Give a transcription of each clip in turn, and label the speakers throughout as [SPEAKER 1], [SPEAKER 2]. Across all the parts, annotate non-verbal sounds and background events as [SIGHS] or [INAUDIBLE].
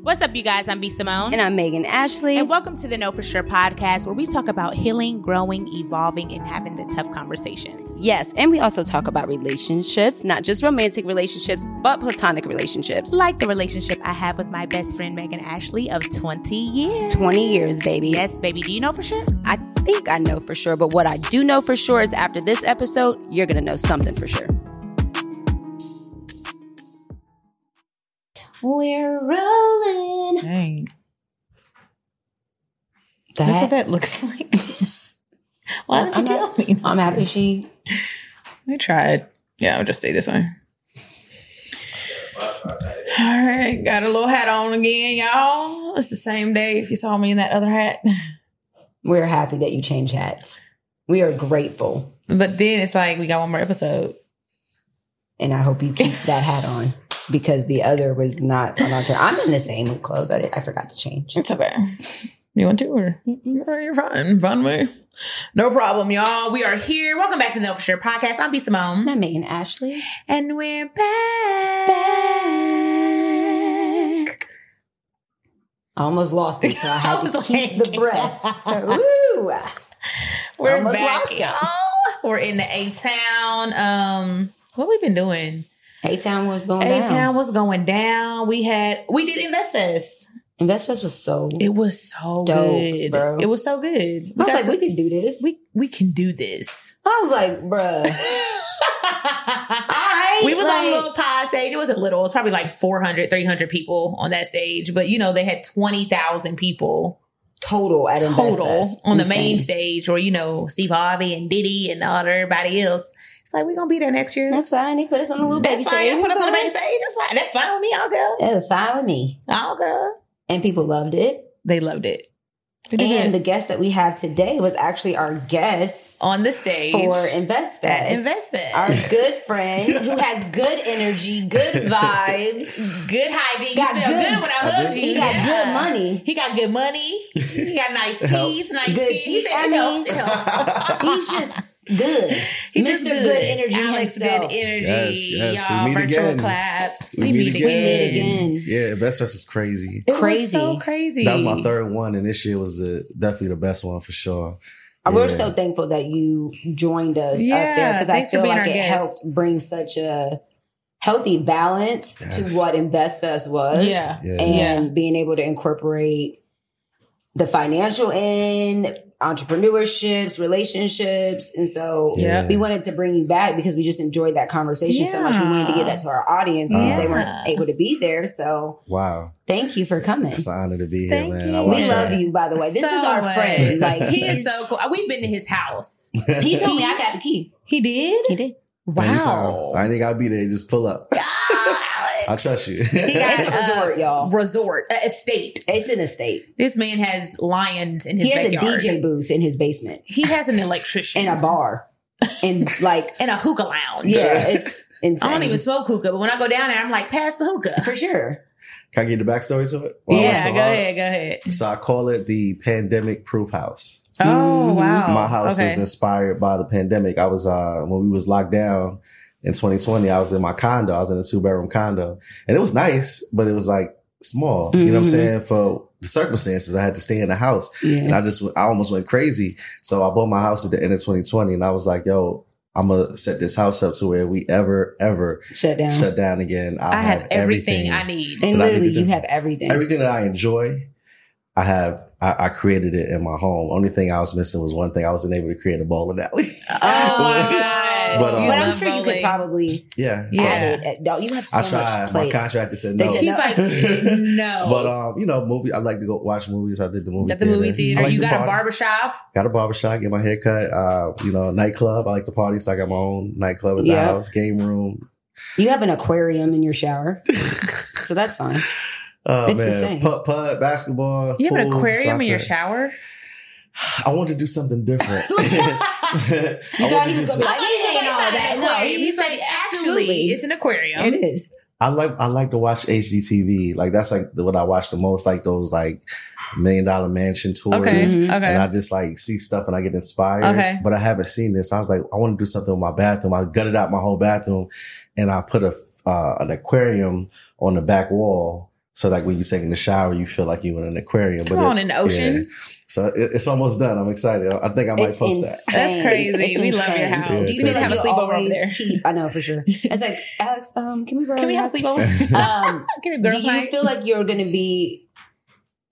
[SPEAKER 1] What's up, you guys? I'm B. Simone.
[SPEAKER 2] And I'm Megan Ashley.
[SPEAKER 1] And welcome to the Know For Sure podcast, where we talk about healing, growing, evolving, and having the tough conversations.
[SPEAKER 2] Yes, and we also talk about relationships, not just romantic relationships, but platonic relationships.
[SPEAKER 1] Like the relationship I have with my best friend, Megan Ashley, of 20 years.
[SPEAKER 2] 20 years, baby.
[SPEAKER 1] Yes, baby. Do you know for sure?
[SPEAKER 2] I think I know for sure, but what I do know for sure is after this episode, you're going to know something for sure. We're rolling.
[SPEAKER 3] Dang. That's what
[SPEAKER 2] That,
[SPEAKER 3] that looks
[SPEAKER 2] [LAUGHS]
[SPEAKER 3] [LAUGHS] like. Why did you
[SPEAKER 2] I'm
[SPEAKER 3] tell
[SPEAKER 2] not-
[SPEAKER 3] me?
[SPEAKER 2] I'm happy she.
[SPEAKER 3] I tried. Yeah, I'll just say this one. All right, got a little hat on again, y'all. It's the same day if you saw me in that other hat. [LAUGHS]
[SPEAKER 2] We're happy that you change hats. We are grateful,
[SPEAKER 3] But then it's like we got one more episode.
[SPEAKER 2] and I hope you [LAUGHS] keep that hat on because the other was not on our turn. I'm in the same clothes. I, I forgot to change.
[SPEAKER 3] It's okay. You want to or or you're fine. Fine way. No problem, y'all. We are here. Welcome back to the Know For Sure podcast. I'm B Simone.
[SPEAKER 2] I'm Megan Ashley.
[SPEAKER 3] And we're back.
[SPEAKER 2] I almost lost it, so I
[SPEAKER 3] [LAUGHS]
[SPEAKER 2] had to
[SPEAKER 3] I was
[SPEAKER 2] keep
[SPEAKER 3] like-
[SPEAKER 2] the breath.
[SPEAKER 3] [LAUGHS]
[SPEAKER 2] So, woo.
[SPEAKER 3] We're
[SPEAKER 2] Almost
[SPEAKER 3] back,
[SPEAKER 2] lost it.
[SPEAKER 3] y'all. We're in the A Town. Um, what we been doing?
[SPEAKER 2] A Town was going
[SPEAKER 3] A Town
[SPEAKER 2] down.
[SPEAKER 3] was going down. We had we did Invest Fest.
[SPEAKER 2] Invest Fest was so.
[SPEAKER 3] It was so
[SPEAKER 2] Dope,
[SPEAKER 3] good.
[SPEAKER 2] bro.
[SPEAKER 3] It was so good.
[SPEAKER 2] I was
[SPEAKER 3] got
[SPEAKER 2] like,
[SPEAKER 3] to-
[SPEAKER 2] we could do this.
[SPEAKER 3] we we can do this.
[SPEAKER 2] I was like, bruh. All right.
[SPEAKER 3] [LAUGHS] we was on a
[SPEAKER 2] like-
[SPEAKER 3] little pod stage. It wasn't little. It was probably like 400, 300 people on that stage. But you know, they had 20,000 people
[SPEAKER 2] total at
[SPEAKER 3] total
[SPEAKER 2] Invest
[SPEAKER 3] on the
[SPEAKER 2] Insane.
[SPEAKER 3] main stage or, you know, Steve Harvey and Diddy and all everybody else. It's like, we're going to be there next year.
[SPEAKER 2] That's fine. They put us on the little baby
[SPEAKER 3] That's fine.
[SPEAKER 2] stage.
[SPEAKER 3] Put us on the baby
[SPEAKER 2] It's
[SPEAKER 3] stage. That's fine. That's fine with me. I'll go.
[SPEAKER 2] all right. It was fine with me,
[SPEAKER 3] I'll go.
[SPEAKER 2] and people loved it.
[SPEAKER 3] They loved it. They did
[SPEAKER 2] And the
[SPEAKER 3] good.
[SPEAKER 2] guest that we have today was actually our guest
[SPEAKER 3] on the stage
[SPEAKER 2] for Invest
[SPEAKER 3] at
[SPEAKER 2] Fest.
[SPEAKER 3] Investment.
[SPEAKER 2] Our good
[SPEAKER 3] [LAUGHS]
[SPEAKER 2] friend who has good energy, good vibes,
[SPEAKER 3] good hype. You
[SPEAKER 2] Got
[SPEAKER 3] smell
[SPEAKER 2] good-
[SPEAKER 3] good, when I hug you.
[SPEAKER 2] he got good
[SPEAKER 3] Yeah.
[SPEAKER 2] money.
[SPEAKER 3] He got good money. He got [LAUGHS] nice
[SPEAKER 4] It helps.
[SPEAKER 3] teeth, nice
[SPEAKER 2] Good
[SPEAKER 3] skin. He
[SPEAKER 2] teeth.
[SPEAKER 3] said
[SPEAKER 2] I
[SPEAKER 3] it
[SPEAKER 2] mean-
[SPEAKER 3] helps. It
[SPEAKER 4] [LAUGHS]
[SPEAKER 2] [LAUGHS]
[SPEAKER 3] helps.
[SPEAKER 2] He's just good.
[SPEAKER 3] [LAUGHS] He
[SPEAKER 2] Mr.
[SPEAKER 3] just
[SPEAKER 2] Good Energy
[SPEAKER 3] Alex
[SPEAKER 2] himself.
[SPEAKER 3] Good energy.
[SPEAKER 4] Yes, yes, we
[SPEAKER 3] Y'all,
[SPEAKER 4] meet
[SPEAKER 3] virtual
[SPEAKER 4] again.
[SPEAKER 3] claps.
[SPEAKER 4] We meet
[SPEAKER 2] We meet again.
[SPEAKER 4] Yeah, Best Fest is crazy.
[SPEAKER 3] It was
[SPEAKER 2] Crazy.
[SPEAKER 3] so crazy.
[SPEAKER 4] That was my third one, and this year was the, definitely the best one for sure.
[SPEAKER 2] We're
[SPEAKER 4] Yeah.
[SPEAKER 2] so thankful that you joined us up there
[SPEAKER 3] Yeah,
[SPEAKER 2] because I
[SPEAKER 3] thanks for
[SPEAKER 2] feel
[SPEAKER 3] being
[SPEAKER 2] like
[SPEAKER 3] our
[SPEAKER 2] it
[SPEAKER 3] guest.
[SPEAKER 2] helped bring such a healthy balance
[SPEAKER 4] Yes.
[SPEAKER 2] to what Invest Fest was.
[SPEAKER 4] [LAUGHS]
[SPEAKER 3] Yeah.
[SPEAKER 4] Yeah,
[SPEAKER 2] and being able to incorporate the financial end, entrepreneurships, relationships. And so
[SPEAKER 4] Yeah.
[SPEAKER 2] we wanted to bring you back because we just enjoyed that conversation so much. We wanted to get that to our audience because they
[SPEAKER 3] Yeah.
[SPEAKER 2] weren't able to be there. So
[SPEAKER 4] wow,
[SPEAKER 2] thank you for coming.
[SPEAKER 4] it's an honor to be here,
[SPEAKER 3] Thank
[SPEAKER 4] man.
[SPEAKER 3] you.
[SPEAKER 4] I
[SPEAKER 2] We
[SPEAKER 4] watch
[SPEAKER 2] love
[SPEAKER 4] y'all.
[SPEAKER 2] you, by the way. This is
[SPEAKER 3] So
[SPEAKER 2] our
[SPEAKER 3] much.
[SPEAKER 2] friend. Like
[SPEAKER 3] [LAUGHS]
[SPEAKER 4] much.
[SPEAKER 3] He is so cool. Uh, We've been to his house.
[SPEAKER 4] [LAUGHS]
[SPEAKER 2] He told me I got the key.
[SPEAKER 3] He did?
[SPEAKER 2] He did.
[SPEAKER 4] Anytime. I ain't gotta be there. Just pull up.
[SPEAKER 3] Ah,
[SPEAKER 4] [LAUGHS] I trust you.
[SPEAKER 3] He
[SPEAKER 4] [LAUGHS]
[SPEAKER 2] It's a
[SPEAKER 3] got- Uh,
[SPEAKER 2] resort, y'all.
[SPEAKER 3] resort, uh, estate.
[SPEAKER 2] It's an estate.
[SPEAKER 3] This man has lions in his
[SPEAKER 2] He has
[SPEAKER 3] backyard.
[SPEAKER 2] a DJ booth in his basement
[SPEAKER 3] He has an [LAUGHS] electrician
[SPEAKER 2] and a bar
[SPEAKER 3] [LAUGHS]
[SPEAKER 2] and like
[SPEAKER 3] and a hookah lounge.
[SPEAKER 2] yeah, it's insane.
[SPEAKER 3] I don't even smoke hookah, but when I go down there, I'm like, pass the
[SPEAKER 2] [LAUGHS]
[SPEAKER 3] hookah.
[SPEAKER 2] for sure.
[SPEAKER 4] Can I get the backstory to it? Why I went
[SPEAKER 3] Yeah,
[SPEAKER 4] so
[SPEAKER 3] go
[SPEAKER 4] hard?
[SPEAKER 3] ahead, go ahead.
[SPEAKER 4] So I call it the pandemic proof house.
[SPEAKER 3] Oh
[SPEAKER 2] Mhm.
[SPEAKER 3] wow,
[SPEAKER 4] Mm, my house
[SPEAKER 3] okay.
[SPEAKER 4] is inspired by the pandemic. I was uh when we was locked down in 2020, I was in my condo. I was in a two bedroom condo, and it was nice, but it was like small. You know what I'm
[SPEAKER 3] Mm-hmm.
[SPEAKER 2] Mhm.
[SPEAKER 4] saying? For the circumstances, I had to stay in the house, and
[SPEAKER 2] Yeah.
[SPEAKER 4] I just I almost went crazy. So I bought my house at the end of 2020, and I was like, "Yo, I'm gonna set this house up to where we ever ever
[SPEAKER 2] Shut down.
[SPEAKER 4] shut down again. I'll
[SPEAKER 3] I have everything, I
[SPEAKER 2] And
[SPEAKER 3] need.
[SPEAKER 4] that I need
[SPEAKER 2] literally,
[SPEAKER 4] to
[SPEAKER 2] you
[SPEAKER 4] do.
[SPEAKER 2] have everything.
[SPEAKER 4] everything that I enjoy, I have I, I created it in my home. Only thing I was missing was one thing. I wasn't able to create a bowling alley. [LAUGHS]
[SPEAKER 3] oh
[SPEAKER 2] my
[SPEAKER 4] But,
[SPEAKER 2] but,
[SPEAKER 4] um,
[SPEAKER 3] You
[SPEAKER 2] I'm
[SPEAKER 3] love
[SPEAKER 2] sure you could
[SPEAKER 3] bowling.
[SPEAKER 2] probably
[SPEAKER 4] Yeah.
[SPEAKER 3] Yeah.
[SPEAKER 2] add it. At, you have so
[SPEAKER 4] I
[SPEAKER 2] much
[SPEAKER 4] tried. My
[SPEAKER 2] plate.
[SPEAKER 4] contractor said
[SPEAKER 2] They
[SPEAKER 4] no.
[SPEAKER 2] said
[SPEAKER 3] He's like, no.
[SPEAKER 4] [LAUGHS] But um, you know, movie. I like to go watch movies. I did the movie
[SPEAKER 3] at the movie
[SPEAKER 4] I
[SPEAKER 3] theater,
[SPEAKER 4] um, like
[SPEAKER 3] you
[SPEAKER 4] to
[SPEAKER 3] got a
[SPEAKER 4] party.
[SPEAKER 3] barbershop.
[SPEAKER 4] Got a barbershop. Get my hair cut. Uh, you know, nightclub. I like to party, so I got my own nightclub at the
[SPEAKER 2] Yeah.
[SPEAKER 4] house. Game room.
[SPEAKER 2] You have an aquarium in your
[SPEAKER 3] [LAUGHS]
[SPEAKER 2] shower, so that's fine.
[SPEAKER 4] Oh
[SPEAKER 2] It's
[SPEAKER 4] man,
[SPEAKER 2] insane.
[SPEAKER 4] putt putt basketball.
[SPEAKER 3] You have an
[SPEAKER 4] pool,
[SPEAKER 3] aquarium in your
[SPEAKER 4] sunset.
[SPEAKER 3] shower.
[SPEAKER 4] I wanted to do something different.
[SPEAKER 2] [LAUGHS]
[SPEAKER 4] [LAUGHS] I
[SPEAKER 2] You thought
[SPEAKER 4] wanted
[SPEAKER 2] he
[SPEAKER 4] to
[SPEAKER 2] was going to be
[SPEAKER 4] do some-
[SPEAKER 2] like, Oh, yeah, and all that.
[SPEAKER 3] It's not an
[SPEAKER 2] No,
[SPEAKER 3] aquarium.
[SPEAKER 2] he's
[SPEAKER 3] He's
[SPEAKER 2] like,
[SPEAKER 3] like,
[SPEAKER 2] actually,
[SPEAKER 3] actually, it's an aquarium.
[SPEAKER 2] it is.
[SPEAKER 4] I like I like to watch HGTV. Like that's like what I watch the most. Like those like million dollar mansion tours.
[SPEAKER 3] Okay,
[SPEAKER 2] Mhm.
[SPEAKER 3] okay.
[SPEAKER 4] and I just like see stuff and I get inspired.
[SPEAKER 3] Okay.
[SPEAKER 4] But I haven't seen this. I was like, I want to do something with my bathroom. I gutted out my whole bathroom and I put a uh, an aquarium on the back wall. So like when you're taking the shower, you feel like you're in an aquarium.
[SPEAKER 3] Come
[SPEAKER 4] but it-
[SPEAKER 3] on, in the ocean.
[SPEAKER 4] So it, it's almost done. I'm excited. I I think I might
[SPEAKER 2] It's
[SPEAKER 4] post that.
[SPEAKER 2] insane.
[SPEAKER 3] [LAUGHS] That's crazy.
[SPEAKER 2] It's
[SPEAKER 3] we love your
[SPEAKER 2] insane.
[SPEAKER 3] house.
[SPEAKER 4] Yeah,
[SPEAKER 2] Do you
[SPEAKER 3] we
[SPEAKER 2] feel
[SPEAKER 3] need to
[SPEAKER 2] like
[SPEAKER 3] have a
[SPEAKER 2] you
[SPEAKER 3] sleepover over
[SPEAKER 2] always [LAUGHS]
[SPEAKER 3] there.
[SPEAKER 2] keep? I know for sure. It's like Alex. Um, can we borrow?
[SPEAKER 3] Can we
[SPEAKER 2] your
[SPEAKER 3] have a
[SPEAKER 2] house?
[SPEAKER 3] sleepover? [LAUGHS]
[SPEAKER 2] Um,
[SPEAKER 3] Can we
[SPEAKER 2] do
[SPEAKER 3] girls
[SPEAKER 2] you
[SPEAKER 3] night?
[SPEAKER 2] feel like you're going to be?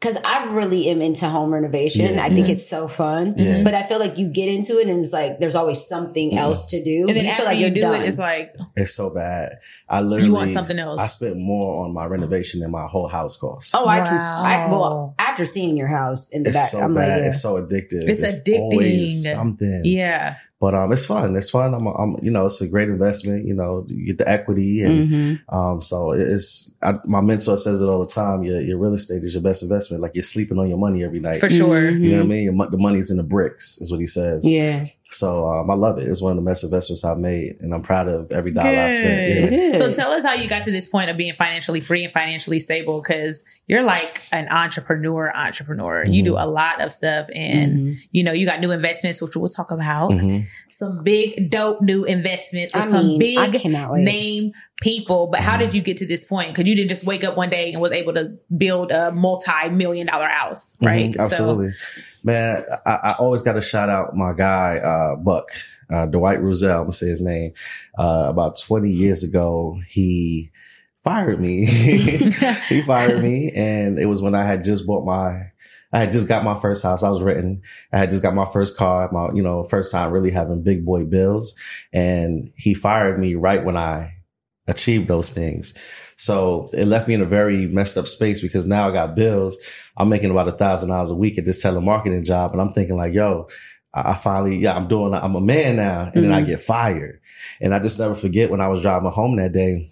[SPEAKER 2] Because I really am into home renovation.
[SPEAKER 4] Yeah. Mm-hmm.
[SPEAKER 2] I think
[SPEAKER 3] Mhm.
[SPEAKER 2] it's so fun.
[SPEAKER 4] [LAUGHS] Yeah.
[SPEAKER 3] mm-hmm.
[SPEAKER 2] But I feel like you get into it and it's like there's always something
[SPEAKER 4] Mhm.
[SPEAKER 2] else to do.
[SPEAKER 3] and
[SPEAKER 2] Do
[SPEAKER 3] then
[SPEAKER 2] you
[SPEAKER 3] after
[SPEAKER 2] feel like
[SPEAKER 3] you
[SPEAKER 2] you're
[SPEAKER 3] do
[SPEAKER 2] done.
[SPEAKER 3] it, it's like
[SPEAKER 4] It's so bad. I literally
[SPEAKER 3] you want something else.
[SPEAKER 4] I spent more on my renovation than my whole house cost.
[SPEAKER 2] oh, I can. I,
[SPEAKER 3] Wow.
[SPEAKER 2] well, after seeing your house in the
[SPEAKER 4] it's
[SPEAKER 2] back,
[SPEAKER 4] so
[SPEAKER 2] I'm
[SPEAKER 4] bad.
[SPEAKER 2] like, yeah.
[SPEAKER 4] It's so addictive.
[SPEAKER 3] It's addicting.
[SPEAKER 4] always something.
[SPEAKER 3] yeah,
[SPEAKER 4] But um, it's fun. It's fun. I'm, I'm, you know, it's a great investment. You know, you get the equity, and
[SPEAKER 2] Mm-hmm.
[SPEAKER 3] Mm.
[SPEAKER 4] um, so it's. I, my mentor says it all the time. Your your real estate is your best investment. Like you're sleeping on your money every night.
[SPEAKER 3] for sure. Mm-hmm.
[SPEAKER 2] Mhm.
[SPEAKER 4] You know what I mean? Your, mon- the money's in the bricks, is what he says.
[SPEAKER 2] Yeah,
[SPEAKER 4] So um, I love it. It's one of the best investments I've made, and I'm proud of every dollar I spent.
[SPEAKER 3] Good.
[SPEAKER 4] Yeah.
[SPEAKER 2] Good.
[SPEAKER 3] So tell us how you got to this point of being financially free and financially stable because you're like an entrepreneur, entrepreneur. You
[SPEAKER 4] Mm-hmm.
[SPEAKER 3] do a lot of stuff and
[SPEAKER 2] Mhm.
[SPEAKER 3] you know, you got new investments, which we'll talk about.
[SPEAKER 4] Mhm.
[SPEAKER 3] Some big, dope new investments with
[SPEAKER 2] I
[SPEAKER 3] some
[SPEAKER 2] mean, I
[SPEAKER 3] big
[SPEAKER 2] cannot wait.
[SPEAKER 3] name people. But how did
[SPEAKER 4] Mm-hmm.
[SPEAKER 3] you get to this point? Because you didn't just wake up one day and was able to build a multi million dollar house, right?
[SPEAKER 4] Mhm,
[SPEAKER 3] [LAUGHS]
[SPEAKER 4] absolutely. Man, I, I always got to shout out my guy, uh, Buck, uh, Dwight Ruzel. I'm going to say his name. Uh, about 20 years ago, he fired me.
[SPEAKER 3] [LAUGHS]
[SPEAKER 4] [LAUGHS] he fired me. And it was when I had just bought my. I had just got my first house. I was renting. I had just got my first car. My, you know, first time really having big boy bills. And he fired me right when I achieved those things. So it left me in a very messed up space because now I got bills. I'm making about a thousand dollars a week at this telemarketing job, and I'm thinking like, yo, I I finally, yeah, I'm doing, I'm a man now, and then I get fired, and I just never forget when I was driving home that day,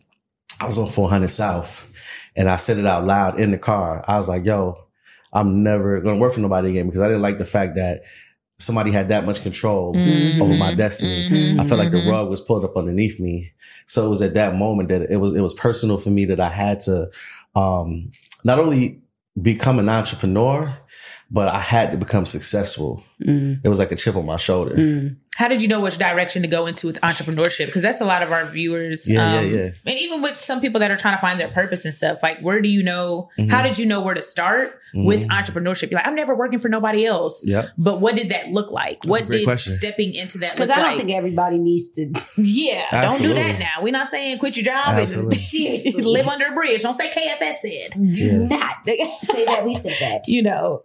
[SPEAKER 4] I was on 400 South, and I said it out loud in the car. I was like, yo, I'm never gonna work for nobody again because I didn't like the fact that somebody had that much control over
[SPEAKER 3] Mm-hmm.
[SPEAKER 4] my destiny. I felt like the rug was pulled up underneath me. So it was at that moment that it was it was personal for me that I had to um not only become an entrepreneur, but I had to become successful.
[SPEAKER 2] Mm,
[SPEAKER 4] It was like a chip on my shoulder.
[SPEAKER 2] mm.
[SPEAKER 3] How did you know which direction to go into with entrepreneurship? Because that's a lot of our viewers. um,
[SPEAKER 4] Yeah, yeah, yeah.
[SPEAKER 3] And even with some people that are trying to find their purpose and stuff, like where do you know,
[SPEAKER 4] Mhm.
[SPEAKER 3] how did you know where to start with
[SPEAKER 4] Mhm.
[SPEAKER 3] entrepreneurship? You're like, I'm never working for nobody else.
[SPEAKER 4] Yep.
[SPEAKER 3] But what did that look like?
[SPEAKER 4] That's a
[SPEAKER 3] what
[SPEAKER 4] great
[SPEAKER 3] did
[SPEAKER 4] question.
[SPEAKER 3] stepping into that look
[SPEAKER 2] Because I don't
[SPEAKER 3] like?
[SPEAKER 2] think everybody needs to. [LAUGHS]
[SPEAKER 3] yeah,
[SPEAKER 4] Absolutely.
[SPEAKER 3] don't do that now. We're not saying quit your job
[SPEAKER 4] Absolutely.
[SPEAKER 2] Seriously,
[SPEAKER 3] and [LAUGHS] live under a bridge. Don't say KFS said.
[SPEAKER 2] Do [LAUGHS]
[SPEAKER 4] Yeah.
[SPEAKER 2] not say that we said
[SPEAKER 3] [LAUGHS]
[SPEAKER 2] that.
[SPEAKER 3] You know,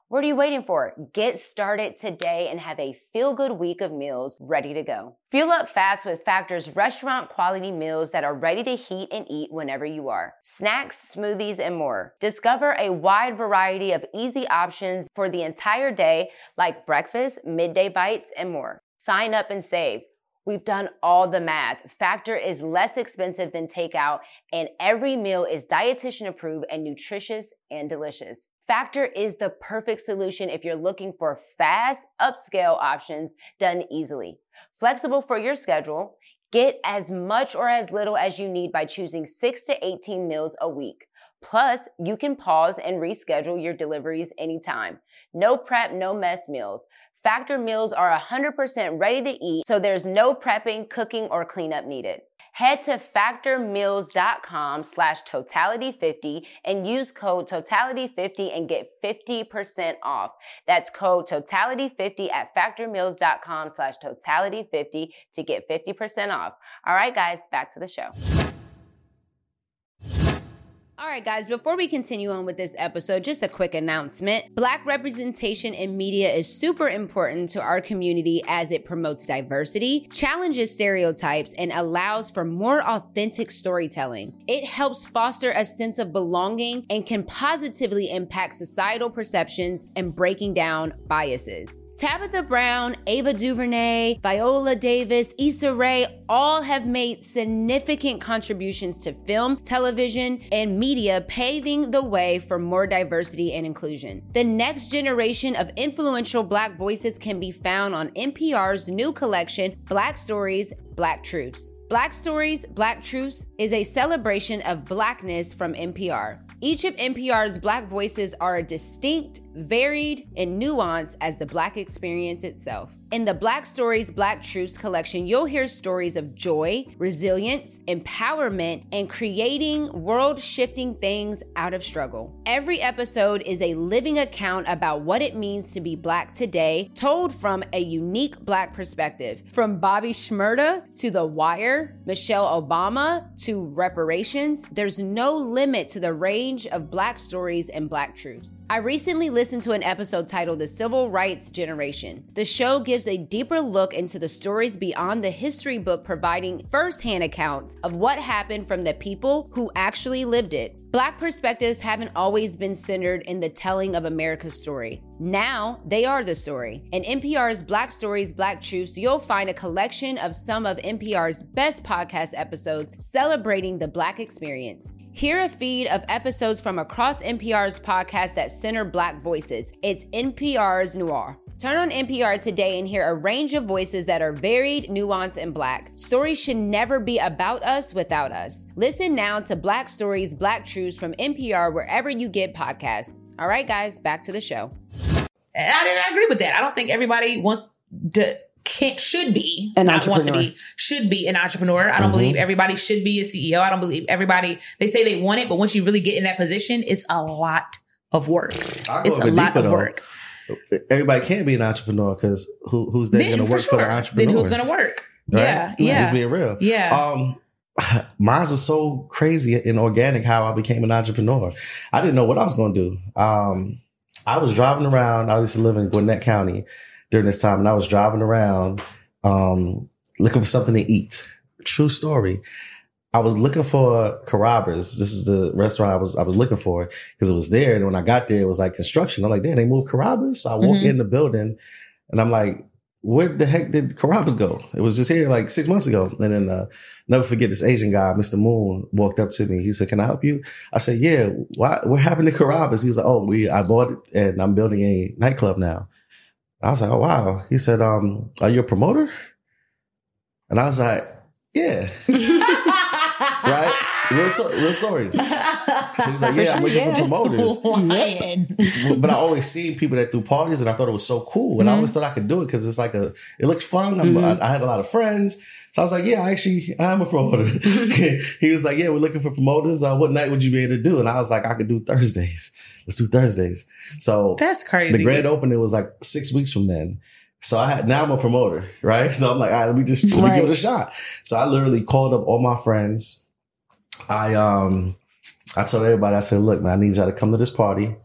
[SPEAKER 5] What are you waiting for? Get started today and have a feel good week of meals ready to go. Fuel up fast with Factor's restaurant quality meals that are ready to heat and eat whenever you are. Snacks, smoothies, and more. Discover a wide variety of easy options for the entire day, like breakfast, midday bites, and more. Sign up and save. We've done all the math. Factor is less expensive than takeout and every meal is dietitian approved and nutritious and delicious. Factor is the perfect solution if you're looking for fast, upscale options done easily. Flexible for your schedule, get as much or as little as you need by choosing 6 to 18 meals a week. Plus, you can pause and reschedule your deliveries anytime. No prep, no mess meals. Factor meals are 100% ready to eat, so there's no prepping, cooking, or cleanup needed. Head to factormeals.com slash totality50 and use code totality50 and get 50% off. That's code totality50 at factormeals.com slash totality50 to get 50% off. All right, guys, back to the show. All right, guys, before we continue on with this episode, just a quick announcement. Black representation in media is super important to our community as it promotes diversity, challenges stereotypes, and allows for more authentic storytelling. It helps foster a sense of belonging and can positively impact societal perceptions and breaking down biases. Tabitha Brown, Ava DuVernay, Viola Davis, Issa Rae all have made significant contributions to film, television, and media media paving the way for more diversity and inclusion. The next generation of influential Black voices can be found on NPR's new collection, Black Stories, Black Truths. Black Stories, Black Truths is a celebration of Blackness from NPR. Each of NPR's Black voices are distinct, varied, and nuanced as the Black experience itself. In the Black Stories, Black Truths collection, you'll hear stories of joy, resilience, empowerment, and creating world shifting things out of struggle. Every episode is a living account about what it means to be Black today, told from a unique Black perspective. From Bobby Schmerda to The Wire, Michelle Obama to reparations, there's no limit to the range of Black stories and Black truths. I recently listened to an episode titled The Civil Rights Generation. The show gives a deeper look into the stories beyond the history book, providing firsthand accounts of what happened from the people who actually lived it. Black perspectives haven't always been centered in the telling of America's story. Now they are the story. In NPR's Black Stories, Black Truths, you'll find a collection of some of NPR's best podcast episodes celebrating the Black experience. Hear a feed of episodes from across NPR's podcasts that center Black voices. It's NPR's Noir. Turn on NPR today and hear a range of voices that are varied, nuanced, and black. Stories should never be about us without us. Listen now to Black Stories, Black Truths from NPR wherever you get podcasts. All right, guys, back to the show.
[SPEAKER 3] And I didn't agree with that. I don't think everybody wants to can't should be
[SPEAKER 2] An
[SPEAKER 3] not wants to
[SPEAKER 2] entrepreneur.
[SPEAKER 3] be should be an entrepreneur. I don't
[SPEAKER 4] Mhm.
[SPEAKER 3] believe everybody should be a CEO. I don't believe everybody they say they want it, but once you really get in that position, it's a lot of work.
[SPEAKER 4] I'll go
[SPEAKER 3] It's a
[SPEAKER 4] even
[SPEAKER 3] lot
[SPEAKER 4] deeper,
[SPEAKER 3] of
[SPEAKER 4] though.
[SPEAKER 3] work.
[SPEAKER 4] Everybody can't be an entrepreneur because who, who's then, going to work for, the
[SPEAKER 3] Then
[SPEAKER 4] entrepreneurs?
[SPEAKER 3] who's going to work?
[SPEAKER 4] Right?
[SPEAKER 3] Yeah,
[SPEAKER 4] Just
[SPEAKER 3] yeah,
[SPEAKER 4] being real.
[SPEAKER 3] yeah.
[SPEAKER 4] Um, [LAUGHS] mine was so crazy and organic how I became an entrepreneur. I didn't know what I was going to do. Um, I was driving around. I used to live in Gwinnett County during this time, and I was driving around um, looking for something to eat. True story. I was looking for Carrabba's. This is the restaurant I was I was looking for because it was there. And when I got there, it was like construction. I'm like, damn, they moved Carrabba's. So I walked
[SPEAKER 3] Mhm.
[SPEAKER 4] in the building, and I'm like, where the heck did Carrabba's go? It was just here like six months ago. And then uh, never forget this Asian guy, Mr. Moon, walked up to me. He said, "Can I help you?" I said, "Yeah. Why, what happened to Carrabba's?" He was like, "Oh, we I bought it and I'm building a nightclub now." I was like, "Oh wow." He said, "Um, are you a promoter?" And I was like, "Yeah." Right? Real, so, real story. So he's like,
[SPEAKER 2] For
[SPEAKER 4] "Yeah,
[SPEAKER 2] sure,
[SPEAKER 4] I'm looking
[SPEAKER 2] yeah. [LAUGHS]
[SPEAKER 4] for promoters."
[SPEAKER 2] Uh,
[SPEAKER 3] [LAUGHS] Lying.
[SPEAKER 4] but I always seen people that do parties, and I thought it was so cool, and I always thought I could do it because it's like a it looked fun. I'm, I, I had a lot of friends, so I was like, yeah, I actually I'm a promoter. [LAUGHS] he was like, yeah, we're looking for promoters. Uh, what night would you be able to do? And I was like, I could do Thursdays. Let's do Thursdays. So
[SPEAKER 3] That's crazy.
[SPEAKER 4] the grand opening was like six weeks from then. So I had now I'm a promoter, right? So I'm like, all right, let me just let me give it a shot. So I literally called up all my friends. I um I told everybody, I said, look, man, I need y'all to come to this party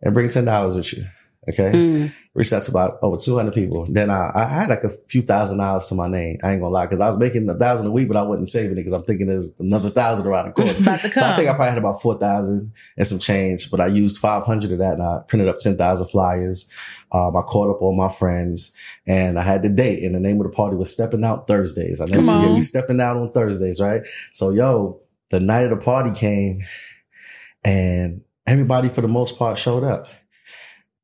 [SPEAKER 4] and bring ten dollars with you. Okay.
[SPEAKER 2] Mm.
[SPEAKER 4] Reached out to about over 200 people. Then I, I had like a few thousand dollars to my name. I ain't gonna lie, because I was making a thousand a week, but I wasn't saving it because I'm thinking there's another thousand around the corner.
[SPEAKER 3] About to
[SPEAKER 4] [LAUGHS] So
[SPEAKER 3] come.
[SPEAKER 4] I think I probably had about four thousand and some change, but I used five hundred of that and I printed up ten thousand flyers. Um, I called up all my friends and I had the date, and the name of the party was Stepping Out Thursdays. I never
[SPEAKER 3] Come
[SPEAKER 4] forget
[SPEAKER 3] on.
[SPEAKER 4] we stepping out on Thursdays, right? So yo, the night of the party came, and everybody for the most part showed up.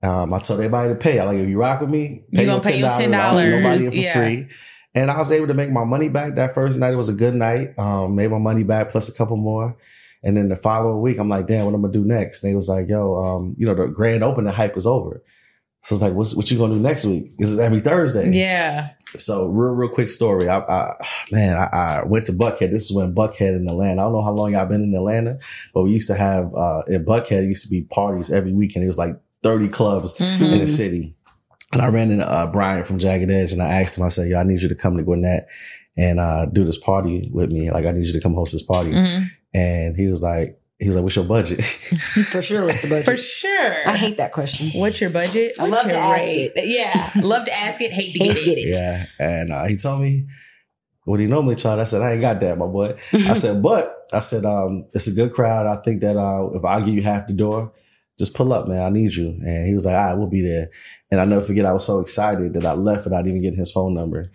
[SPEAKER 4] Um, I told everybody to pay. I like if you rock with me,
[SPEAKER 3] You gonna pay your
[SPEAKER 4] I don't give
[SPEAKER 3] $10.
[SPEAKER 4] nobody in for
[SPEAKER 3] Yeah.
[SPEAKER 4] free. And I was able to make my money back that first night. It was a good night. Um, made my money back plus a couple more. And then the following week, I'm like, damn, what I'm gonna do next? And they was like, yo, um, you know, the grand opening hype is over. So it's like, what's what you gonna do next week? This is every Thursday.
[SPEAKER 3] yeah.
[SPEAKER 4] So real, real quick story. I, I man, I, I went to Buckhead. This is when Buckhead in Atlanta. I don't know how long y'all been in Atlanta, but we used to have uh in Buckhead. It used to be parties every weekend. It was like 30 clubs
[SPEAKER 3] Mhm.
[SPEAKER 4] in the city. And I ran into uh, Brian from Jagged Edge and I asked him, I said, yo, I need you to come to Gwinnett and uh, do this party with me. Like, I need you to come host this party.
[SPEAKER 3] Mhm.
[SPEAKER 4] And he was like, he was like, what's your budget? [LAUGHS]
[SPEAKER 2] For sure, was the budget.
[SPEAKER 3] For sure.
[SPEAKER 2] I hate that question.
[SPEAKER 3] What's your budget?
[SPEAKER 2] I
[SPEAKER 3] What's
[SPEAKER 2] love to
[SPEAKER 3] your
[SPEAKER 2] ask
[SPEAKER 3] it. Yeah. Love to ask it. Hate to
[SPEAKER 2] Hate
[SPEAKER 3] get it.
[SPEAKER 2] get it.
[SPEAKER 4] yeah. And uh, he told me what he normally tried. I said, I ain't got that, my boy. I said, but I said, um, it's a good crowd. I think that uh, if I give you half the door, just pull up, man. I need you. And he was like, all right, we'll be there. And I never forget, I was so excited that I left without even getting his phone number.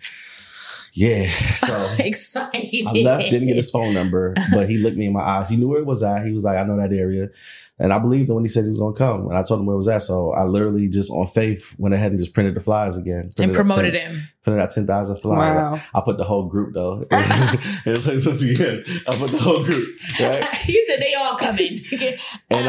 [SPEAKER 4] Yeah.
[SPEAKER 3] [LAUGHS]
[SPEAKER 4] So
[SPEAKER 3] Excited.
[SPEAKER 4] I left, didn't
[SPEAKER 3] [LAUGHS]
[SPEAKER 4] get his phone number, but he looked me in my eyes. He knew where it was at. He was like, I know that area. And I believed him when he said he was going to come. And I told him where it was at. So I literally just on faith went ahead and just printed the flyers again.
[SPEAKER 3] and
[SPEAKER 4] Printed out
[SPEAKER 3] promoted
[SPEAKER 4] 10
[SPEAKER 3] him.
[SPEAKER 4] Printed out 10,000 flyers. I put the whole group
[SPEAKER 3] [LAUGHS]
[SPEAKER 4] though. [LAUGHS] It's like, once again, I put the whole group, right?
[SPEAKER 3] [LAUGHS] you said they all coming.
[SPEAKER 4] [LAUGHS] And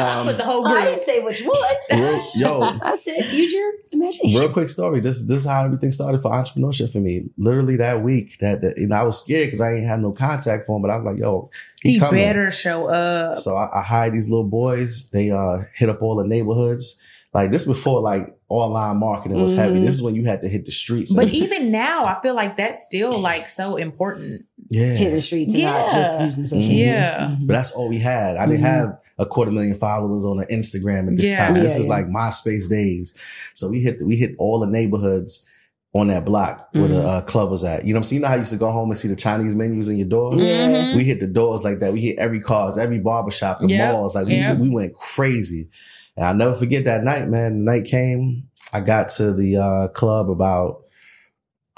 [SPEAKER 3] [LAUGHS] I put
[SPEAKER 4] um,
[SPEAKER 3] the whole
[SPEAKER 2] Oh, I
[SPEAKER 3] group.
[SPEAKER 2] didn't say which one.
[SPEAKER 4] real, yo,
[SPEAKER 2] [LAUGHS] I said use your imagination.
[SPEAKER 4] real quick story. This this is how everything started for entrepreneurship for me. Literally that week, that, that you know, I was scared because I ain't had no contact for him, but I was like, yo,
[SPEAKER 3] He
[SPEAKER 4] coming.
[SPEAKER 3] better show up.
[SPEAKER 4] So I, I hired these little boys. They uh, hit up all the neighborhoods. Like this before, like online marketing was heavy.
[SPEAKER 2] Mhm.
[SPEAKER 4] This is when you had to hit the streets. [LAUGHS]
[SPEAKER 3] But
[SPEAKER 4] And-
[SPEAKER 3] even now, I feel like that's still like so important.
[SPEAKER 2] Hit
[SPEAKER 4] yeah,
[SPEAKER 2] the streets and not just
[SPEAKER 3] Yeah.
[SPEAKER 2] using social
[SPEAKER 4] Mhm.
[SPEAKER 2] media.
[SPEAKER 3] Yeah.
[SPEAKER 2] Mhm.
[SPEAKER 4] but that's all we had. I didn't
[SPEAKER 2] Mhm.
[SPEAKER 4] have a quarter million followers on the Instagram at this
[SPEAKER 3] Yeah.
[SPEAKER 4] time. This
[SPEAKER 2] Yeah,
[SPEAKER 4] is
[SPEAKER 2] yeah.
[SPEAKER 4] like MySpace days. So we hit we hit all the neighborhoods on that block where the
[SPEAKER 2] Mhm.
[SPEAKER 4] uh, club was at. You know what I'm saying? You know how you used to go home and see the Chinese menus in your door.
[SPEAKER 2] Yeah.
[SPEAKER 3] Mhm.
[SPEAKER 4] We hit the doors like that. We hit every cars, every barbershop, the
[SPEAKER 3] Yep.
[SPEAKER 4] malls. Like we,
[SPEAKER 3] Yep.
[SPEAKER 4] we went crazy. And I'll never forget that night, man. The night came. I got to the uh, club about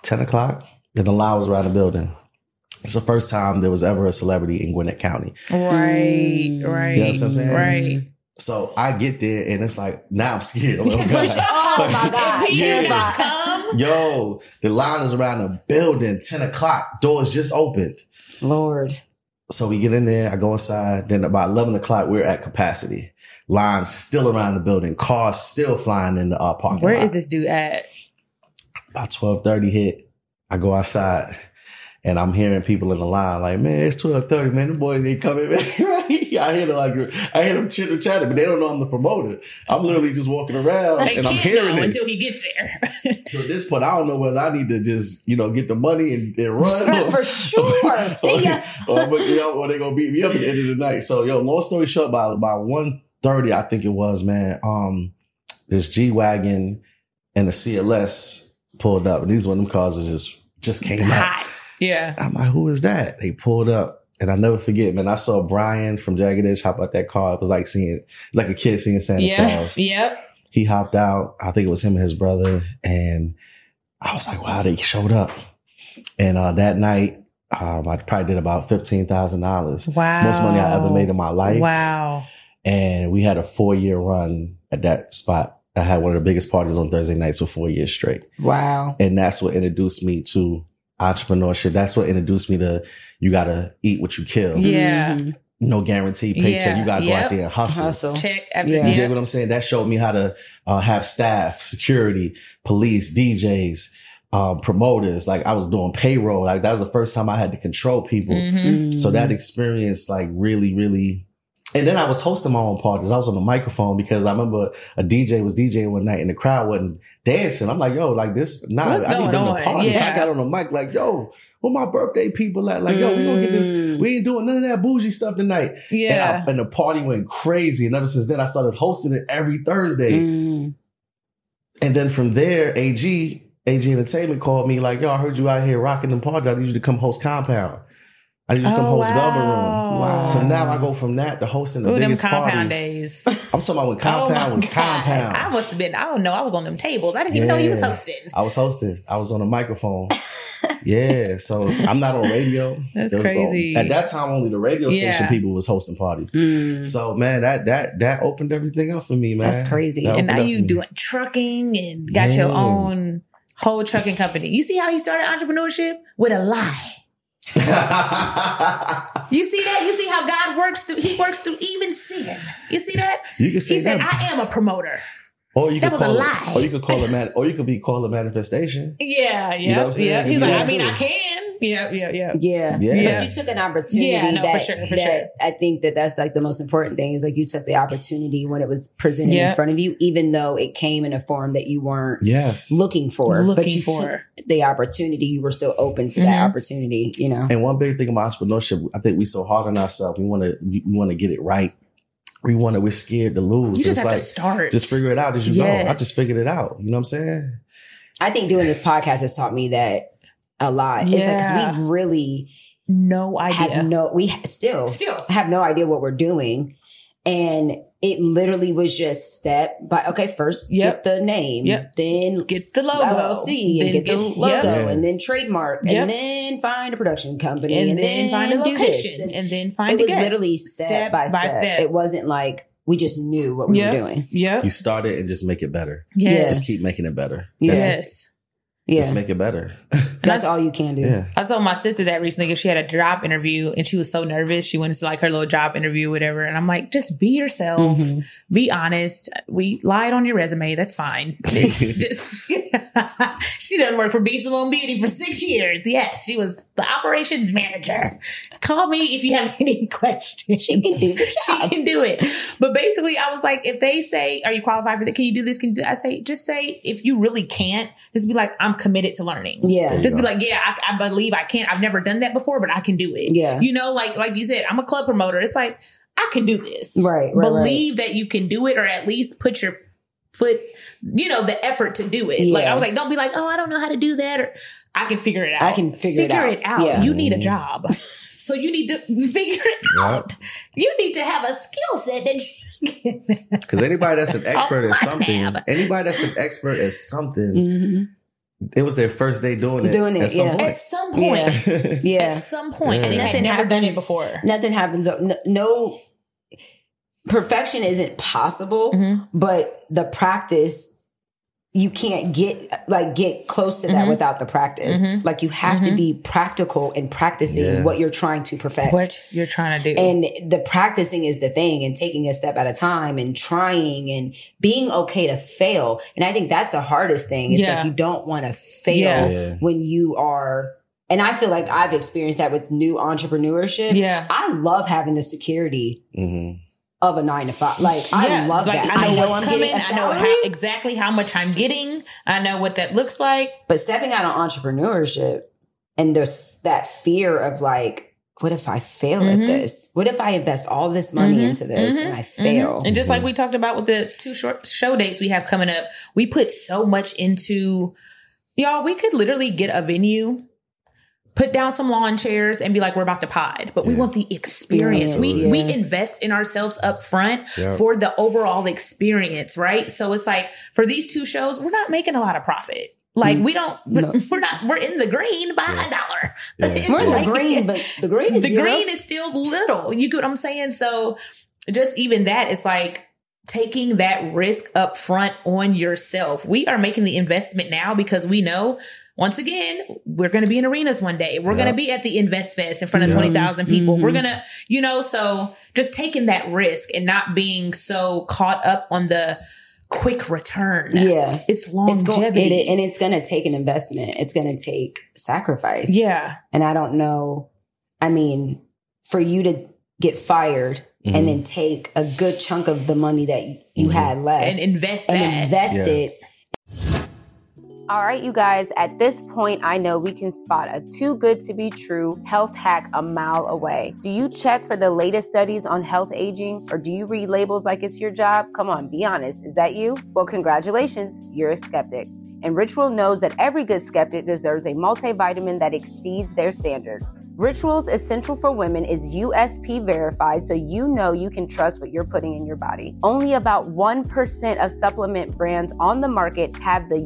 [SPEAKER 4] 10 o'clock and the line was around the building. It's the first time there was ever a celebrity in Gwinnett County.
[SPEAKER 3] Right.
[SPEAKER 2] Mm.
[SPEAKER 3] Right.
[SPEAKER 4] You know what I'm saying?
[SPEAKER 3] Right.
[SPEAKER 4] So I get there and it's like, now I'm
[SPEAKER 3] [LAUGHS]
[SPEAKER 4] scared. Oh,
[SPEAKER 3] Yeah, for
[SPEAKER 4] God.
[SPEAKER 3] sure.
[SPEAKER 2] Oh my God.
[SPEAKER 3] If he
[SPEAKER 4] Yeah.
[SPEAKER 3] doesn't come,
[SPEAKER 4] Yo, the line is around the building, 10 o'clock, doors just opened.
[SPEAKER 2] Lord.
[SPEAKER 4] So we get in there, I go inside. Then about 11 o'clock, we're at capacity. Lines still around the building, cars still flying in the uh, parking
[SPEAKER 3] where
[SPEAKER 4] lot.
[SPEAKER 3] is this dude at?
[SPEAKER 4] About 12.30 hit, I go outside and I'm hearing people in the line like, man, it's 12.30, man. The boys ain't coming, [LAUGHS] man. Right? I hear them like, I hear them chitter chatter, but they don't know I'm the promoter. I'm literally just walking around
[SPEAKER 3] They
[SPEAKER 4] and I'm
[SPEAKER 3] can't
[SPEAKER 4] hearing
[SPEAKER 3] know
[SPEAKER 4] this.
[SPEAKER 3] until he gets there. [LAUGHS]
[SPEAKER 4] so at this point, I don't know whether I need to just, you know, get the money and,
[SPEAKER 3] [LAUGHS]
[SPEAKER 4] and run. or-
[SPEAKER 2] For sure.
[SPEAKER 3] Oh,
[SPEAKER 2] See ya.
[SPEAKER 4] or, but, you know, or they Oh, gonna beat me up at the end of the night. So yo, long story short, by by one thirty, I think it was, man. Um, this G wagon and a CLS pulled up, and these one of them cars was just just came out.
[SPEAKER 3] Hot. Yeah.
[SPEAKER 4] I'm like, who is that? They pulled up. And I never forget, man. I saw Brian from Jagged Edge hop out that car. It was like seeing, it's like a kid seeing Santa
[SPEAKER 3] Yeah.
[SPEAKER 4] Claus.
[SPEAKER 3] Yep.
[SPEAKER 4] He hopped out. I think it was him and his brother. And I was like, wow, they showed up. And uh, that night, um, I probably did about fifteen thousand dollars
[SPEAKER 3] Wow.
[SPEAKER 4] most money I ever made in my life.
[SPEAKER 3] Wow.
[SPEAKER 4] And we had a four year run at that spot. I had one of the biggest parties on Thursday nights for four years straight.
[SPEAKER 2] Wow.
[SPEAKER 4] And that's what introduced me to entrepreneurship. That's what introduced me to you gotta eat what you kill.
[SPEAKER 3] Yeah.
[SPEAKER 2] Mhm.
[SPEAKER 4] No guarantee paycheck.
[SPEAKER 3] Yeah.
[SPEAKER 4] You gotta go
[SPEAKER 3] Yep.
[SPEAKER 4] out there and hustle.
[SPEAKER 2] Hustle.
[SPEAKER 3] Check after
[SPEAKER 2] Yeah.
[SPEAKER 4] You
[SPEAKER 3] yeah.
[SPEAKER 4] get what I'm saying? That showed me how to uh, have staff, security, police, DJs, um, promoters. Like I was doing payroll. Like that was the first time I had to control people.
[SPEAKER 3] Mhm.
[SPEAKER 2] Mm-hmm.
[SPEAKER 4] So that experience, like, really, really. And then I was hosting my own parties. I was on the microphone because I remember a DJ was DJing one night and the crowd wasn't dancing. I'm like, yo, like this, nah,
[SPEAKER 3] What's
[SPEAKER 4] I need
[SPEAKER 3] going
[SPEAKER 4] them
[SPEAKER 3] on?
[SPEAKER 4] to party. So
[SPEAKER 3] Yeah.
[SPEAKER 4] I got on the mic, like, yo, where my birthday people at? Like, yo, we gonna get this.
[SPEAKER 3] Mm.
[SPEAKER 4] We ain't doing none of that bougie stuff tonight.
[SPEAKER 3] Yeah.
[SPEAKER 4] And, I, and the party went crazy. And ever since then, I started hosting it every Thursday.
[SPEAKER 2] Mm.
[SPEAKER 4] And then from there, AG, AG Entertainment called me like, yo, I heard you out here rocking them parties. I need you to come host Compound. I need you to
[SPEAKER 3] Oh,
[SPEAKER 4] come host Velvet Room.
[SPEAKER 2] Wow.
[SPEAKER 4] So now I go from that to hosting the
[SPEAKER 3] Ooh, them
[SPEAKER 4] biggest
[SPEAKER 3] compound days.
[SPEAKER 4] parties. I'm talking about
[SPEAKER 3] [LAUGHS]
[SPEAKER 4] when
[SPEAKER 3] Oh
[SPEAKER 4] Compound
[SPEAKER 3] my
[SPEAKER 4] was
[SPEAKER 3] God.
[SPEAKER 4] Compound.
[SPEAKER 3] I must have been, I don't know, I was on them tables. I didn't even know you was
[SPEAKER 4] Yeah.
[SPEAKER 3] hosting.
[SPEAKER 4] I was hosted. I was on
[SPEAKER 3] [LAUGHS]
[SPEAKER 4] a microphone. yeah, so I'm not on radio.
[SPEAKER 3] That's
[SPEAKER 4] It was the-
[SPEAKER 3] crazy.
[SPEAKER 4] at that time, only the radio
[SPEAKER 3] Yeah.
[SPEAKER 4] station people was hosting parties.
[SPEAKER 3] Mm-hmm.
[SPEAKER 2] Mm.
[SPEAKER 4] So man, that that that opened everything up for me, man.
[SPEAKER 2] That's crazy.
[SPEAKER 4] That
[SPEAKER 3] and now
[SPEAKER 4] opened up
[SPEAKER 3] you
[SPEAKER 4] for me.
[SPEAKER 3] doing trucking and got your
[SPEAKER 4] Yeah.
[SPEAKER 3] own whole trucking company. You see how you started entrepreneurship with a lie. You see that? You see how God works through he works through even sin. You see that?
[SPEAKER 4] [LAUGHS] you can
[SPEAKER 3] He
[SPEAKER 4] say
[SPEAKER 3] said,
[SPEAKER 4] that.
[SPEAKER 3] I am a promoter.
[SPEAKER 4] Or you
[SPEAKER 3] That
[SPEAKER 4] could
[SPEAKER 3] was a
[SPEAKER 4] call
[SPEAKER 3] lie.
[SPEAKER 4] It, or you
[SPEAKER 3] [LAUGHS]
[SPEAKER 4] could call it man, or you could be called a manifestation.
[SPEAKER 3] Yeah, yeah.
[SPEAKER 4] You know what I'm saying?
[SPEAKER 3] yeah.
[SPEAKER 4] You
[SPEAKER 3] He's
[SPEAKER 4] do
[SPEAKER 3] like,
[SPEAKER 4] that
[SPEAKER 3] I mean,
[SPEAKER 4] too.
[SPEAKER 3] I can. Yeah, yeah, yeah.
[SPEAKER 2] Yeah.
[SPEAKER 4] Yeah.
[SPEAKER 3] Yeah.
[SPEAKER 2] But you took an opportunity
[SPEAKER 3] Yeah, no, for
[SPEAKER 2] that,
[SPEAKER 3] sure, for
[SPEAKER 2] that
[SPEAKER 3] sure.
[SPEAKER 2] I think that that's like the most important thing is like you took the opportunity when it was presented
[SPEAKER 3] Yeah.
[SPEAKER 2] in front of you, even though it came in a form that you weren't
[SPEAKER 4] Yes.
[SPEAKER 2] looking for. but
[SPEAKER 3] Looking
[SPEAKER 2] you
[SPEAKER 3] for.
[SPEAKER 2] took the opportunity. You were still open to
[SPEAKER 3] Mhm.
[SPEAKER 2] that opportunity, you know?
[SPEAKER 4] And one big thing about entrepreneurship, I think we so hard on ourselves. We want to, we want to get it right. We want to. We're scared to lose.
[SPEAKER 3] You just have
[SPEAKER 4] it's like
[SPEAKER 3] to start.
[SPEAKER 4] just figure it out as you go. I
[SPEAKER 3] Yes.
[SPEAKER 4] just figured it out. You know what I'm saying?
[SPEAKER 2] I think doing this podcast has taught me that a lot. It's like, cause
[SPEAKER 3] Yeah.
[SPEAKER 2] we really
[SPEAKER 3] no
[SPEAKER 2] have
[SPEAKER 3] idea.
[SPEAKER 2] no, we still
[SPEAKER 3] Still.
[SPEAKER 2] have no idea what we're doing. And it literally was just step by okay, first get
[SPEAKER 3] Yep.
[SPEAKER 2] the name,
[SPEAKER 3] Yep.
[SPEAKER 2] then
[SPEAKER 3] Get the logo.
[SPEAKER 2] LLC and
[SPEAKER 3] Then
[SPEAKER 2] get, the
[SPEAKER 3] yep.
[SPEAKER 2] logo
[SPEAKER 4] Yeah.
[SPEAKER 2] and then trademark
[SPEAKER 3] Yep.
[SPEAKER 2] and then find a production company
[SPEAKER 3] And,
[SPEAKER 2] and,
[SPEAKER 3] then, find a
[SPEAKER 2] do this.
[SPEAKER 3] location.
[SPEAKER 2] And
[SPEAKER 3] And then
[SPEAKER 2] it
[SPEAKER 3] find a
[SPEAKER 2] was
[SPEAKER 3] guest.
[SPEAKER 2] literally step, by, step. It wasn't like we just knew what we
[SPEAKER 3] Yeah.
[SPEAKER 2] were doing.
[SPEAKER 3] Yep.
[SPEAKER 4] You start it and just make it better.
[SPEAKER 3] Yes.
[SPEAKER 4] Just keep making it better.
[SPEAKER 2] Yeah.
[SPEAKER 4] That's it.
[SPEAKER 3] Yes.
[SPEAKER 2] Yeah.
[SPEAKER 4] Just make it better. [LAUGHS]
[SPEAKER 2] That's all you can do.
[SPEAKER 4] yeah.
[SPEAKER 3] I told my sister that recently because she had a job interview and she was so nervous. She went to like her little job interview, whatever. And I'm like, just be yourself.
[SPEAKER 2] Mhm.
[SPEAKER 3] Be honest. We lied on your resume.
[SPEAKER 2] [LAUGHS]
[SPEAKER 3] That's fine. Just, just- [LAUGHS] she doesn't work for Beast of Own Beauty for six years. Yes, she was the operations manager. Call me if you have [LAUGHS] any questions.
[SPEAKER 2] She can do the
[SPEAKER 3] [LAUGHS] she
[SPEAKER 2] job.
[SPEAKER 3] can do it. But basically, I was like, if they say, "Are you qualified for that? Can you do this? Can you do that?" I say, just say if you really can't, just be like, "I'm committed to learning."
[SPEAKER 2] Yeah.
[SPEAKER 3] Just be
[SPEAKER 4] Yeah.
[SPEAKER 3] like, "Yeah, I, I believe I can. I've never done that before, but I can do it."
[SPEAKER 2] Yeah.
[SPEAKER 3] You know, like like you said, I'm a club promoter. It's like I can do this.
[SPEAKER 2] Right, right, right.
[SPEAKER 3] Believe that you can do it, or at least put your foot, you know, the effort to do it. Like I
[SPEAKER 2] Yeah.
[SPEAKER 3] was like, don't be like, "Oh, I don't know how to do that," or "I can figure it out."
[SPEAKER 2] I can figure it out. Yeah. Mm-hmm.
[SPEAKER 3] You need
[SPEAKER 2] [LAUGHS]
[SPEAKER 3] a job. So you need to figure it out. You need to have a skill set that you can.
[SPEAKER 4] Because
[SPEAKER 2] [LAUGHS]
[SPEAKER 4] anybody that's an expert
[SPEAKER 3] Oh,
[SPEAKER 4] at something,
[SPEAKER 3] tab.
[SPEAKER 4] anybody that's an expert at something,
[SPEAKER 3] Mm-hmm.
[SPEAKER 2] Mhm.
[SPEAKER 4] it was their first day doing it.
[SPEAKER 2] Doing it,
[SPEAKER 4] at some
[SPEAKER 2] yeah.
[SPEAKER 3] At some point.
[SPEAKER 2] Yeah. [LAUGHS]
[SPEAKER 4] point.
[SPEAKER 2] Yeah.
[SPEAKER 3] At some point. And they
[SPEAKER 2] Nothing
[SPEAKER 3] had never
[SPEAKER 2] happens.
[SPEAKER 3] done it before.
[SPEAKER 2] nothing happens. No, no perfection isn't possible,
[SPEAKER 3] Mhm.
[SPEAKER 2] but the practice you can't get like get close to that
[SPEAKER 3] Mhm.
[SPEAKER 2] without the practice.
[SPEAKER 3] Mhm.
[SPEAKER 2] Like you have
[SPEAKER 3] Mhm.
[SPEAKER 2] to be practical in practicing
[SPEAKER 4] Yeah.
[SPEAKER 2] what you're trying to perfect.
[SPEAKER 3] What you're trying to do.
[SPEAKER 2] And the practicing is the thing and taking a step at a time and trying and being okay to fail. And I think that's the hardest thing. It's
[SPEAKER 3] Yeah.
[SPEAKER 2] like you don't want to fail
[SPEAKER 3] Yeah.
[SPEAKER 4] Yeah.
[SPEAKER 2] when you are and I feel like I've experienced that with new entrepreneurship.
[SPEAKER 3] yeah.
[SPEAKER 2] I love having the security
[SPEAKER 4] Mhm.
[SPEAKER 2] of a nine to five. Like I
[SPEAKER 3] Yeah.
[SPEAKER 2] love
[SPEAKER 3] Like,
[SPEAKER 2] that.
[SPEAKER 3] I know,
[SPEAKER 2] I'm
[SPEAKER 3] what's coming.
[SPEAKER 2] getting a
[SPEAKER 3] I know
[SPEAKER 2] salary,
[SPEAKER 3] how, exactly how much I'm getting. I know what that looks like.
[SPEAKER 2] but stepping out on entrepreneurship and there's that fear of like, what if I fail
[SPEAKER 3] Mhm.
[SPEAKER 2] at this? What if I invest all this money
[SPEAKER 3] Mhm.
[SPEAKER 2] into this
[SPEAKER 3] Mhm.
[SPEAKER 2] and I fail? Mm-hmm.
[SPEAKER 3] Mhm. And just
[SPEAKER 4] Mhm.
[SPEAKER 3] like we talked about with the two short show dates we have coming up, we put so much into y'all. We could literally get a venue, put down some lawn chairs, and be like, we're about to pod, but we
[SPEAKER 4] Yeah.
[SPEAKER 3] want the experience. we
[SPEAKER 2] Experience,
[SPEAKER 3] we
[SPEAKER 2] yeah.
[SPEAKER 3] invest in ourselves up front
[SPEAKER 4] Yeah.
[SPEAKER 3] for the overall experience, right? So it's like for these two shows, we're not making a lot of profit. Like
[SPEAKER 2] Mm.
[SPEAKER 3] we don't,
[SPEAKER 2] No.
[SPEAKER 3] [LAUGHS] we're not, we're in the green by
[SPEAKER 4] Yeah.
[SPEAKER 3] a dollar.
[SPEAKER 4] Yeah.
[SPEAKER 3] It's
[SPEAKER 2] We're in
[SPEAKER 3] like-
[SPEAKER 2] the
[SPEAKER 3] [LAUGHS]
[SPEAKER 2] green, but the green is
[SPEAKER 3] the
[SPEAKER 2] zero.
[SPEAKER 3] green is still little. You get what I'm saying? So just even that is like taking that risk up front on yourself. We are making the investment now because we know once again, we're going to be in arenas one day. We're going to
[SPEAKER 4] Yep.
[SPEAKER 3] be at the Invest Fest in front of
[SPEAKER 4] Yep.
[SPEAKER 3] 20,000 people.
[SPEAKER 2] Mhm.
[SPEAKER 3] We're going to, you know, so just taking that risk and not being so caught up on the quick return.
[SPEAKER 2] yeah.
[SPEAKER 3] It's
[SPEAKER 2] It's going
[SPEAKER 3] longevity.
[SPEAKER 2] it, it- and it's going to take an investment. It's going to take sacrifice.
[SPEAKER 3] yeah.
[SPEAKER 2] And I don't know. I mean, for you to get fired
[SPEAKER 4] Mm-hmm.
[SPEAKER 2] and then take a good chunk of the money that you
[SPEAKER 4] Mhm.
[SPEAKER 2] had left
[SPEAKER 3] And invest
[SPEAKER 2] and
[SPEAKER 3] that.
[SPEAKER 2] invest
[SPEAKER 4] Yeah.
[SPEAKER 2] it
[SPEAKER 5] All right, you guys, at this point, I know we can spot a too good to be true health hack a mile away. Do you check for the latest studies on health aging or do you read labels like it's your job? Come on, be honest. Is that you? Well, congratulations, you're a skeptic. And Ritual knows that every good skeptic deserves a multivitamin that exceeds their standards. Ritual's Essential for Women is USP verified, so you know you can trust what you're putting in your body. Only about 1% of supplement brands on the market have the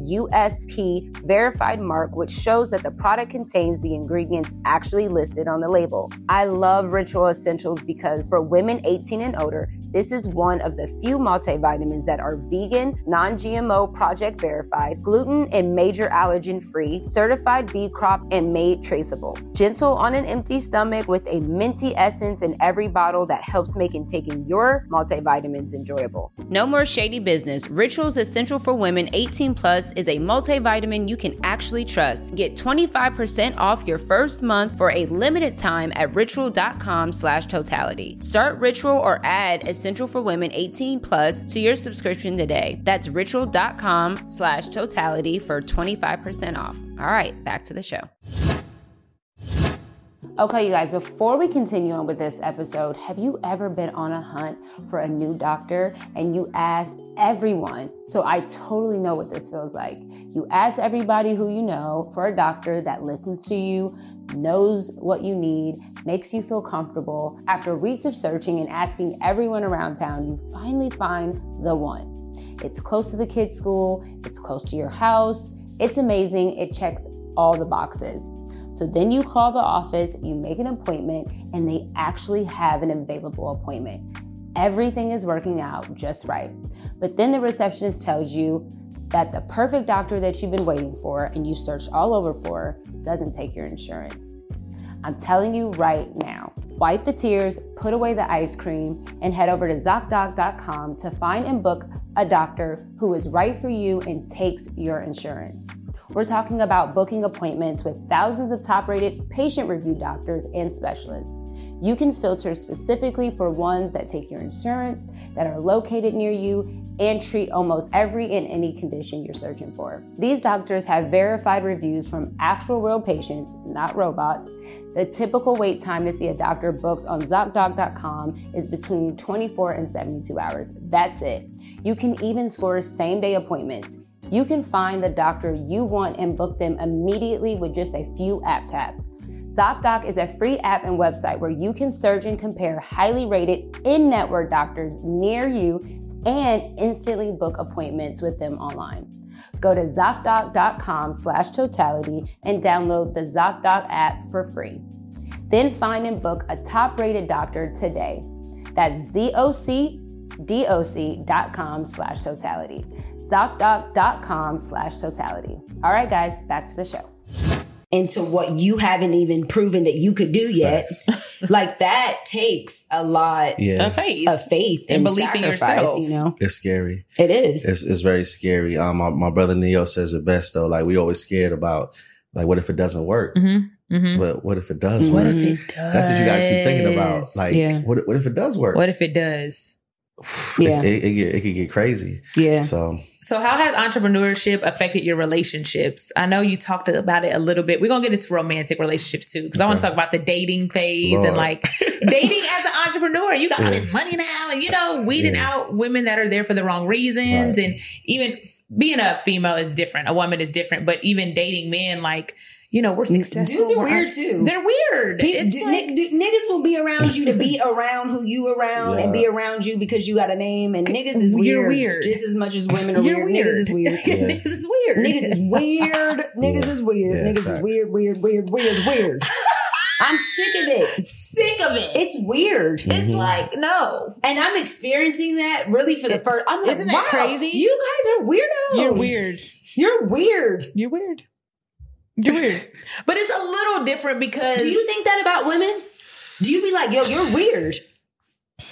[SPEAKER 5] USP verified mark, which shows that the product contains the ingredients actually listed on the label. I love Ritual Essentials because for women 18 and older, this is one of the few multivitamins that are vegan, non GMO project verified, gluten and major allergen free, certified B crop, and made traceable. Gentle on an empty stomach with a minty essence in every bottle that helps making taking your multivitamins enjoyable. No more shady business. Rituals Essential for Women 18 Plus is a multivitamin you can actually trust. Get 25% off your first month for a limited time at ritual.com slash totality. Start Ritual or add Essential for Women 18 Plus to your subscription today. That's ritual.com slash totality for 25% off. All right, back to the show. Okay, you guys, before we continue on with this episode, have you ever been on a hunt for a new doctor and you asked everyone? So I totally know what this feels like. You ask everybody who you know for a doctor that listens to you, knows what you need, makes you feel comfortable. After weeks of searching and asking everyone around town, you finally find the one. It's close to the kids' school, it's close to your house. It's amazing, it checks all the boxes. So then you call the office, you make an appointment, and they actually have an available appointment. Everything is working out just right. But then the receptionist tells you that the perfect doctor that you've been waiting for and you searched all over for doesn't take your insurance. I'm telling you right now, wipe the tears, put away the ice cream, and head over to ZocDoc.com to find and book a doctor who is right for you and takes your insurance. We're talking about booking appointments with thousands of top rated patient review doctors and specialists. You can filter specifically for ones that take your insurance, that are located near you, and treat almost every and any condition you're searching for. These doctors have verified reviews from actual real patients, not robots. The typical wait time to see a doctor booked on ZocDoc.com is between 24 and 72 hours. That's it. You can even score same day appointments. You can find the doctor you want and book them immediately with just a few app taps. ZocDoc is a free app and website where you can search and compare highly rated in network doctors near you and instantly book appointments with them online. Go to ZocDoc.com slash totality and download the ZocDoc app for free. Then find and book a top rated doctor today. That's ZocDoc.com slash totality. ZocDoc.com slash totality. All right, guys, back to the show.
[SPEAKER 2] into what you haven't even proven that you could do yet. [LAUGHS] like that takes a lot [LAUGHS]
[SPEAKER 4] Yeah,
[SPEAKER 3] A face.
[SPEAKER 2] of faith and,
[SPEAKER 3] And belief in
[SPEAKER 2] sacrifice,
[SPEAKER 3] yourself.
[SPEAKER 2] You know,
[SPEAKER 4] it's scary.
[SPEAKER 2] it is.
[SPEAKER 4] It's it's very scary. Um, my, my brother Neo says it best though. Like we always scared about like what if it doesn't work?
[SPEAKER 3] Mm-hmm. Mm-hmm.
[SPEAKER 4] But what if it does
[SPEAKER 2] What
[SPEAKER 4] work?
[SPEAKER 2] if
[SPEAKER 3] it does?
[SPEAKER 4] That's what you gotta keep thinking about. Like
[SPEAKER 2] Yeah.
[SPEAKER 4] what what if it does work?
[SPEAKER 3] what if it does?
[SPEAKER 2] Yeah.
[SPEAKER 4] It, it, it, get- it could get crazy.
[SPEAKER 2] yeah.
[SPEAKER 4] So
[SPEAKER 3] So, how has entrepreneurship affected your relationships? I know you talked about it a little bit. We're gonna get into romantic relationships too, because I want to talk
[SPEAKER 4] Okay.
[SPEAKER 3] about the dating phase
[SPEAKER 4] Lord.
[SPEAKER 3] and like dating as an entrepreneur. You got all
[SPEAKER 4] Yeah.
[SPEAKER 3] this money now, and you know, weeding
[SPEAKER 4] Yeah.
[SPEAKER 3] out women that are there for the wrong reasons,
[SPEAKER 4] Right.
[SPEAKER 3] and even being a female is different. A woman is different, but even dating men, like you know, we're successful.
[SPEAKER 2] Dudes are
[SPEAKER 3] we're
[SPEAKER 2] weird
[SPEAKER 3] entre-
[SPEAKER 2] too.
[SPEAKER 3] They're weird.
[SPEAKER 2] Pe-
[SPEAKER 3] it's
[SPEAKER 2] d-
[SPEAKER 3] like,
[SPEAKER 2] ni- d- niggas will be around you to be around who you around and be around you because you got a name and niggas is weird,
[SPEAKER 3] You're weird.
[SPEAKER 2] just as much as women are
[SPEAKER 3] You're
[SPEAKER 2] weird. Niggas is weird.
[SPEAKER 3] [LAUGHS]
[SPEAKER 4] Yeah.
[SPEAKER 3] Niggas is weird.
[SPEAKER 2] Niggas is
[SPEAKER 4] [LAUGHS]
[SPEAKER 2] weird. Niggas
[SPEAKER 4] Yeah.
[SPEAKER 2] is weird.
[SPEAKER 4] Yeah,
[SPEAKER 2] Niggas is
[SPEAKER 4] facts.
[SPEAKER 2] weird. Weird. Weird. Weird. [LAUGHS] Weird. I'm sick of it.
[SPEAKER 3] sick of it.
[SPEAKER 2] It's weird.
[SPEAKER 3] it's
[SPEAKER 4] mhm.
[SPEAKER 3] like no,
[SPEAKER 2] And I'm experiencing that really for the first. I'm like,
[SPEAKER 3] Isn't
[SPEAKER 2] wow,
[SPEAKER 3] that crazy?
[SPEAKER 2] You guys are weirdos.
[SPEAKER 4] Oh.
[SPEAKER 3] you're weird.
[SPEAKER 2] You're weird.
[SPEAKER 3] You're weird. You're weird. [LAUGHS] but it's a little different because
[SPEAKER 2] Do you think that about women? Do you be like, yo, you're weird?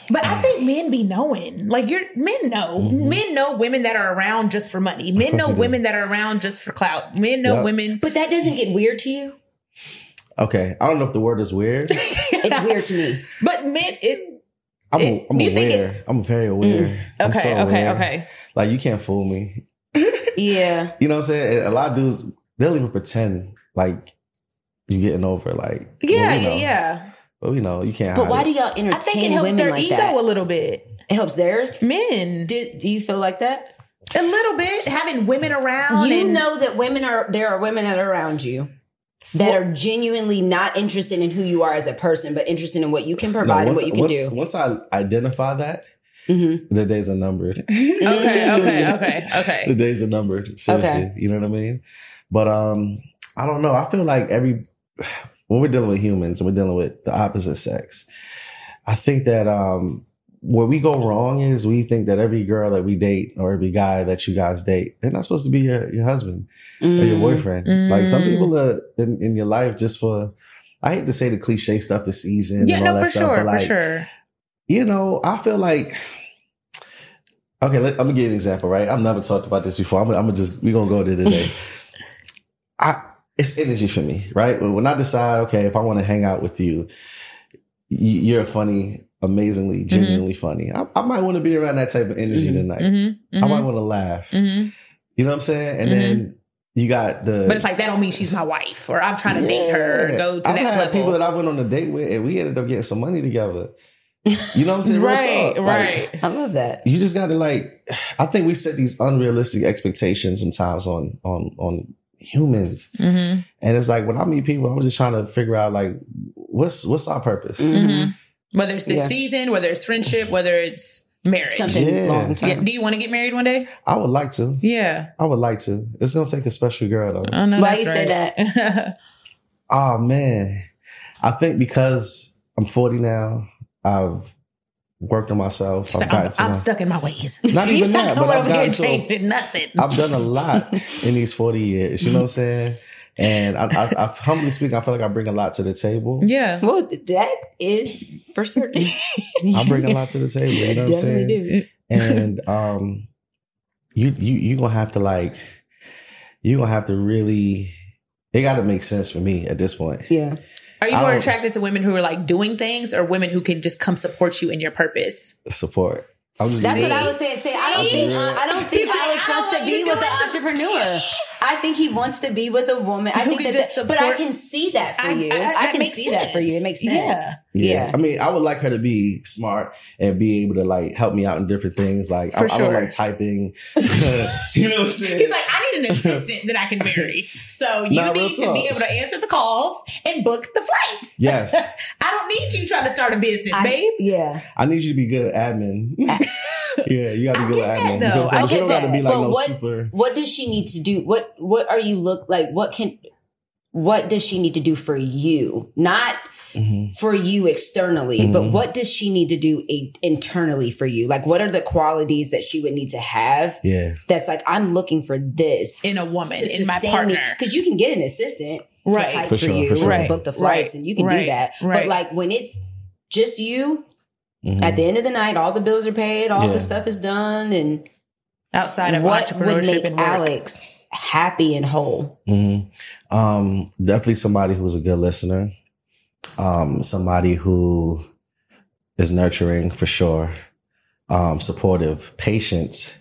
[SPEAKER 3] but I think men be knowing. Like you're men know.
[SPEAKER 4] Mhm.
[SPEAKER 3] Men know women that are around just for money. Men
[SPEAKER 4] course
[SPEAKER 3] know
[SPEAKER 4] we do.
[SPEAKER 3] women that are around just for clout. Men know
[SPEAKER 4] Yeah.
[SPEAKER 3] women
[SPEAKER 2] But that doesn't get weird to you.
[SPEAKER 4] okay, I don't know if the word is weird.
[SPEAKER 2] [LAUGHS]
[SPEAKER 3] [LAUGHS]
[SPEAKER 2] It's weird to me.
[SPEAKER 3] But men it
[SPEAKER 4] I'm
[SPEAKER 3] It-
[SPEAKER 4] a, I'm
[SPEAKER 3] do you think it- Mm.
[SPEAKER 4] aware. I'm very aware. I'm
[SPEAKER 3] Okay,
[SPEAKER 4] so
[SPEAKER 3] okay,
[SPEAKER 4] aware.
[SPEAKER 3] okay.
[SPEAKER 4] Like you can't fool me.
[SPEAKER 2] Yeah.
[SPEAKER 4] You know what I'm saying? A lot of dudes they'll even pretend like you're getting over. Like
[SPEAKER 3] Yeah,
[SPEAKER 4] well, we
[SPEAKER 3] yeah,
[SPEAKER 4] know.
[SPEAKER 3] yeah.
[SPEAKER 4] But we know you can't.
[SPEAKER 2] But
[SPEAKER 4] hide
[SPEAKER 2] why
[SPEAKER 4] it.
[SPEAKER 2] do y'all entertain
[SPEAKER 3] I think it helps
[SPEAKER 2] women
[SPEAKER 3] their
[SPEAKER 2] like
[SPEAKER 3] ego a
[SPEAKER 2] that?
[SPEAKER 3] little bit.
[SPEAKER 2] It helps theirs.
[SPEAKER 3] Men.
[SPEAKER 2] Do, do you feel like that?
[SPEAKER 3] A little bit. Having women around
[SPEAKER 2] You
[SPEAKER 3] and
[SPEAKER 2] know that women are there are women that are around you that are genuinely not interested in who you are as a person, but interested in what you can
[SPEAKER 4] No,
[SPEAKER 2] provide and
[SPEAKER 4] once,
[SPEAKER 2] what you can
[SPEAKER 4] once,
[SPEAKER 2] do.
[SPEAKER 4] Once I identify that,
[SPEAKER 2] Mhm.
[SPEAKER 4] the days are numbered.
[SPEAKER 3] [LAUGHS] Okay, okay, okay,
[SPEAKER 4] the
[SPEAKER 3] okay.
[SPEAKER 4] [LAUGHS] days are numbered. Seriously, you know what I mean. But um, I don't know. I feel like every [SIGHS] when we're dealing with humans and we're dealing with the opposite sex, I think that um, where we go wrong is we think that every girl that we date or every guy that you guys date, they're not supposed to be your your husband or your boyfriend. Like some
[SPEAKER 3] Mm.
[SPEAKER 4] people are in, in your life just for. I hate to say the cliche stuff, the season,
[SPEAKER 3] Yeah,
[SPEAKER 4] and all
[SPEAKER 3] no,
[SPEAKER 4] that
[SPEAKER 3] for
[SPEAKER 4] stuff,
[SPEAKER 3] sure,
[SPEAKER 4] but like,
[SPEAKER 3] for sure.
[SPEAKER 4] you know, I feel like okay. Let, I'm gonna give you an example, right? I've never talked about this before. I'm, gonna- I'm gonna just we're gonna go there today.
[SPEAKER 3] [LAUGHS]
[SPEAKER 4] I it's energy for me, right? When when I decide, okay, if I want to hang out with you, y- you're funny, amazingly,
[SPEAKER 3] Mm-hmm.
[SPEAKER 4] genuinely funny. I, I might want to be around that type of energy
[SPEAKER 2] Mhm.
[SPEAKER 4] tonight.
[SPEAKER 3] Mm-hmm.
[SPEAKER 4] I might want to laugh.
[SPEAKER 3] Mm-hmm.
[SPEAKER 4] You know what I'm saying? And
[SPEAKER 3] Mhm.
[SPEAKER 4] then you got the
[SPEAKER 3] But it's like that don't mean she's my wife or I'm trying to date her or
[SPEAKER 4] Yeah.
[SPEAKER 3] go to
[SPEAKER 4] I've
[SPEAKER 3] that
[SPEAKER 4] had
[SPEAKER 3] level.
[SPEAKER 4] people that I went on a date with, and we ended up getting some money together. You know what I'm saying?
[SPEAKER 3] [LAUGHS]
[SPEAKER 4] Real
[SPEAKER 3] right,
[SPEAKER 4] talk. Like,
[SPEAKER 3] right.
[SPEAKER 2] Mm. I love that.
[SPEAKER 4] you just got to like. I think we set these unrealistic expectations sometimes on on on humans,
[SPEAKER 3] mm-hmm.
[SPEAKER 4] and it's like when I meet people, I'm just trying to figure out like what's what's our purpose.
[SPEAKER 2] Mm.
[SPEAKER 3] Mm-hmm,
[SPEAKER 2] Mhm.
[SPEAKER 3] Whether it's this
[SPEAKER 2] Yeah.
[SPEAKER 3] season, whether it's friendship, whether it's marriage.
[SPEAKER 2] Something
[SPEAKER 4] Yeah.
[SPEAKER 2] long
[SPEAKER 3] Yeah,
[SPEAKER 2] term.
[SPEAKER 3] do you want to get married one day?
[SPEAKER 4] I would like to.
[SPEAKER 3] Yeah.
[SPEAKER 4] I would like to. It's gonna take a special girl though.
[SPEAKER 3] I know
[SPEAKER 2] Why
[SPEAKER 3] that's
[SPEAKER 2] you say
[SPEAKER 3] right. that?
[SPEAKER 4] Oh man, I think because I'm 40 now, I've worked on myself. I've
[SPEAKER 3] I'm,
[SPEAKER 4] gotten to
[SPEAKER 3] I'm
[SPEAKER 4] know-
[SPEAKER 3] stuck in my ways.
[SPEAKER 4] Not
[SPEAKER 3] [LAUGHS]
[SPEAKER 4] even that, but
[SPEAKER 3] going
[SPEAKER 4] I've
[SPEAKER 3] over here
[SPEAKER 4] gotten to a-
[SPEAKER 3] changing nothing.
[SPEAKER 4] I've done a lot in these 40 years. You know what I'm saying? And I, I, I humbly speaking, I feel like I bring a lot to the table.
[SPEAKER 3] yeah.
[SPEAKER 2] Well, that is for
[SPEAKER 4] [LAUGHS]
[SPEAKER 2] certain.
[SPEAKER 4] I bring a lot to the table. You know what I'm saying?
[SPEAKER 2] do.
[SPEAKER 4] and um you you you gonna have to like you gonna have to really it gotta make sense for me at this point
[SPEAKER 2] Yeah.
[SPEAKER 3] Are you
[SPEAKER 4] I
[SPEAKER 3] more
[SPEAKER 4] don't-
[SPEAKER 3] attracted to women who are like doing things or women who can just come support you in your purpose?
[SPEAKER 4] support I'm just
[SPEAKER 2] That's what I
[SPEAKER 4] really-
[SPEAKER 2] was saying. Say, I don't think uh, I don't think
[SPEAKER 3] He's like,
[SPEAKER 2] Alex
[SPEAKER 3] I don't
[SPEAKER 2] wants to
[SPEAKER 3] want
[SPEAKER 2] be
[SPEAKER 3] you
[SPEAKER 2] with
[SPEAKER 3] doing
[SPEAKER 2] an
[SPEAKER 3] some
[SPEAKER 2] entrepreneur. I think he wants to be with a woman. I
[SPEAKER 3] Who
[SPEAKER 2] think
[SPEAKER 3] can
[SPEAKER 2] that,
[SPEAKER 3] just
[SPEAKER 2] that- but I
[SPEAKER 3] support-
[SPEAKER 2] can see that for
[SPEAKER 3] I-
[SPEAKER 2] you.
[SPEAKER 3] I-
[SPEAKER 2] I,
[SPEAKER 3] that
[SPEAKER 2] can
[SPEAKER 3] makes
[SPEAKER 2] see that for you. It makes sense.
[SPEAKER 3] Yeah.
[SPEAKER 4] yeah.
[SPEAKER 2] Yeah.
[SPEAKER 4] I mean, I would like her to be smart and be able to like help me out in different things. Like, I,
[SPEAKER 3] For
[SPEAKER 4] I don't
[SPEAKER 3] sure.
[SPEAKER 2] [LAUGHS]
[SPEAKER 4] like typing. [LAUGHS] you know what I'm saying?
[SPEAKER 3] He's like, I need an assistant that I can marry. So you
[SPEAKER 4] Nah, real
[SPEAKER 3] need to be
[SPEAKER 4] talk.
[SPEAKER 3] able to answer the calls and book the flights.
[SPEAKER 4] yes,
[SPEAKER 3] I don't need you trying to start a business,
[SPEAKER 2] I-
[SPEAKER 3] babe.
[SPEAKER 2] Yeah.
[SPEAKER 4] I need you to be good
[SPEAKER 2] [LAUGHS]
[SPEAKER 4] at admin. yeah, you got to
[SPEAKER 3] I
[SPEAKER 4] be good
[SPEAKER 3] get that,
[SPEAKER 4] at admin.
[SPEAKER 3] though.
[SPEAKER 4] You know what I'm
[SPEAKER 2] I
[SPEAKER 4] saying? She
[SPEAKER 2] get
[SPEAKER 4] don't got to
[SPEAKER 2] that.
[SPEAKER 4] be like
[SPEAKER 2] But
[SPEAKER 4] no
[SPEAKER 2] what-
[SPEAKER 4] super.
[SPEAKER 2] What does she need to do? What What are you look like? What can What does she need to do for you? Not
[SPEAKER 4] Mhm.
[SPEAKER 2] for you externally, but
[SPEAKER 4] Mhm.
[SPEAKER 2] what does she need to do i- internally for you? Like, what are the qualities that she would need to have?
[SPEAKER 4] Yeah,
[SPEAKER 2] That's like, I'm looking for this.
[SPEAKER 3] In a woman,
[SPEAKER 2] to
[SPEAKER 3] in my
[SPEAKER 2] sustain
[SPEAKER 3] partner.
[SPEAKER 2] because you can get an assistant to type
[SPEAKER 3] Right.
[SPEAKER 2] for,
[SPEAKER 4] For sure,
[SPEAKER 2] you
[SPEAKER 4] for sure.
[SPEAKER 2] to
[SPEAKER 4] Right.
[SPEAKER 2] book the flights,
[SPEAKER 3] Right.
[SPEAKER 2] and you can
[SPEAKER 3] Right.
[SPEAKER 2] do that. But
[SPEAKER 3] Right.
[SPEAKER 2] like when it's just you,
[SPEAKER 4] Mhm.
[SPEAKER 2] at the end of the night, all the bills are paid, all
[SPEAKER 4] Yeah.
[SPEAKER 2] the stuff is done, and
[SPEAKER 3] Outside of
[SPEAKER 2] what would
[SPEAKER 3] entrepreneurship
[SPEAKER 2] make
[SPEAKER 3] and work. [LAUGHS]
[SPEAKER 2] Alex happy and whole?
[SPEAKER 4] hmm Um, definitely somebody who's a good listener. Um, somebody who is nurturing for sure. Um, supportive, patient,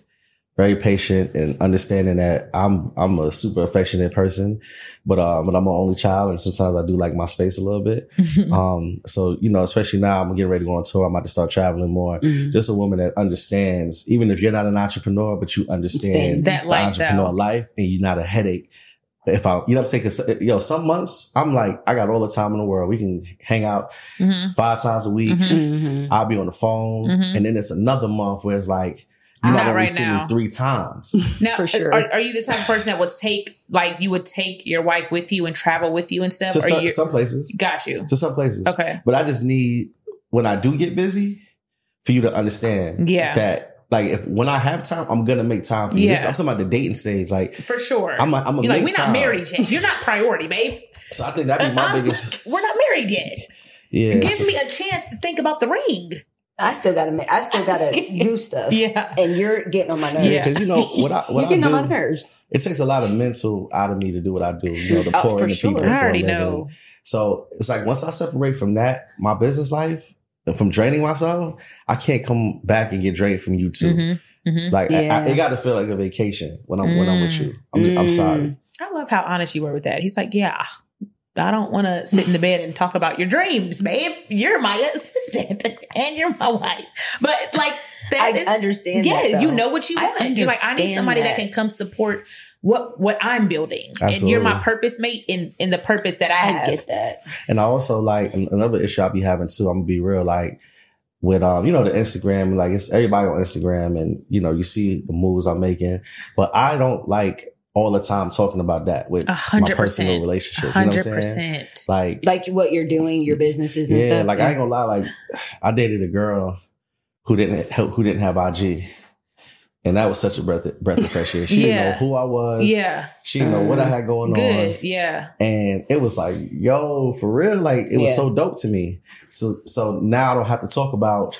[SPEAKER 4] very patient, and understanding that I'm I'm a super affectionate person, but uh, but I'm an only child, and sometimes I do like my space a little bit.
[SPEAKER 3] Mm-hmm.
[SPEAKER 4] Um, so you know, especially now I'm getting ready to go on tour. I'm about to start traveling more.
[SPEAKER 3] Mm-hmm.
[SPEAKER 4] Just a woman that understands, even if you're not an entrepreneur, but you understand
[SPEAKER 2] Understand.
[SPEAKER 3] that
[SPEAKER 4] the entrepreneur
[SPEAKER 3] lifestyle.
[SPEAKER 4] life and you're not a headache. If I, you know what I'm saying? Cause, uh, yo, some months I'm like, I got all the time in the world. We can hang out
[SPEAKER 3] Mhm.
[SPEAKER 4] five times a week.
[SPEAKER 3] Mhm.
[SPEAKER 4] I'll be on the phone.
[SPEAKER 3] Mhm.
[SPEAKER 4] And then it's another month where it's like, you
[SPEAKER 2] Not
[SPEAKER 4] might only
[SPEAKER 3] right
[SPEAKER 4] see me
[SPEAKER 3] now. [LAUGHS]
[SPEAKER 4] three times.
[SPEAKER 3] Now,
[SPEAKER 2] For sure.
[SPEAKER 3] Are, are you the type of person that would take, like, you would take your wife with you and travel with you and stuff?
[SPEAKER 4] to
[SPEAKER 3] Or
[SPEAKER 4] some,
[SPEAKER 3] you
[SPEAKER 4] some places,
[SPEAKER 3] got you?
[SPEAKER 4] to some places.
[SPEAKER 3] Okay.
[SPEAKER 4] But I just need, when I do get busy, for you to understand
[SPEAKER 3] Yeah.
[SPEAKER 4] that, like, if when I have time, I'm going to make time for you. This-
[SPEAKER 3] Yeah.
[SPEAKER 4] I'm talking about the dating stage. Like,
[SPEAKER 3] For sure.
[SPEAKER 4] I'm a, I'm a
[SPEAKER 3] You're like,
[SPEAKER 4] make
[SPEAKER 3] we're not
[SPEAKER 4] time."
[SPEAKER 3] married yet. You're not priority, babe.
[SPEAKER 4] So I think that'd be my
[SPEAKER 3] Uh-uh.
[SPEAKER 4] biggest.
[SPEAKER 3] We're not married yet.
[SPEAKER 4] Yeah.
[SPEAKER 3] Give me a chance to think about the ring.
[SPEAKER 2] I still gotta, ma- I still
[SPEAKER 4] [LAUGHS]
[SPEAKER 2] gotta do stuff,
[SPEAKER 3] Yeah.
[SPEAKER 2] and you're getting on my nerves.
[SPEAKER 3] Yeah.
[SPEAKER 4] Because
[SPEAKER 2] [LAUGHS]
[SPEAKER 4] you know what I what
[SPEAKER 2] you're getting
[SPEAKER 4] I do,
[SPEAKER 2] on my nerves.
[SPEAKER 4] it takes a lot of mental out of me to do what I do. You know, the
[SPEAKER 2] Oh,
[SPEAKER 4] pour
[SPEAKER 2] for
[SPEAKER 4] into
[SPEAKER 2] sure.
[SPEAKER 4] people.
[SPEAKER 2] I
[SPEAKER 4] for a
[SPEAKER 3] I already
[SPEAKER 4] living.
[SPEAKER 3] know.
[SPEAKER 4] So it's like once I separate from that, my business life, and from draining myself, I can't come back and get drained from you
[SPEAKER 3] Mm-hmm.
[SPEAKER 4] too. Like I-
[SPEAKER 2] Yeah.
[SPEAKER 4] I, it got to feel like a vacation when I'm when I'm with you. I'm, I'm
[SPEAKER 2] Mm.
[SPEAKER 4] sorry.
[SPEAKER 3] I love how honest you were with that. He's like, yeah, I don't want to sit in the bed and talk about your dreams, babe. You're my assistant [LAUGHS] and you're my wife. But like
[SPEAKER 2] I
[SPEAKER 3] that is
[SPEAKER 2] understand.
[SPEAKER 3] yeah,
[SPEAKER 2] that, though.
[SPEAKER 3] you know what you
[SPEAKER 2] I
[SPEAKER 3] want. You're like, I need
[SPEAKER 2] understand
[SPEAKER 3] somebody
[SPEAKER 2] that.
[SPEAKER 3] that. can come support what what I'm building, and you're my
[SPEAKER 4] Absolutely.
[SPEAKER 3] purpose mate in in the purpose that I
[SPEAKER 2] I
[SPEAKER 3] have.
[SPEAKER 2] get that.
[SPEAKER 4] And I also like an- another issue I be having too. I'm gonna be real, like. With um, you know, the Instagram, like it's everybody on Instagram, and you know, you see the moves I'm making, but I don't like all the time talking about that with
[SPEAKER 3] A
[SPEAKER 4] my
[SPEAKER 3] hundred
[SPEAKER 4] personal
[SPEAKER 3] percent,
[SPEAKER 4] relationship. You know what I'm
[SPEAKER 3] hundred
[SPEAKER 4] saying?
[SPEAKER 3] percent.
[SPEAKER 4] Like,
[SPEAKER 2] Like what you're doing, your businesses and
[SPEAKER 4] yeah,
[SPEAKER 2] stuff.
[SPEAKER 4] like I ain't gonna lie, like I dated a girl who didn't help, who didn't have IG, and that was such a breath of, breath of fresh air.
[SPEAKER 3] Yeah.
[SPEAKER 4] She didn't know who I was.
[SPEAKER 3] Yeah,
[SPEAKER 4] She didn't know what I had going
[SPEAKER 3] good.
[SPEAKER 4] on,
[SPEAKER 3] Yeah,
[SPEAKER 4] and it was like, yo, for real, like it was
[SPEAKER 2] Yeah.
[SPEAKER 4] so dope to me. So, so now I don't have to talk about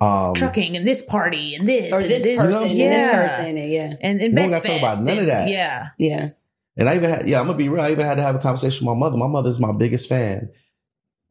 [SPEAKER 4] um,
[SPEAKER 3] trucking and this party and this
[SPEAKER 2] or
[SPEAKER 3] and
[SPEAKER 2] this,
[SPEAKER 3] this
[SPEAKER 2] person
[SPEAKER 4] what I'm
[SPEAKER 2] and
[SPEAKER 4] saying?
[SPEAKER 2] this
[SPEAKER 3] Yeah.
[SPEAKER 2] person, and yeah,
[SPEAKER 3] and
[SPEAKER 4] don't gotta
[SPEAKER 3] invest
[SPEAKER 4] talk about none of that.
[SPEAKER 3] Yeah,
[SPEAKER 2] yeah.
[SPEAKER 4] And I even had, yeah, I'm gonna be real. I even had to have a conversation with my mother. My mother's my biggest fan.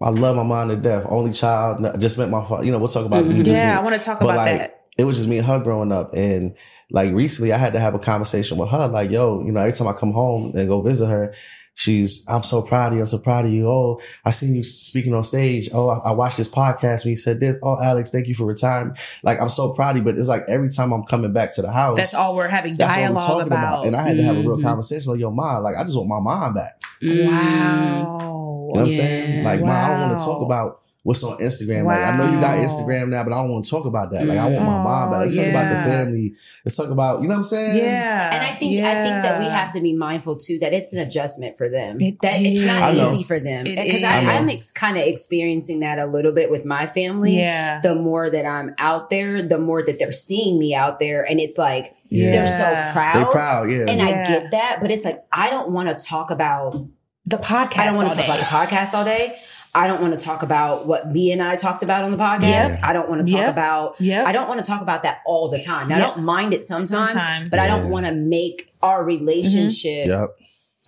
[SPEAKER 4] I love my mom to death. Only child. I Just met my father. You know, we'll talk about it.
[SPEAKER 2] Mhm.
[SPEAKER 4] We just
[SPEAKER 3] Mm-hmm. yeah.
[SPEAKER 4] met-
[SPEAKER 3] I want to talk
[SPEAKER 4] But
[SPEAKER 3] about
[SPEAKER 4] like,
[SPEAKER 3] that.
[SPEAKER 4] it was just me and her growing up and like recently I had to have a conversation with her. Like, yo, you know, every time I come home and go visit her, she's, I'm so proud of you. I'm so proud of you. Oh, I seen you speaking on stage. Oh, I, I watched this podcast when you said this. Oh, Alex, thank you for retiring. Like, I'm so proud of you. But it's like every time I'm coming back to the house,
[SPEAKER 3] That's all we're having
[SPEAKER 4] that's all
[SPEAKER 3] dialogue
[SPEAKER 4] we're talking about.
[SPEAKER 3] about. Mm-hmm.
[SPEAKER 4] And I had to have a real
[SPEAKER 2] Mhm.
[SPEAKER 4] conversation like, yo, mom, like, I just want my mom back.
[SPEAKER 3] Mm.
[SPEAKER 4] Mm.
[SPEAKER 3] wow.
[SPEAKER 4] You know what
[SPEAKER 2] Yeah.
[SPEAKER 4] I'm saying? Like, mom, I don't want
[SPEAKER 3] Wow.
[SPEAKER 4] to talk about what's on Instagram. Like, I know you got
[SPEAKER 3] Wow.
[SPEAKER 4] Instagram now, but I don't want to talk about that. Like, I want
[SPEAKER 3] Mm.
[SPEAKER 4] my mom back. Let's talk about
[SPEAKER 3] Yeah.
[SPEAKER 4] the family. Let's talk about, you know what I'm saying?
[SPEAKER 3] Yeah.
[SPEAKER 2] And I think I think that we have to be mindful too that it's an adjustment for them.
[SPEAKER 3] It
[SPEAKER 2] that it's
[SPEAKER 4] I
[SPEAKER 2] not
[SPEAKER 4] know.
[SPEAKER 2] easy for them
[SPEAKER 3] It
[SPEAKER 2] because
[SPEAKER 3] is.
[SPEAKER 2] I'm
[SPEAKER 4] I know.
[SPEAKER 2] ex- kind of experiencing that a little bit with my family.
[SPEAKER 3] Yeah.
[SPEAKER 2] The more that I'm out there, the more that they're seeing me out there, and it's like
[SPEAKER 4] Yeah.
[SPEAKER 2] they're so
[SPEAKER 3] Yeah.
[SPEAKER 2] proud.
[SPEAKER 4] They proud, yeah.
[SPEAKER 2] And I
[SPEAKER 3] Yeah.
[SPEAKER 2] get that, but it's like I don't want to talk about.
[SPEAKER 3] The podcast.
[SPEAKER 2] I don't want
[SPEAKER 3] all
[SPEAKER 2] to talk
[SPEAKER 3] day.
[SPEAKER 2] about the podcast all day. I don't want to talk about what me and I talked about on the podcast.
[SPEAKER 4] Yep.
[SPEAKER 2] I don't want to talk
[SPEAKER 3] Yep.
[SPEAKER 2] about.
[SPEAKER 3] Yep.
[SPEAKER 2] I don't want to talk about that all the time. Now, I
[SPEAKER 3] Yep.
[SPEAKER 2] don't mind it sometimes
[SPEAKER 3] Sometimes.
[SPEAKER 2] but I don't
[SPEAKER 4] Yeah.
[SPEAKER 2] want to make our
[SPEAKER 4] Mm-hmm.
[SPEAKER 2] relationship.
[SPEAKER 4] Yep.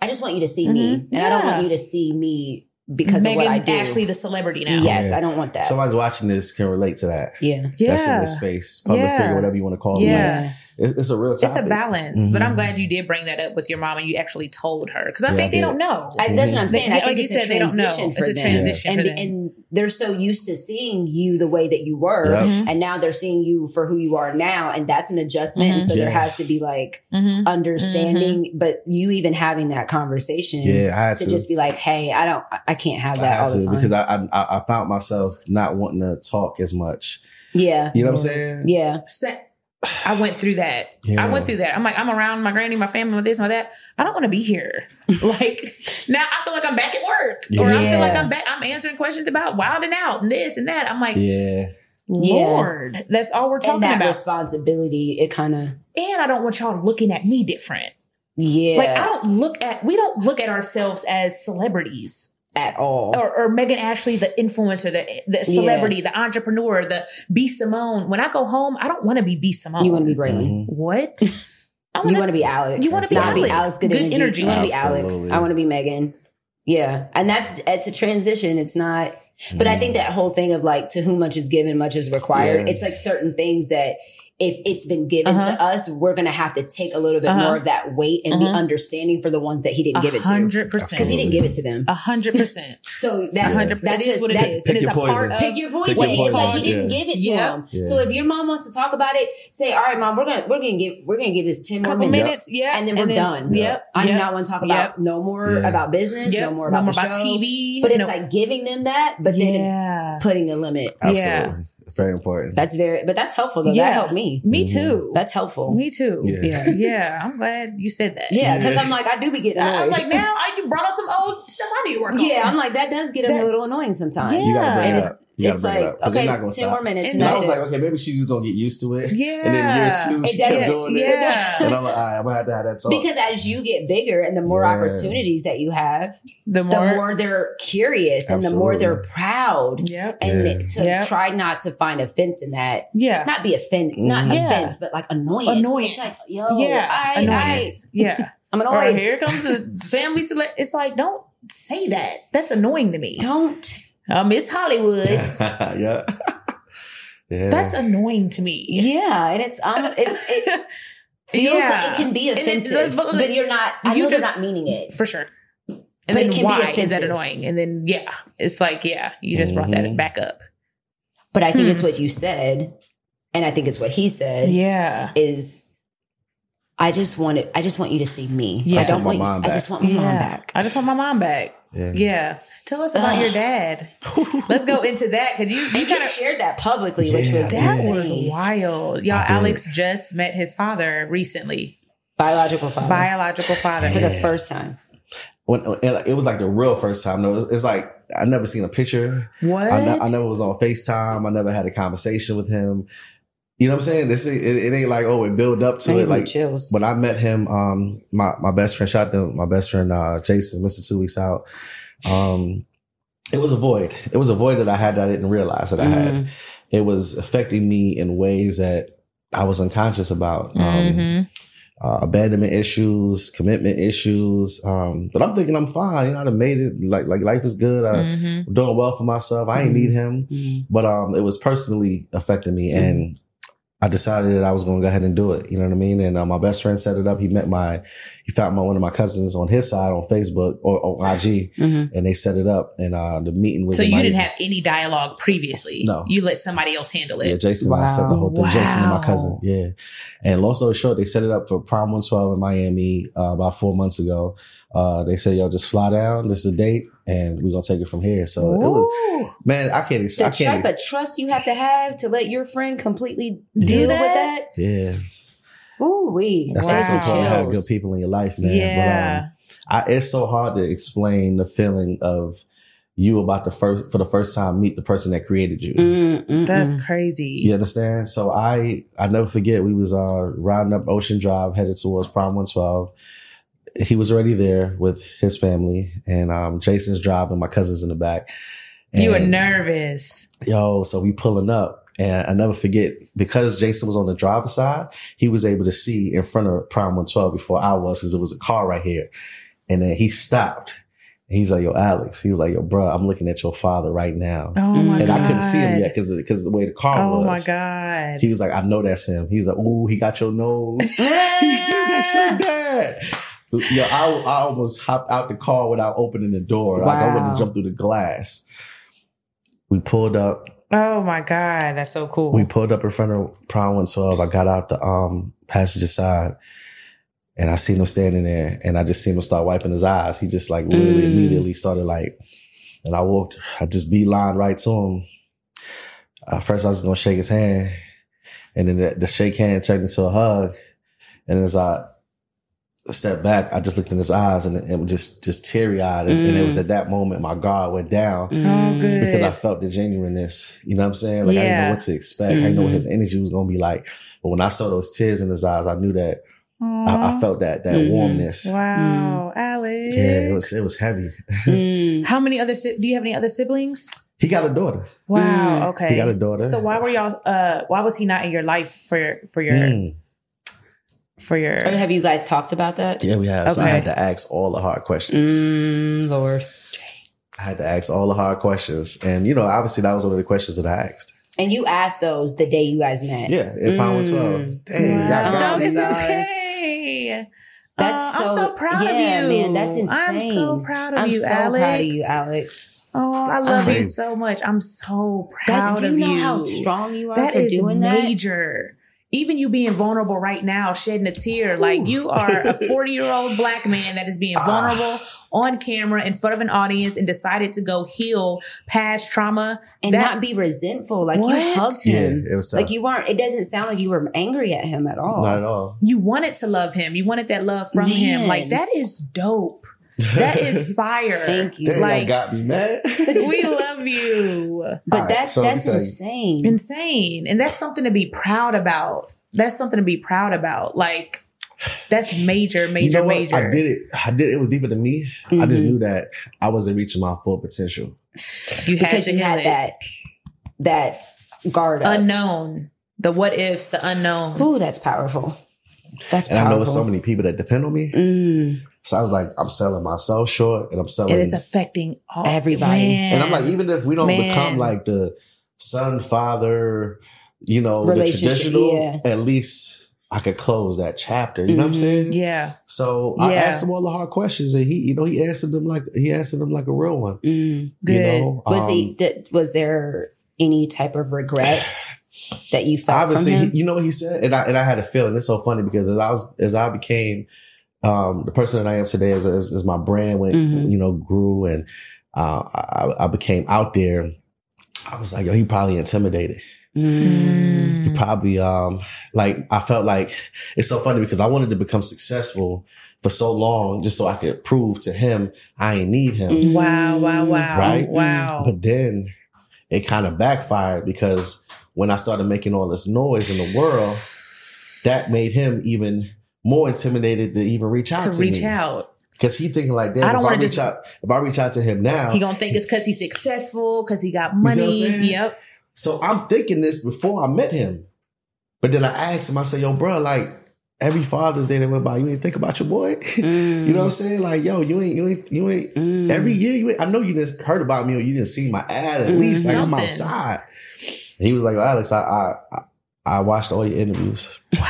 [SPEAKER 2] I just want you to see me,
[SPEAKER 3] Mhm.
[SPEAKER 2] and I don't
[SPEAKER 3] Yeah.
[SPEAKER 2] want you to see me because
[SPEAKER 3] Megan
[SPEAKER 2] of what I do.
[SPEAKER 3] Ashley, the celebrity now.
[SPEAKER 2] yes,
[SPEAKER 4] Yeah.
[SPEAKER 2] I don't want that.
[SPEAKER 4] Somebody's watching this can relate to that.
[SPEAKER 2] yeah,
[SPEAKER 3] Yeah.
[SPEAKER 4] That's in this space, public
[SPEAKER 3] Yeah.
[SPEAKER 4] figure, whatever you want to call it. Like,
[SPEAKER 3] Yeah.
[SPEAKER 4] it's, it's a real topic.
[SPEAKER 3] It's a balance, but I'm
[SPEAKER 4] Mhm.
[SPEAKER 3] glad you did bring that up with your mom and you actually told her because I
[SPEAKER 4] Yeah,
[SPEAKER 3] think
[SPEAKER 4] I
[SPEAKER 3] they
[SPEAKER 4] did.
[SPEAKER 3] don't know.
[SPEAKER 2] I, that's what I'm
[SPEAKER 4] Mhm.
[SPEAKER 2] saying. I
[SPEAKER 3] Like
[SPEAKER 2] think
[SPEAKER 3] you
[SPEAKER 2] it's
[SPEAKER 3] said,
[SPEAKER 2] a
[SPEAKER 3] they don't know.
[SPEAKER 2] transition for
[SPEAKER 3] It's a
[SPEAKER 2] them,
[SPEAKER 3] transition
[SPEAKER 2] and
[SPEAKER 3] for them.
[SPEAKER 2] and they're so used to seeing you the way that you were,
[SPEAKER 4] Yep.
[SPEAKER 3] Mhm.
[SPEAKER 2] and now they're seeing you for who you are now, and that's an adjustment. And
[SPEAKER 3] Mhm.
[SPEAKER 2] so there
[SPEAKER 4] Yeah.
[SPEAKER 2] has to be like
[SPEAKER 3] Mhm.
[SPEAKER 2] understanding,
[SPEAKER 3] Mm-hmm.
[SPEAKER 2] but you even having that conversation.
[SPEAKER 4] Yeah, I had
[SPEAKER 2] To
[SPEAKER 4] to.
[SPEAKER 2] just be like, hey, I don't, I can't have
[SPEAKER 4] I
[SPEAKER 2] that
[SPEAKER 4] had
[SPEAKER 2] all the
[SPEAKER 4] to
[SPEAKER 2] time.
[SPEAKER 4] because I, I- I I found myself not wanting to talk as much.
[SPEAKER 2] yeah,
[SPEAKER 4] You know what I'm saying?
[SPEAKER 2] yeah,
[SPEAKER 3] Sa- I went through that.
[SPEAKER 4] Yeah.
[SPEAKER 3] I went through that. I'm like, I'm around my granny, my family, my this, my that. I don't want to be here.
[SPEAKER 2] [LAUGHS]
[SPEAKER 3] Like now, I feel like I'm back at work, or I feel like
[SPEAKER 2] Yeah.
[SPEAKER 3] I'm back. I'm answering questions about wild and out and this and that. I'm like,
[SPEAKER 4] Yeah.
[SPEAKER 3] Lord, that's all we're talking
[SPEAKER 2] and that
[SPEAKER 3] about.
[SPEAKER 2] responsibility, it kind of
[SPEAKER 3] and I don't want y'all looking at me different.
[SPEAKER 2] Yeah.
[SPEAKER 3] Like I don't look at we don't look at ourselves as celebrities
[SPEAKER 2] at all.
[SPEAKER 3] or, or Megan Ashley, the influencer, the the
[SPEAKER 2] Yeah.
[SPEAKER 3] celebrity, the entrepreneur, the B Simone. When I go home, I don't want to be B Simone.
[SPEAKER 2] you want to be Braylon. [LAUGHS]
[SPEAKER 4] Mhm.
[SPEAKER 3] what? I
[SPEAKER 4] Mm-hmm.
[SPEAKER 2] You
[SPEAKER 3] wanna-
[SPEAKER 2] want to be Alex.
[SPEAKER 3] Uh-uh. you wanna
[SPEAKER 4] be
[SPEAKER 2] Not
[SPEAKER 4] Alex.
[SPEAKER 2] Good,
[SPEAKER 3] Good
[SPEAKER 2] energy.
[SPEAKER 3] energy.
[SPEAKER 2] You want to be Alex.
[SPEAKER 4] Absolutely.
[SPEAKER 2] I want to be Megan. Yeah. And that's it's a transition. It's not
[SPEAKER 4] Mm-hmm.
[SPEAKER 2] but I think that whole thing of like to whom much is given, much is required.
[SPEAKER 4] Yeah.
[SPEAKER 2] It's like certain things that if it's been given to us, we're gonna have to take a little bit
[SPEAKER 3] Uh-huh.
[SPEAKER 2] more of that weight and
[SPEAKER 3] Uh-huh.
[SPEAKER 2] be understanding for the ones that he didn't give it to.
[SPEAKER 3] hundred
[SPEAKER 2] Because he
[SPEAKER 3] percent.
[SPEAKER 2] didn't give it to them.
[SPEAKER 3] A hundred percent.
[SPEAKER 2] So
[SPEAKER 3] A
[SPEAKER 2] that's
[SPEAKER 3] hundred. That
[SPEAKER 2] that's
[SPEAKER 3] is
[SPEAKER 2] a-
[SPEAKER 3] what it
[SPEAKER 2] that's-
[SPEAKER 3] is.
[SPEAKER 4] Pick
[SPEAKER 3] And it's a
[SPEAKER 4] your poison.
[SPEAKER 3] part of.
[SPEAKER 2] pick your poison.
[SPEAKER 4] your
[SPEAKER 2] It's like
[SPEAKER 4] poison,
[SPEAKER 2] you didn't
[SPEAKER 4] yeah.
[SPEAKER 2] give it to
[SPEAKER 3] Yeah.
[SPEAKER 2] him.
[SPEAKER 4] Yeah.
[SPEAKER 2] So if your mom wants to talk about it, say, "All right, mom, we're gonna we're gonna give we're gonna give this ten more
[SPEAKER 3] couple
[SPEAKER 2] minutes,
[SPEAKER 3] minutes, yeah,
[SPEAKER 2] and then we're done."
[SPEAKER 3] Yep.
[SPEAKER 2] I do
[SPEAKER 3] yep,
[SPEAKER 2] not want to talk about no more
[SPEAKER 4] Yeah.
[SPEAKER 2] about business,
[SPEAKER 3] yep,
[SPEAKER 2] no more about, the show.
[SPEAKER 3] TV.
[SPEAKER 2] But it's
[SPEAKER 3] no-
[SPEAKER 2] like giving them that, but then
[SPEAKER 3] yeah,
[SPEAKER 2] putting a limit.
[SPEAKER 4] Absolutely. It's very important.
[SPEAKER 2] That's very, but that's helpful though.
[SPEAKER 3] Yeah.
[SPEAKER 2] That helped me.
[SPEAKER 3] me
[SPEAKER 4] Mhm.
[SPEAKER 3] too.
[SPEAKER 2] Mm. That's helpful.
[SPEAKER 3] me too.
[SPEAKER 4] Yeah.
[SPEAKER 2] yeah,
[SPEAKER 3] Yeah, I'm glad you said that.
[SPEAKER 2] [LAUGHS] yeah. Because
[SPEAKER 4] Yeah.
[SPEAKER 2] I'm like, I do be getting annoyed.
[SPEAKER 3] I- I'm like
[SPEAKER 2] [LAUGHS]
[SPEAKER 3] now I you brought up some old stuff I need to work on.
[SPEAKER 2] yeah, I'm like that does get
[SPEAKER 3] That-
[SPEAKER 2] a little annoying sometimes.
[SPEAKER 4] You gotta bring
[SPEAKER 2] And
[SPEAKER 4] it
[SPEAKER 2] it's,
[SPEAKER 4] up. You gotta
[SPEAKER 2] it's
[SPEAKER 4] bring
[SPEAKER 2] like
[SPEAKER 4] it up because
[SPEAKER 2] okay,
[SPEAKER 4] they're not gonna
[SPEAKER 2] ten more
[SPEAKER 4] stop.
[SPEAKER 2] minutes,
[SPEAKER 3] And
[SPEAKER 2] and
[SPEAKER 4] And I
[SPEAKER 2] that's
[SPEAKER 4] was
[SPEAKER 2] it.
[SPEAKER 4] like, okay, maybe she's just gonna get used to it.
[SPEAKER 3] yeah.
[SPEAKER 4] And then year two,
[SPEAKER 2] It
[SPEAKER 4] she
[SPEAKER 2] doesn't-
[SPEAKER 4] kept doing it.
[SPEAKER 3] yeah.
[SPEAKER 2] [LAUGHS]
[SPEAKER 4] And I'm like, all right, I'm gonna have to have that talk.
[SPEAKER 2] because as you get bigger and the more
[SPEAKER 4] Yeah.
[SPEAKER 2] opportunities that you have, the
[SPEAKER 3] the more,
[SPEAKER 2] more they're curious and the more they're proud
[SPEAKER 3] yep,
[SPEAKER 2] and
[SPEAKER 4] Yeah.
[SPEAKER 2] to
[SPEAKER 3] Yeah.
[SPEAKER 2] try not to find offense in that
[SPEAKER 3] yeah,
[SPEAKER 2] not be offended not
[SPEAKER 4] Mhm.
[SPEAKER 3] Yeah.
[SPEAKER 2] offense but like annoyance
[SPEAKER 3] Annoyance.
[SPEAKER 2] it's like yo
[SPEAKER 3] yeah,
[SPEAKER 2] I, I,
[SPEAKER 3] annoyance,
[SPEAKER 2] [LAUGHS]
[SPEAKER 3] yeah.
[SPEAKER 2] i'm
[SPEAKER 3] Or
[SPEAKER 2] annoyed
[SPEAKER 3] here comes the family select. It's like don't say that. That's annoying to me.
[SPEAKER 2] don't
[SPEAKER 3] Uh, Miss Hollywood.
[SPEAKER 4] [LAUGHS] yeah. yeah.
[SPEAKER 3] That's annoying to me.
[SPEAKER 2] yeah and it's um it's
[SPEAKER 3] [LAUGHS]
[SPEAKER 2] it feels like
[SPEAKER 3] Yeah.
[SPEAKER 2] it can be
[SPEAKER 3] And it's-
[SPEAKER 2] offensive
[SPEAKER 3] but,
[SPEAKER 2] but,
[SPEAKER 3] like,
[SPEAKER 2] you're not i
[SPEAKER 3] you
[SPEAKER 2] know you're
[SPEAKER 3] just-
[SPEAKER 2] not meaning it
[SPEAKER 3] for sure.
[SPEAKER 2] But
[SPEAKER 3] And
[SPEAKER 2] it
[SPEAKER 3] then
[SPEAKER 2] can be
[SPEAKER 3] why is that
[SPEAKER 2] offensive.
[SPEAKER 3] annoying? And then yeah, it's like yeah, you just brought that
[SPEAKER 4] Mhm.
[SPEAKER 3] back up.
[SPEAKER 2] but i think
[SPEAKER 3] Hmm.
[SPEAKER 2] it's what you said and i think it's what he said
[SPEAKER 3] Yeah,
[SPEAKER 2] is I just want it. I just want you to see me.
[SPEAKER 3] Yeah.
[SPEAKER 2] I don't want.
[SPEAKER 4] I want
[SPEAKER 2] You,
[SPEAKER 4] my mom
[SPEAKER 2] I
[SPEAKER 4] back.
[SPEAKER 2] just want my mom
[SPEAKER 3] Yeah.
[SPEAKER 2] back.
[SPEAKER 3] I just want my mom back.
[SPEAKER 4] yeah.
[SPEAKER 3] Yeah, tell us about
[SPEAKER 2] Ugh. [SIGHS]
[SPEAKER 3] your dad. Let's go into that because you
[SPEAKER 2] And
[SPEAKER 3] you
[SPEAKER 2] he
[SPEAKER 3] kind of
[SPEAKER 2] shared that publicly, which
[SPEAKER 4] Yeah,
[SPEAKER 2] was
[SPEAKER 4] I did.
[SPEAKER 3] That
[SPEAKER 2] insane.
[SPEAKER 3] was wild. Y'all,
[SPEAKER 4] I did.
[SPEAKER 3] Alex just met his father recently,
[SPEAKER 2] biological father
[SPEAKER 3] biological father.
[SPEAKER 2] for the
[SPEAKER 4] Yeah.
[SPEAKER 2] first time.
[SPEAKER 4] When it, like, it was like the real first time. though. It's, it's like I never seen a picture.
[SPEAKER 3] What?
[SPEAKER 4] I, ne- I never was on Facetime. I never had a conversation with him. You know what I'm saying? This ain't- it, it ain't like oh, it build up to
[SPEAKER 2] Man,
[SPEAKER 4] it.
[SPEAKER 2] he's like
[SPEAKER 4] Like
[SPEAKER 2] chills.
[SPEAKER 4] when I met him, um, my, my best friend, shout out to my best friend, uh, Jason, Mr. Two Weeks Out. Um, it was a void. It was a void that I had that I didn't realize that I had.
[SPEAKER 2] Mhm.
[SPEAKER 4] It was affecting me in ways that I was unconscious about. Um,
[SPEAKER 3] Mhm.
[SPEAKER 4] uh, abandonment issues, commitment issues. Um, but I'm thinking I'm fine. You know, I done made it. Like, like life is good. I,
[SPEAKER 3] Mhm.
[SPEAKER 4] am doing well for myself. I ain't
[SPEAKER 2] Mhm.
[SPEAKER 4] need him.
[SPEAKER 2] Mhm.
[SPEAKER 3] Mm-hmm.
[SPEAKER 4] But um, it was personally affecting me, and I decided that I was going to go ahead and do it. You know what I mean? And uh, my best friend set it up. He met my, he found my one of my cousins on his side on Facebook or, or IG,
[SPEAKER 2] Mhm.
[SPEAKER 4] and they set it up. And uh, the meeting was
[SPEAKER 3] So you
[SPEAKER 4] invited-
[SPEAKER 3] didn't have any dialogue previously.
[SPEAKER 4] No.
[SPEAKER 3] You let somebody else handle it.
[SPEAKER 4] Yeah, Jason and I set the whole thing.
[SPEAKER 3] Wow.
[SPEAKER 4] Jason and my cousin.
[SPEAKER 3] Wow.
[SPEAKER 4] Yeah. And long story short, they set it up for Prom 112 in Miami uh, about four months ago. Uh, they said, yo, just fly down. This is the date, and we're going to take it from here. So it was,
[SPEAKER 2] Ooh.
[SPEAKER 4] man, I can't, ex-
[SPEAKER 2] the
[SPEAKER 4] I can't,
[SPEAKER 2] type
[SPEAKER 4] ex-
[SPEAKER 2] of trust you have to have to let your friend completely
[SPEAKER 4] Do
[SPEAKER 2] deal with
[SPEAKER 3] that?
[SPEAKER 2] that.
[SPEAKER 4] yeah.
[SPEAKER 2] Ooh wee.
[SPEAKER 4] That's
[SPEAKER 3] Wow.
[SPEAKER 4] also important to have
[SPEAKER 2] Chills.
[SPEAKER 4] good people in your life, man. um,
[SPEAKER 3] Yeah.
[SPEAKER 4] But um, I, it's so hard to explain the feeling of you about the first for the first time meet the person that created you.
[SPEAKER 3] Mm. That's
[SPEAKER 2] Mm.
[SPEAKER 3] crazy.
[SPEAKER 4] You understand? So I I never forget we was uh riding up Ocean Drive headed towards Prime 112. He was already there with his family and um Jason's driving, my cousins in the back.
[SPEAKER 3] You were
[SPEAKER 4] And-
[SPEAKER 3] nervous.
[SPEAKER 4] Yo, so we pulling up. And I never forget because Jason was on the driver's side, he was able to see in front of Prime 112 before I was, because it was a car right here. And then he stopped. And he's like, Yo, Alex. He was like, Yo, bro, I'm looking at your father right now.
[SPEAKER 3] Oh
[SPEAKER 2] Mm.
[SPEAKER 3] my
[SPEAKER 4] and
[SPEAKER 3] god.
[SPEAKER 4] I couldn't see him yet because because the way the car
[SPEAKER 3] Oh
[SPEAKER 4] was.
[SPEAKER 3] my god.
[SPEAKER 4] He was like, I know that's him. He's like, Ooh, he got your
[SPEAKER 3] [LAUGHS]
[SPEAKER 4] nose. he said that's your dad. Yo, I, I almost hopped out the car without opening the door. Like I
[SPEAKER 2] Wow.
[SPEAKER 4] would have jumped through the glass. We pulled up.
[SPEAKER 3] oh my god. That's so cool. Oh,
[SPEAKER 4] We pulled up in front of Prime 112. I got out the um passenger side and I seen him standing there and I just seen him start wiping his eyes. He just like literally
[SPEAKER 2] Mm.
[SPEAKER 4] immediately started like, and I walked, I just beeline right to him. Uh, first, I was gonna shake his hand and then the, the shake hand turned into a hug. And as I stepped back, I just looked in his eyes and, and just, just teary eyed. And, and it
[SPEAKER 2] Mm.
[SPEAKER 4] was at that moment my guard went down
[SPEAKER 3] Oh, good.
[SPEAKER 4] because I felt the genuineness. You know what I'm saying? Like I didn't know
[SPEAKER 3] Yeah. Mm-hmm.
[SPEAKER 4] what to expect. I didn't know what
[SPEAKER 2] Mhm.
[SPEAKER 4] his energy was gonna be like. But when I saw those tears in his eyes, I knew that I, I
[SPEAKER 3] Aw. Mm-hmm.
[SPEAKER 4] felt that that
[SPEAKER 2] Mhm.
[SPEAKER 4] warmness.
[SPEAKER 3] Wow, Alex.
[SPEAKER 4] Yeah, it was it was heavy.
[SPEAKER 2] [LAUGHS]
[SPEAKER 4] [LAUGHS]
[SPEAKER 2] Mm.
[SPEAKER 3] How many other si- do you have any other siblings?
[SPEAKER 4] He got a daughter.
[SPEAKER 3] Wow.
[SPEAKER 2] Mm.
[SPEAKER 3] Okay.
[SPEAKER 4] He got a daughter.
[SPEAKER 3] So why were y'all? Uh, why was he not in your life for for your
[SPEAKER 4] Mm.
[SPEAKER 3] for your?
[SPEAKER 2] Or Have you guys talked about that?
[SPEAKER 4] Yeah, we have. So I
[SPEAKER 3] Okay.
[SPEAKER 4] had to ask all the hard questions.
[SPEAKER 2] Mm, Lord.
[SPEAKER 4] I had to ask all the hard questions, and you know, obviously, that was one of the questions that I asked.
[SPEAKER 2] And you asked those the day you guys met.
[SPEAKER 4] Yeah, in Power One Twelve.
[SPEAKER 2] Mm.
[SPEAKER 4] Dang, y'all
[SPEAKER 2] Wow.
[SPEAKER 4] got
[SPEAKER 3] No,
[SPEAKER 4] me.
[SPEAKER 3] it's
[SPEAKER 2] Sorry.
[SPEAKER 3] okay.
[SPEAKER 2] That's
[SPEAKER 3] Aw, I'm
[SPEAKER 2] so-
[SPEAKER 3] so proud
[SPEAKER 2] yeah,
[SPEAKER 3] of you,
[SPEAKER 2] man, that's
[SPEAKER 3] I'm so
[SPEAKER 2] insane.
[SPEAKER 3] proud of
[SPEAKER 2] I'm
[SPEAKER 3] you,
[SPEAKER 2] so
[SPEAKER 3] Alex.
[SPEAKER 2] proud of you, Alex.
[SPEAKER 3] Oh, I love you
[SPEAKER 4] Crazy.
[SPEAKER 3] so much. I'm so proud
[SPEAKER 2] That's, do you
[SPEAKER 3] of
[SPEAKER 2] know
[SPEAKER 3] you.
[SPEAKER 2] how strong you are
[SPEAKER 3] That
[SPEAKER 2] for
[SPEAKER 3] is
[SPEAKER 2] doing that?
[SPEAKER 3] major. Even you being vulnerable right now, shedding a tear, like you are a 40 year old black man that is being
[SPEAKER 4] Ah.
[SPEAKER 3] vulnerable on camera in front of an audience and decided to go heal past trauma.
[SPEAKER 2] And
[SPEAKER 3] That-
[SPEAKER 2] not be resentful. Like you
[SPEAKER 3] What?
[SPEAKER 2] hugged
[SPEAKER 4] Yeah,
[SPEAKER 2] him.
[SPEAKER 4] it was tough.
[SPEAKER 2] like you weren't, it doesn't sound like you were angry at him at all.
[SPEAKER 4] Not at all.
[SPEAKER 3] You wanted to love him. You wanted that love from him.
[SPEAKER 2] Man.
[SPEAKER 3] Like that is dope. That is fire.
[SPEAKER 2] Thank you.
[SPEAKER 4] [LAUGHS] Dang, y'all
[SPEAKER 3] Like-
[SPEAKER 4] got me mad. [LAUGHS]
[SPEAKER 3] we love you.
[SPEAKER 2] but
[SPEAKER 4] All right,
[SPEAKER 2] that's
[SPEAKER 4] so let me
[SPEAKER 2] that's
[SPEAKER 4] tell you.
[SPEAKER 2] insane.
[SPEAKER 3] insane and that's something to be proud about that's something to be proud about like that's major major
[SPEAKER 4] you know what?
[SPEAKER 3] major Mm-hmm.
[SPEAKER 4] I did it. I did it. It was deeper than me. I
[SPEAKER 2] Mhm.
[SPEAKER 4] just knew that I wasn't reaching my full potential.
[SPEAKER 3] you had
[SPEAKER 2] because
[SPEAKER 3] to
[SPEAKER 2] you
[SPEAKER 3] heal
[SPEAKER 2] had
[SPEAKER 3] it.
[SPEAKER 2] that that guard up.
[SPEAKER 3] unknown the what ifs the unknown
[SPEAKER 2] Ooh, that's powerful. That's powerful.
[SPEAKER 4] And I know it's so many people that depend on me.
[SPEAKER 2] Mm,
[SPEAKER 4] So I was like, I'm selling myself short, and I'm selling.
[SPEAKER 3] it is affecting all
[SPEAKER 2] Everybody.
[SPEAKER 3] Man.
[SPEAKER 4] and I'm like, even if we don't
[SPEAKER 3] Man.
[SPEAKER 4] become like the son, father, you know, the
[SPEAKER 2] Relationship,
[SPEAKER 4] traditional,
[SPEAKER 2] yeah.
[SPEAKER 4] at least I could close that chapter. You know what I'm
[SPEAKER 2] Mhm.
[SPEAKER 4] saying?
[SPEAKER 3] Mm-hmm. yeah
[SPEAKER 4] So I
[SPEAKER 3] Yeah.
[SPEAKER 4] asked him all the hard questions, and he, you know, he answered them like he answered them like a real one.
[SPEAKER 2] mm.
[SPEAKER 3] good
[SPEAKER 4] You know,
[SPEAKER 2] Was
[SPEAKER 4] Um,
[SPEAKER 2] he? Did, was there any type of
[SPEAKER 4] [SIGHS]
[SPEAKER 2] regret that you felt
[SPEAKER 4] obviously
[SPEAKER 2] from him?
[SPEAKER 4] he- you know what he said and i and i had a feeling it's so funny because as i was as i became um the person that i am today as as, as my brand went
[SPEAKER 2] Mhm.
[SPEAKER 4] you know grew and uh I, I became out there i was like yo he probably intimidated
[SPEAKER 2] Mm.
[SPEAKER 3] Mm-hmm.
[SPEAKER 4] he probably um like i felt like it's so funny because i wanted to become successful for so long just so i could prove to him i ain't need him
[SPEAKER 2] Mm.
[SPEAKER 3] wow wow wow
[SPEAKER 4] Right?
[SPEAKER 3] wow
[SPEAKER 4] but then it kind of backfired because when I started making all this noise in the world, that made him even more intimidated to even reach out to,
[SPEAKER 3] to reach
[SPEAKER 4] me.
[SPEAKER 3] out
[SPEAKER 4] Because he thinking like,
[SPEAKER 3] I
[SPEAKER 4] damn,
[SPEAKER 3] don't
[SPEAKER 4] if I
[SPEAKER 3] wanna
[SPEAKER 4] reach
[SPEAKER 3] just-
[SPEAKER 4] out, if I reach out to him now,
[SPEAKER 3] he gonna think it's because he's successful because he got
[SPEAKER 4] what I'm
[SPEAKER 3] money
[SPEAKER 4] saying?
[SPEAKER 3] yep
[SPEAKER 4] so I'm thinking this before I met him. But then I asked him, I said, yo, bro, like every Father's Day that went by, you ain't think about your boy. [LAUGHS]
[SPEAKER 3] mm.
[SPEAKER 4] you know what I'm saying? Like, yo, you ain't, you ain't, you ain't.
[SPEAKER 2] Mm.
[SPEAKER 4] Every year, you ain't, I know you just heard about
[SPEAKER 2] Mm-hmm.
[SPEAKER 4] me or you didn't see my ad at least. Like I'm
[SPEAKER 3] Something.
[SPEAKER 4] outside. And he was like, Alex, I, I, I- I watched all your interviews.
[SPEAKER 3] Wow.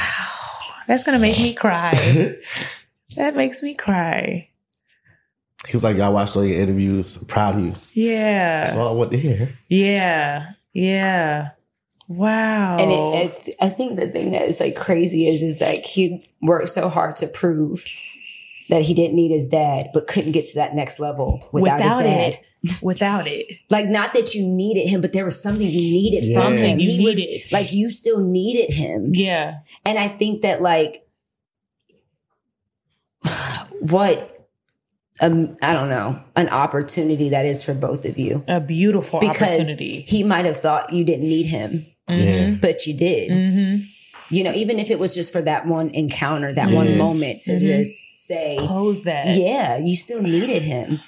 [SPEAKER 3] That's going to make me cry.
[SPEAKER 4] [LAUGHS] he
[SPEAKER 3] that makes me cry.
[SPEAKER 4] was like, I watched all your interviews. I'm proud of you. That's
[SPEAKER 3] Yeah.
[SPEAKER 4] all I want to hear.
[SPEAKER 3] Yeah. Yeah. Wow.
[SPEAKER 2] And it, I th- I think the thing that is like crazy is is that he worked so hard to prove that he didn't need his dad, but couldn't get to that next level without, his dad.
[SPEAKER 3] it. Without it.
[SPEAKER 2] Like not that you needed him, but there was something you needed
[SPEAKER 4] [LAUGHS] Yeah.
[SPEAKER 2] from him.
[SPEAKER 3] Something you
[SPEAKER 2] he was
[SPEAKER 3] needed.
[SPEAKER 2] like you still needed him,
[SPEAKER 3] Yeah.
[SPEAKER 2] and I think that like what um I don't know an opportunity that is for both of you
[SPEAKER 3] A beautiful
[SPEAKER 2] because
[SPEAKER 3] opportunity.
[SPEAKER 2] he might have thought you didn't need him,
[SPEAKER 4] Yeah.
[SPEAKER 2] but you did.
[SPEAKER 3] hmm
[SPEAKER 2] Mm-hmm. you know, even if it was just for that one encounter, that
[SPEAKER 4] Yeah.
[SPEAKER 2] one moment to
[SPEAKER 3] Mhm.
[SPEAKER 2] just say,
[SPEAKER 3] Close that.
[SPEAKER 2] yeah, you still needed him.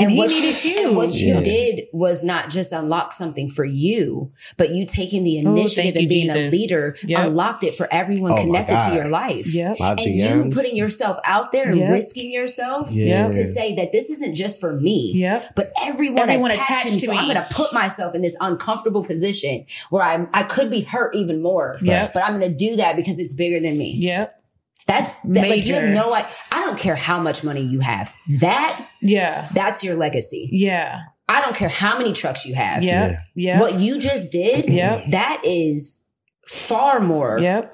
[SPEAKER 3] And he needed you.
[SPEAKER 2] and what
[SPEAKER 4] Yeah.
[SPEAKER 2] you did was not just unlock something for you, but you taking the
[SPEAKER 3] Oh,
[SPEAKER 2] initiative
[SPEAKER 3] thank you,
[SPEAKER 2] and being a
[SPEAKER 3] Jesus.
[SPEAKER 2] leader
[SPEAKER 3] Yep.
[SPEAKER 2] unlocked it for everyone
[SPEAKER 4] Oh, my
[SPEAKER 2] connected to
[SPEAKER 4] God.
[SPEAKER 2] your life.
[SPEAKER 3] Yep.
[SPEAKER 4] My
[SPEAKER 2] And you
[SPEAKER 4] DMs.
[SPEAKER 2] putting yourself out there and
[SPEAKER 3] Yep.
[SPEAKER 2] risking yourself
[SPEAKER 4] yeah.
[SPEAKER 2] to say that this isn't just for me
[SPEAKER 3] Yep.
[SPEAKER 2] but everyone,
[SPEAKER 3] Everyone
[SPEAKER 2] attached,
[SPEAKER 3] attached
[SPEAKER 2] to me.
[SPEAKER 3] to
[SPEAKER 2] So
[SPEAKER 3] me.
[SPEAKER 2] I'm going to put myself in this uncomfortable position where I'm, I could be hurt even more.
[SPEAKER 3] Yep.
[SPEAKER 2] But I'm going to do that because it's bigger than me.
[SPEAKER 3] Yep.
[SPEAKER 2] That's that, like you have
[SPEAKER 3] Major.
[SPEAKER 2] no. I, I don't care how much money you have. That
[SPEAKER 3] Yeah.
[SPEAKER 2] that's your legacy.
[SPEAKER 3] Yeah.
[SPEAKER 2] I don't care how many trucks you have.
[SPEAKER 3] Yep. Yep.
[SPEAKER 2] What you just did.
[SPEAKER 3] Yep.
[SPEAKER 2] That is far more
[SPEAKER 3] Yep.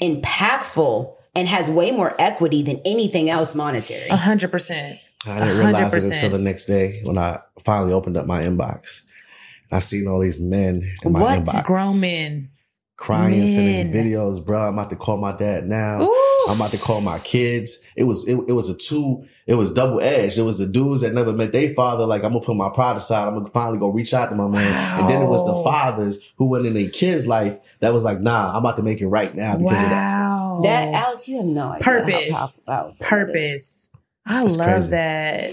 [SPEAKER 2] impactful and has way more equity than anything else monetary.
[SPEAKER 3] A hundred percent.
[SPEAKER 4] I didn't realize it
[SPEAKER 3] 100%.
[SPEAKER 4] until the next day when I finally opened up my inbox. I seen all these men in my
[SPEAKER 2] What?
[SPEAKER 4] inbox
[SPEAKER 3] Grown men.
[SPEAKER 4] crying, sending
[SPEAKER 3] men.
[SPEAKER 4] videos, bro. I'm about to call my dad now.
[SPEAKER 3] Ooh.
[SPEAKER 4] I'm about to call my kids. It was it, it was a two. It was double edged. It was the dudes that never met their father. Like I'm gonna put my pride aside. I'm gonna finally go reach out to my man. And then it was the
[SPEAKER 3] Wow.
[SPEAKER 4] fathers who went in their kids' life that was like, nah, I'm about to make it right now because of that.
[SPEAKER 3] wow.
[SPEAKER 2] That Alex, you have no idea how
[SPEAKER 3] Purpose.
[SPEAKER 2] powerful- powerful that is.
[SPEAKER 3] purpose. I
[SPEAKER 4] It's
[SPEAKER 3] love
[SPEAKER 4] crazy.
[SPEAKER 3] that.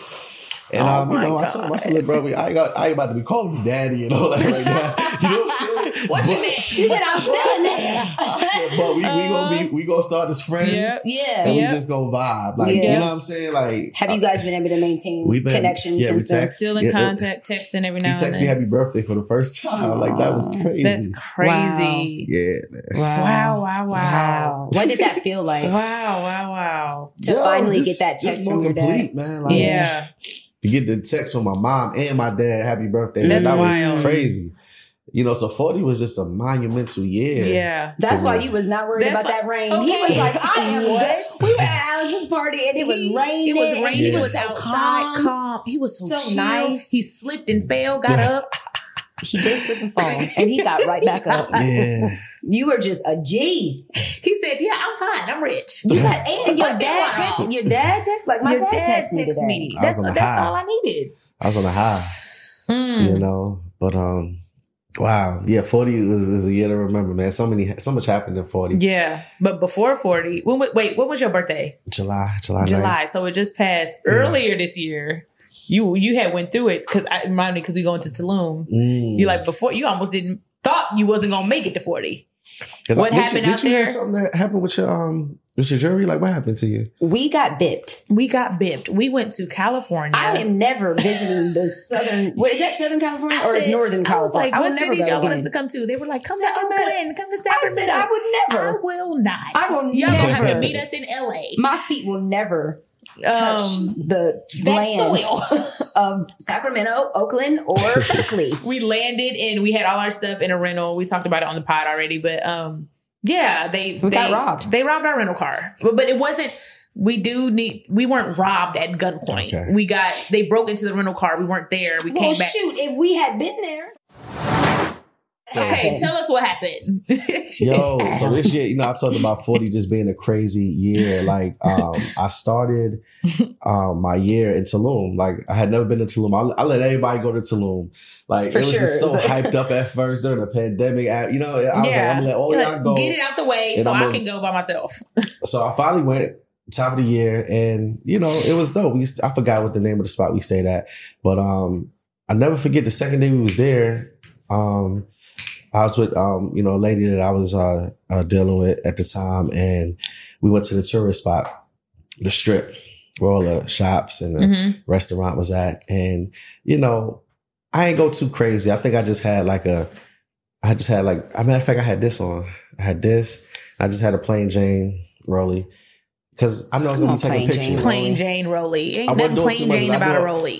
[SPEAKER 4] And
[SPEAKER 3] Oh
[SPEAKER 4] um, you
[SPEAKER 3] my
[SPEAKER 4] know, I told him, I said,
[SPEAKER 3] God.
[SPEAKER 4] look, bro, we- I ain't got, I ain't about to be calling you daddy and all that right now. You know what I'm saying?
[SPEAKER 3] What's your
[SPEAKER 4] [LAUGHS] But-
[SPEAKER 3] name?
[SPEAKER 2] You said I was Oh, feeling
[SPEAKER 3] [LAUGHS]
[SPEAKER 4] I said,
[SPEAKER 2] it.
[SPEAKER 4] but we, we gonna
[SPEAKER 3] Uh,
[SPEAKER 4] be we gonna start as friends
[SPEAKER 3] yeah.
[SPEAKER 2] yeah.
[SPEAKER 4] and
[SPEAKER 3] Yeah.
[SPEAKER 4] we just gonna vibe. Like you
[SPEAKER 2] Yeah.
[SPEAKER 4] know what I'm saying? Like uh,
[SPEAKER 2] Have you guys been able to maintain
[SPEAKER 4] We've been-
[SPEAKER 2] connection
[SPEAKER 4] yeah, we
[SPEAKER 2] since then?
[SPEAKER 4] text.
[SPEAKER 3] Still in
[SPEAKER 4] Yeah, it-
[SPEAKER 3] contact, texting every
[SPEAKER 4] he
[SPEAKER 3] now and
[SPEAKER 4] texted me
[SPEAKER 3] then.
[SPEAKER 4] happy birthday for the first [LAUGHS] time. Like that was
[SPEAKER 2] Aw.
[SPEAKER 4] crazy.
[SPEAKER 3] That's crazy.
[SPEAKER 4] yeah, man.
[SPEAKER 3] Wow. Wow. Wow.
[SPEAKER 2] What did that feel
[SPEAKER 3] [LAUGHS]
[SPEAKER 2] like?
[SPEAKER 3] Wow. Wow. Wow.
[SPEAKER 2] To finally get that text
[SPEAKER 4] just more
[SPEAKER 2] from your dad.
[SPEAKER 4] complete, man. Like
[SPEAKER 3] Yeah.
[SPEAKER 4] to get the text from my mom and my dad, happy birthday.
[SPEAKER 3] That's
[SPEAKER 4] that
[SPEAKER 3] wild.
[SPEAKER 4] was crazy. You know, so 40 was just a monumental year.
[SPEAKER 3] Yeah.
[SPEAKER 2] That's
[SPEAKER 4] [LAUGHS] For
[SPEAKER 2] why
[SPEAKER 4] real.
[SPEAKER 2] you was not worried about
[SPEAKER 3] That's why-
[SPEAKER 2] that rain. He
[SPEAKER 3] okay.
[SPEAKER 2] was like, I am
[SPEAKER 3] What?
[SPEAKER 2] good. We were at
[SPEAKER 3] [LAUGHS]
[SPEAKER 2] Alex's party and it was
[SPEAKER 3] He-
[SPEAKER 2] raining.
[SPEAKER 3] It was raining. He
[SPEAKER 4] Yeah.
[SPEAKER 3] was outside, calm. He was so,
[SPEAKER 2] So
[SPEAKER 3] nice.
[SPEAKER 2] nice.
[SPEAKER 3] He slipped and fell, got
[SPEAKER 4] Yeah.
[SPEAKER 3] up.
[SPEAKER 2] He did slip and fall
[SPEAKER 3] [LAUGHS]
[SPEAKER 2] and he got right back up.
[SPEAKER 4] Yeah.
[SPEAKER 2] You were just a G.
[SPEAKER 3] He said, "Yeah, I'm fine. I'm rich."
[SPEAKER 2] You got and your
[SPEAKER 3] [LAUGHS] Like,
[SPEAKER 2] dad
[SPEAKER 3] wow.
[SPEAKER 2] texted your dad text like my
[SPEAKER 3] Your
[SPEAKER 2] dad, texted me
[SPEAKER 3] texts
[SPEAKER 2] today.
[SPEAKER 4] I
[SPEAKER 3] That's
[SPEAKER 4] was on a
[SPEAKER 3] that's
[SPEAKER 4] high.
[SPEAKER 3] all I needed.
[SPEAKER 4] I was on a high,
[SPEAKER 3] Hmm.
[SPEAKER 4] you
[SPEAKER 3] Mm.
[SPEAKER 4] know. But um wow. Yeah, 40 was is a year to remember, man. So many so much happened in 40.
[SPEAKER 3] Yeah, but before forty, when wa- wait, when was your birthday?
[SPEAKER 4] July, July,
[SPEAKER 3] July. So it just passed
[SPEAKER 4] Yeah.
[SPEAKER 3] earlier this year. You you had went through it because I remind me because we going to Tulum.
[SPEAKER 4] 9th. Mm.
[SPEAKER 3] You like before you almost didn't thought you wasn't gonna make it to forty.
[SPEAKER 4] 'Cause
[SPEAKER 3] what
[SPEAKER 4] did you-
[SPEAKER 3] happened
[SPEAKER 4] did
[SPEAKER 3] out
[SPEAKER 4] you have
[SPEAKER 3] there?
[SPEAKER 4] something that happened with your um with your jury? Like what happened to you?
[SPEAKER 2] We got bipped.
[SPEAKER 3] We got bipped. We went to California.
[SPEAKER 2] I am never visiting the
[SPEAKER 3] [LAUGHS]
[SPEAKER 2] southern. What is that? Southern California or is
[SPEAKER 3] said-
[SPEAKER 2] Northern
[SPEAKER 3] I was
[SPEAKER 2] California?
[SPEAKER 3] like,
[SPEAKER 2] I,
[SPEAKER 3] what
[SPEAKER 2] would never
[SPEAKER 3] city y'all
[SPEAKER 2] go
[SPEAKER 3] want us
[SPEAKER 2] again.
[SPEAKER 3] to come to? They were like, come
[SPEAKER 2] Sacramento.
[SPEAKER 3] to Oakland, come to
[SPEAKER 2] I
[SPEAKER 3] Sacramento.
[SPEAKER 2] said I would
[SPEAKER 3] I
[SPEAKER 2] never.
[SPEAKER 3] will not.
[SPEAKER 2] I will
[SPEAKER 3] Y'all gonna have to
[SPEAKER 2] never.
[SPEAKER 3] meet us in LA.
[SPEAKER 2] My feet will never touch
[SPEAKER 3] Um,
[SPEAKER 2] the
[SPEAKER 3] that
[SPEAKER 2] land
[SPEAKER 3] soil.
[SPEAKER 2] [LAUGHS] of Sacramento, Oakland,
[SPEAKER 3] [LAUGHS]
[SPEAKER 2] or Berkeley.
[SPEAKER 3] we landed and we had all our stuff in a rental. We talked about it on the pod already, but um, yeah, they
[SPEAKER 2] We got
[SPEAKER 3] they-
[SPEAKER 2] robbed.
[SPEAKER 3] They robbed our rental car, but, but it wasn't. We do need. We weren't robbed at gunpoint.
[SPEAKER 4] Okay.
[SPEAKER 3] We got. They broke into the rental car. We weren't there. We
[SPEAKER 2] Well,
[SPEAKER 3] came back.
[SPEAKER 2] shoot, if we had been there.
[SPEAKER 3] Okay,
[SPEAKER 2] Happened.
[SPEAKER 3] tell us what happened. [LAUGHS] She said,
[SPEAKER 4] Yo, so this year, you know, I talked about 40 just being a crazy year. Like, um, I
[SPEAKER 3] [LAUGHS]
[SPEAKER 4] started um my year in Tulum. Like, I had never been to Tulum. I, I let everybody go to Tulum. Like,
[SPEAKER 2] For
[SPEAKER 4] it was
[SPEAKER 2] sure.
[SPEAKER 3] [LAUGHS]
[SPEAKER 4] just so
[SPEAKER 2] It's like-
[SPEAKER 4] hyped up at first during the pandemic. I, you know, I was like, I'm gonna let all
[SPEAKER 3] You're
[SPEAKER 4] y'all
[SPEAKER 3] like,
[SPEAKER 4] go.
[SPEAKER 3] Get it out the way
[SPEAKER 4] Oh, and
[SPEAKER 3] so
[SPEAKER 4] I'm
[SPEAKER 3] i
[SPEAKER 4] gonna-
[SPEAKER 3] can go by myself.
[SPEAKER 4] So I finally went top of the year, and you know, it was dope. We used to- I forgot what the name of the spot we stayed at, but um, I never forget the second day we was there. Um, I was with um, you know, a lady that I was uh, uh dealing with at the time, and we went to the tourist spot, the strip, where all the shops and the
[SPEAKER 3] Mm-hmm.
[SPEAKER 4] restaurant was at. And, you know, I ain't go too crazy. I think I just had like a I just had like, I matter of fact, I had this on. I had this. I just had a plain Jane Rolly because I know it's
[SPEAKER 2] Come
[SPEAKER 4] gonna
[SPEAKER 2] on,
[SPEAKER 4] be taking
[SPEAKER 2] plain
[SPEAKER 4] pictures.
[SPEAKER 2] Jane.
[SPEAKER 3] Plain
[SPEAKER 2] Rolly.
[SPEAKER 3] Jane Roly.
[SPEAKER 4] I
[SPEAKER 3] Ain't
[SPEAKER 4] wasn't
[SPEAKER 3] nothing
[SPEAKER 4] doing too
[SPEAKER 3] plain
[SPEAKER 4] much, I
[SPEAKER 3] Jane about a
[SPEAKER 4] do it.
[SPEAKER 3] Roly.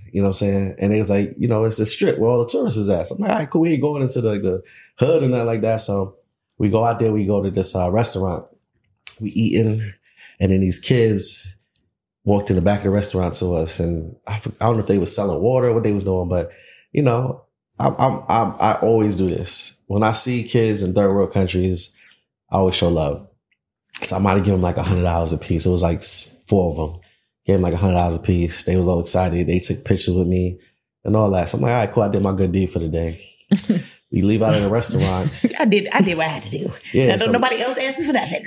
[SPEAKER 4] You know what I'm saying? And it was like, you know, it's a strip where all the tourists is at. So I'm like, all right, cool. We ain't going into the, the hood or nothing like that. So we go out there, we go to this uh, restaurant, we eating, and then these kids walked in the back of the restaurant to us, and I, for- I don't know if they was selling water or what they was doing, but you know, I'm, I'm, I'm I always do this when I see kids in third world countries. I always show love. So I might have given them like a hundred dollars a piece. It was like s- four of them gave them like a hundred dollars a piece. They was all excited. They took pictures with me and all that. So I'm like, all right, cool. I did my good deed for the day. we leave out of the restaurant.
[SPEAKER 3] I did. I did what I had to do.
[SPEAKER 4] [LAUGHS] Yeah.
[SPEAKER 3] Now, don't
[SPEAKER 4] so,
[SPEAKER 3] nobody else ask me for nothing.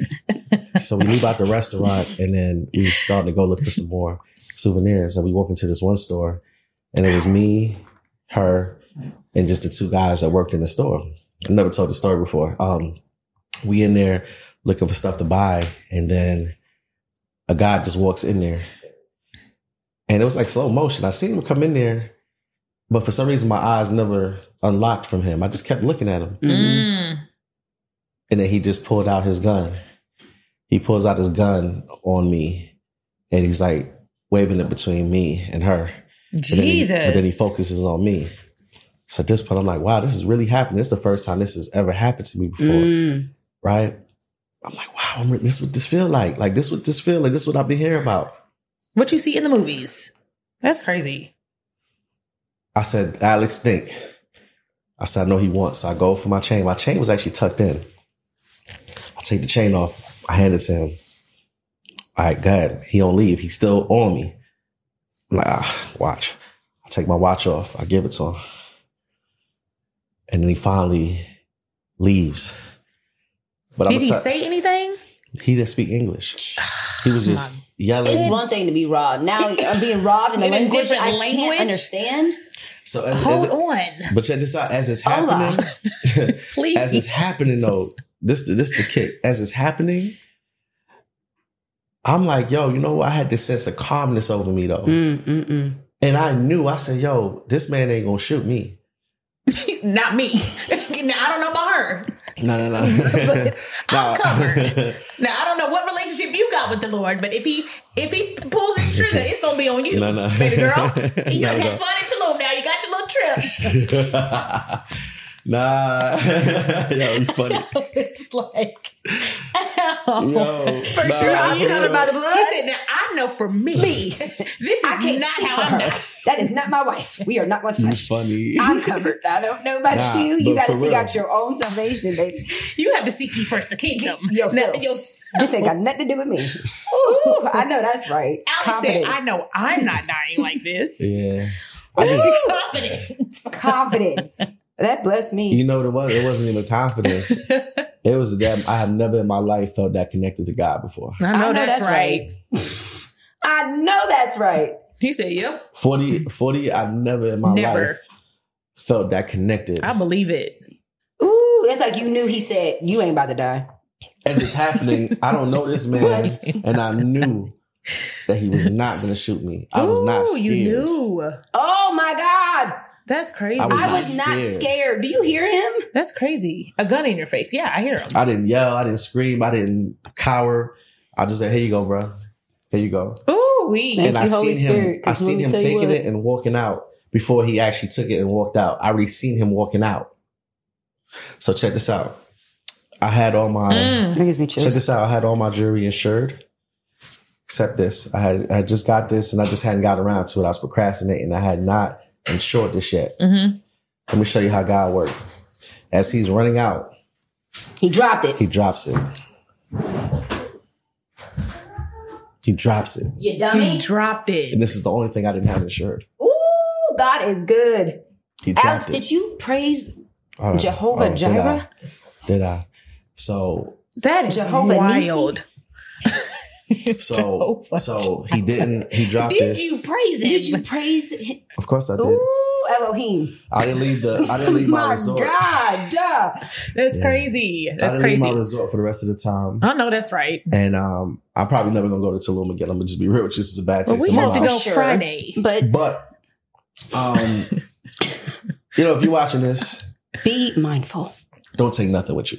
[SPEAKER 4] so we leave out the restaurant and then we start to go look for some more souvenirs. And we walk into this one store and it was me, her, and just the two guys that worked in the store. I never told the story before. Um, we in there looking for stuff to buy, and then a guy just walks in there, and it was like slow motion. I seen him come in there, but for some reason my eyes never unlocked from him. I just kept looking at him,
[SPEAKER 3] Mm.
[SPEAKER 4] and then he just pulled out his gun. He pulls out his gun on me, and he's like waving it between me and her. But then he-
[SPEAKER 3] Jesus.
[SPEAKER 4] but then he focuses on me. So at this point, I'm like, wow, this is really happening. This is the first time this has ever happened to me before,
[SPEAKER 2] Mm.
[SPEAKER 4] right? I'm like, wow, I'm re- this is what this feel like. Like this what this feel like. This is what I've been hearing about.
[SPEAKER 3] What you see in the movies? That's crazy.
[SPEAKER 4] I said, Alex, think. I said, I know he wants. So I go for my chain. My chain was actually tucked in. I take the chain off. I hand it to him. All right, God, he don't leave. He's still on me. I'm like, ah, watch. I take my watch off. I give it to him. And then he finally leaves. But
[SPEAKER 3] Did he
[SPEAKER 4] gonna tell-
[SPEAKER 3] say anything?
[SPEAKER 4] he didn't speak English?
[SPEAKER 3] [SIGHS]
[SPEAKER 4] He was just yelling.
[SPEAKER 2] It's one thing to be robbed.
[SPEAKER 3] [LAUGHS]
[SPEAKER 2] Now I'm being robbed in a
[SPEAKER 3] In a
[SPEAKER 2] language
[SPEAKER 3] different
[SPEAKER 2] I
[SPEAKER 3] language?
[SPEAKER 2] can't understand.
[SPEAKER 4] so as, as
[SPEAKER 3] Hold
[SPEAKER 4] it-
[SPEAKER 3] on,
[SPEAKER 4] But check this out. As it's
[SPEAKER 2] Hola.
[SPEAKER 4] happening, [LAUGHS]
[SPEAKER 3] please.
[SPEAKER 4] as it's happening though, this this the kick. As it's happening, I'm like, yo, you know what? I had this sense of calmness over me though,
[SPEAKER 2] Mm, mm, mm.
[SPEAKER 4] and I knew. I said, yo, this man ain't gonna shoot me.
[SPEAKER 3] [LAUGHS] Not me. now I don't know about her.
[SPEAKER 4] No, [LAUGHS] no, no.
[SPEAKER 3] I'm
[SPEAKER 4] Nah. [LAUGHS]
[SPEAKER 3] covered. Now I don't know what relationship you got with the Lord, but if he if he pulls his trigger, it's gonna be on you,
[SPEAKER 4] [LAUGHS] No, no.
[SPEAKER 3] baby girl. And you
[SPEAKER 4] No,
[SPEAKER 3] done
[SPEAKER 4] no.
[SPEAKER 3] had fun in Tulum. Now you got your little trip. [LAUGHS]
[SPEAKER 4] [LAUGHS] nah, yo, you funny.
[SPEAKER 3] it's like
[SPEAKER 4] Yo,
[SPEAKER 3] Oh, For
[SPEAKER 4] nah,
[SPEAKER 3] sure,
[SPEAKER 4] for
[SPEAKER 3] I'm
[SPEAKER 4] real.
[SPEAKER 2] Covered by the
[SPEAKER 3] he
[SPEAKER 2] blood.
[SPEAKER 3] said. Now I know for me, [LAUGHS] this
[SPEAKER 2] I
[SPEAKER 3] is
[SPEAKER 2] can't
[SPEAKER 3] not
[SPEAKER 2] speak
[SPEAKER 3] how
[SPEAKER 2] for
[SPEAKER 3] I'm
[SPEAKER 2] her.
[SPEAKER 3] not.
[SPEAKER 2] That is not my wife. We are not one
[SPEAKER 4] You
[SPEAKER 2] flesh.
[SPEAKER 4] funny. [LAUGHS]
[SPEAKER 2] I'm covered. I don't know about
[SPEAKER 4] Nah,
[SPEAKER 2] you. You
[SPEAKER 4] but
[SPEAKER 2] got to
[SPEAKER 4] for
[SPEAKER 2] seek
[SPEAKER 4] real.
[SPEAKER 2] out your own salvation, baby.
[SPEAKER 3] You have to seek ye first the kingdom.
[SPEAKER 2] Yourself.
[SPEAKER 3] Now, yourself.
[SPEAKER 2] This ain't
[SPEAKER 3] [LAUGHS]
[SPEAKER 2] got nothing to do with me.
[SPEAKER 3] Ooh.
[SPEAKER 2] Ooh, I know that's right.
[SPEAKER 3] Alex said, "I know I'm not dying like this."
[SPEAKER 4] yeah. I just,
[SPEAKER 3] Ooh, [LAUGHS] Confidence.
[SPEAKER 2] [LAUGHS] Confidence. That blessed me.
[SPEAKER 4] You
[SPEAKER 3] [LAUGHS]
[SPEAKER 4] know what it was? It wasn't even confidence. it was that I have never in my life felt that connected to God before.
[SPEAKER 3] I know that's right.
[SPEAKER 2] [LAUGHS] I know that's right.
[SPEAKER 3] He said, "Yep,
[SPEAKER 4] 40, 40 I never in my
[SPEAKER 3] Never.
[SPEAKER 4] life felt that connected.
[SPEAKER 3] I believe it."
[SPEAKER 2] Ooh, it's like you knew he said, You ain't about to die.
[SPEAKER 4] As it's happening, I don't know this man, and I knew that he was not going to shoot me. [LAUGHS] I was not
[SPEAKER 3] Ooh,
[SPEAKER 4] scared.
[SPEAKER 3] You knew.
[SPEAKER 2] Oh my God.
[SPEAKER 3] That's crazy.
[SPEAKER 4] I was
[SPEAKER 2] I was
[SPEAKER 4] not
[SPEAKER 2] not
[SPEAKER 4] scared.
[SPEAKER 2] scared. Do you hear him?
[SPEAKER 3] That's crazy. A gun in your face. Yeah, I hear him.
[SPEAKER 4] I didn't yell. I didn't scream. I didn't cower. I just said, "Here you go, bro. Here you go."
[SPEAKER 3] Ooh, we.
[SPEAKER 2] Thank
[SPEAKER 4] and I
[SPEAKER 2] you, Holy
[SPEAKER 4] seen him.
[SPEAKER 2] Spirit,
[SPEAKER 4] I
[SPEAKER 2] 'cause let
[SPEAKER 4] seen
[SPEAKER 2] me
[SPEAKER 4] him
[SPEAKER 2] tell you
[SPEAKER 4] taking
[SPEAKER 2] what.
[SPEAKER 4] it and walking out before he actually took it and walked out. I already seen him walking out. So check this out. I had all my
[SPEAKER 3] Mm.
[SPEAKER 2] That gives me
[SPEAKER 4] check
[SPEAKER 2] chills.
[SPEAKER 4] this out. I had all my jewelry insured, except this. I had I just got this, and I just hadn't got around to it. I was procrastinating. I had not insured this yet.
[SPEAKER 3] Mhm.
[SPEAKER 4] Let me show you how God works. As he's running out,
[SPEAKER 2] he dropped it.
[SPEAKER 4] he drops it. He drops it.
[SPEAKER 5] You
[SPEAKER 3] He
[SPEAKER 5] dummy.
[SPEAKER 3] dropped
[SPEAKER 4] And
[SPEAKER 3] it.
[SPEAKER 4] this is the only thing I didn't have insured.
[SPEAKER 2] Hmm. Ooh, God is good.
[SPEAKER 4] He dropped
[SPEAKER 2] Alex,
[SPEAKER 4] it.
[SPEAKER 2] did you praise
[SPEAKER 4] Oh,
[SPEAKER 2] Jehovah
[SPEAKER 4] oh, Did I?
[SPEAKER 2] Jireh?
[SPEAKER 4] Did I?
[SPEAKER 3] [LAUGHS]
[SPEAKER 4] So
[SPEAKER 3] That is
[SPEAKER 2] Jehovah Nissi.
[SPEAKER 3] wild.
[SPEAKER 4] so
[SPEAKER 3] Jehovah
[SPEAKER 4] so he didn't he dropped
[SPEAKER 3] Did
[SPEAKER 4] this.
[SPEAKER 3] you praise him?
[SPEAKER 2] Did you praise him?
[SPEAKER 4] Of course I did.
[SPEAKER 2] Ooh, Elohim.
[SPEAKER 4] I didn't leave the I didn't
[SPEAKER 2] [LAUGHS]
[SPEAKER 4] leave my, resort.
[SPEAKER 2] God, duh.
[SPEAKER 3] That's
[SPEAKER 4] Yeah.
[SPEAKER 3] crazy.
[SPEAKER 4] I
[SPEAKER 3] That's
[SPEAKER 4] didn't leave
[SPEAKER 3] crazy.
[SPEAKER 4] my resort for the rest of the time.
[SPEAKER 3] I know that's right.
[SPEAKER 4] And um I'm probably never gonna go to Tulum again. I'm gonna just be real, which is a bad
[SPEAKER 3] But
[SPEAKER 4] taste
[SPEAKER 3] we
[SPEAKER 4] in my
[SPEAKER 3] have
[SPEAKER 4] mouth.
[SPEAKER 3] to go
[SPEAKER 2] Sure.
[SPEAKER 3] Friday.
[SPEAKER 2] But
[SPEAKER 4] But
[SPEAKER 3] [LAUGHS]
[SPEAKER 4] um you know, if you're watching this,
[SPEAKER 2] be mindful.
[SPEAKER 4] don't take nothing with you.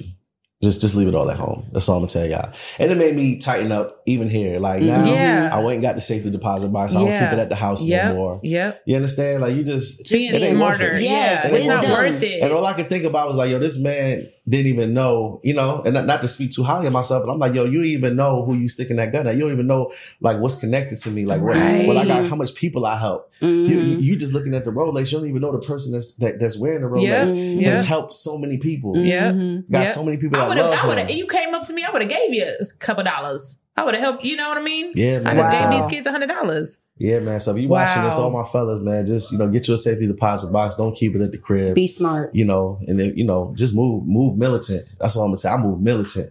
[SPEAKER 4] Just just leave it all at home. That's all I'm gonna tell y'all. And it made me tighten up even here. Like now
[SPEAKER 3] Mm-hmm. Yeah.
[SPEAKER 4] I went and got the safety deposit box. I don't
[SPEAKER 3] Yeah.
[SPEAKER 4] keep it at the house
[SPEAKER 3] Yep.
[SPEAKER 4] no more.
[SPEAKER 3] Yep.
[SPEAKER 4] You understand? Like you just
[SPEAKER 3] Being
[SPEAKER 4] it ain't worth
[SPEAKER 3] smarter.
[SPEAKER 4] it.
[SPEAKER 2] Yes,
[SPEAKER 3] yeah. It's not
[SPEAKER 4] wisdom.
[SPEAKER 3] worth it.
[SPEAKER 4] And all I could think about was like, yo, this man didn't even know, you know, and not, not to speak too highly of myself, but I'm like, yo, you don't even know who you sticking that gun at. You don't even know like what's connected to me, like what, what I got, how much people I help. You,
[SPEAKER 3] Mm-hmm.
[SPEAKER 4] you you just looking at the Rolex, you don't even know the person that's that, that's wearing the Rolex
[SPEAKER 3] Yeah,
[SPEAKER 4] has
[SPEAKER 3] yeah.
[SPEAKER 4] helped so many people.
[SPEAKER 3] Yeah.
[SPEAKER 4] Got
[SPEAKER 3] yeah.
[SPEAKER 4] so many people
[SPEAKER 3] Mm-hmm. I
[SPEAKER 4] that
[SPEAKER 3] would have. I
[SPEAKER 4] love
[SPEAKER 3] would
[SPEAKER 4] her.
[SPEAKER 3] have. You came up to me. I would have gave you a couple dollars. I would have helped. You know what I mean?
[SPEAKER 4] Yeah,
[SPEAKER 3] I
[SPEAKER 4] man.
[SPEAKER 3] just
[SPEAKER 2] Wow.
[SPEAKER 3] gave these kids a hundred dollars.
[SPEAKER 4] Yeah, man. So if you
[SPEAKER 3] Wow.
[SPEAKER 4] watching this, all my fellas, man, just you know, get your safety deposit box. Don't keep it at the crib.
[SPEAKER 2] Be smart.
[SPEAKER 4] you know, and if, you know, just move, move militant. That's all I'm gonna say. I move militant.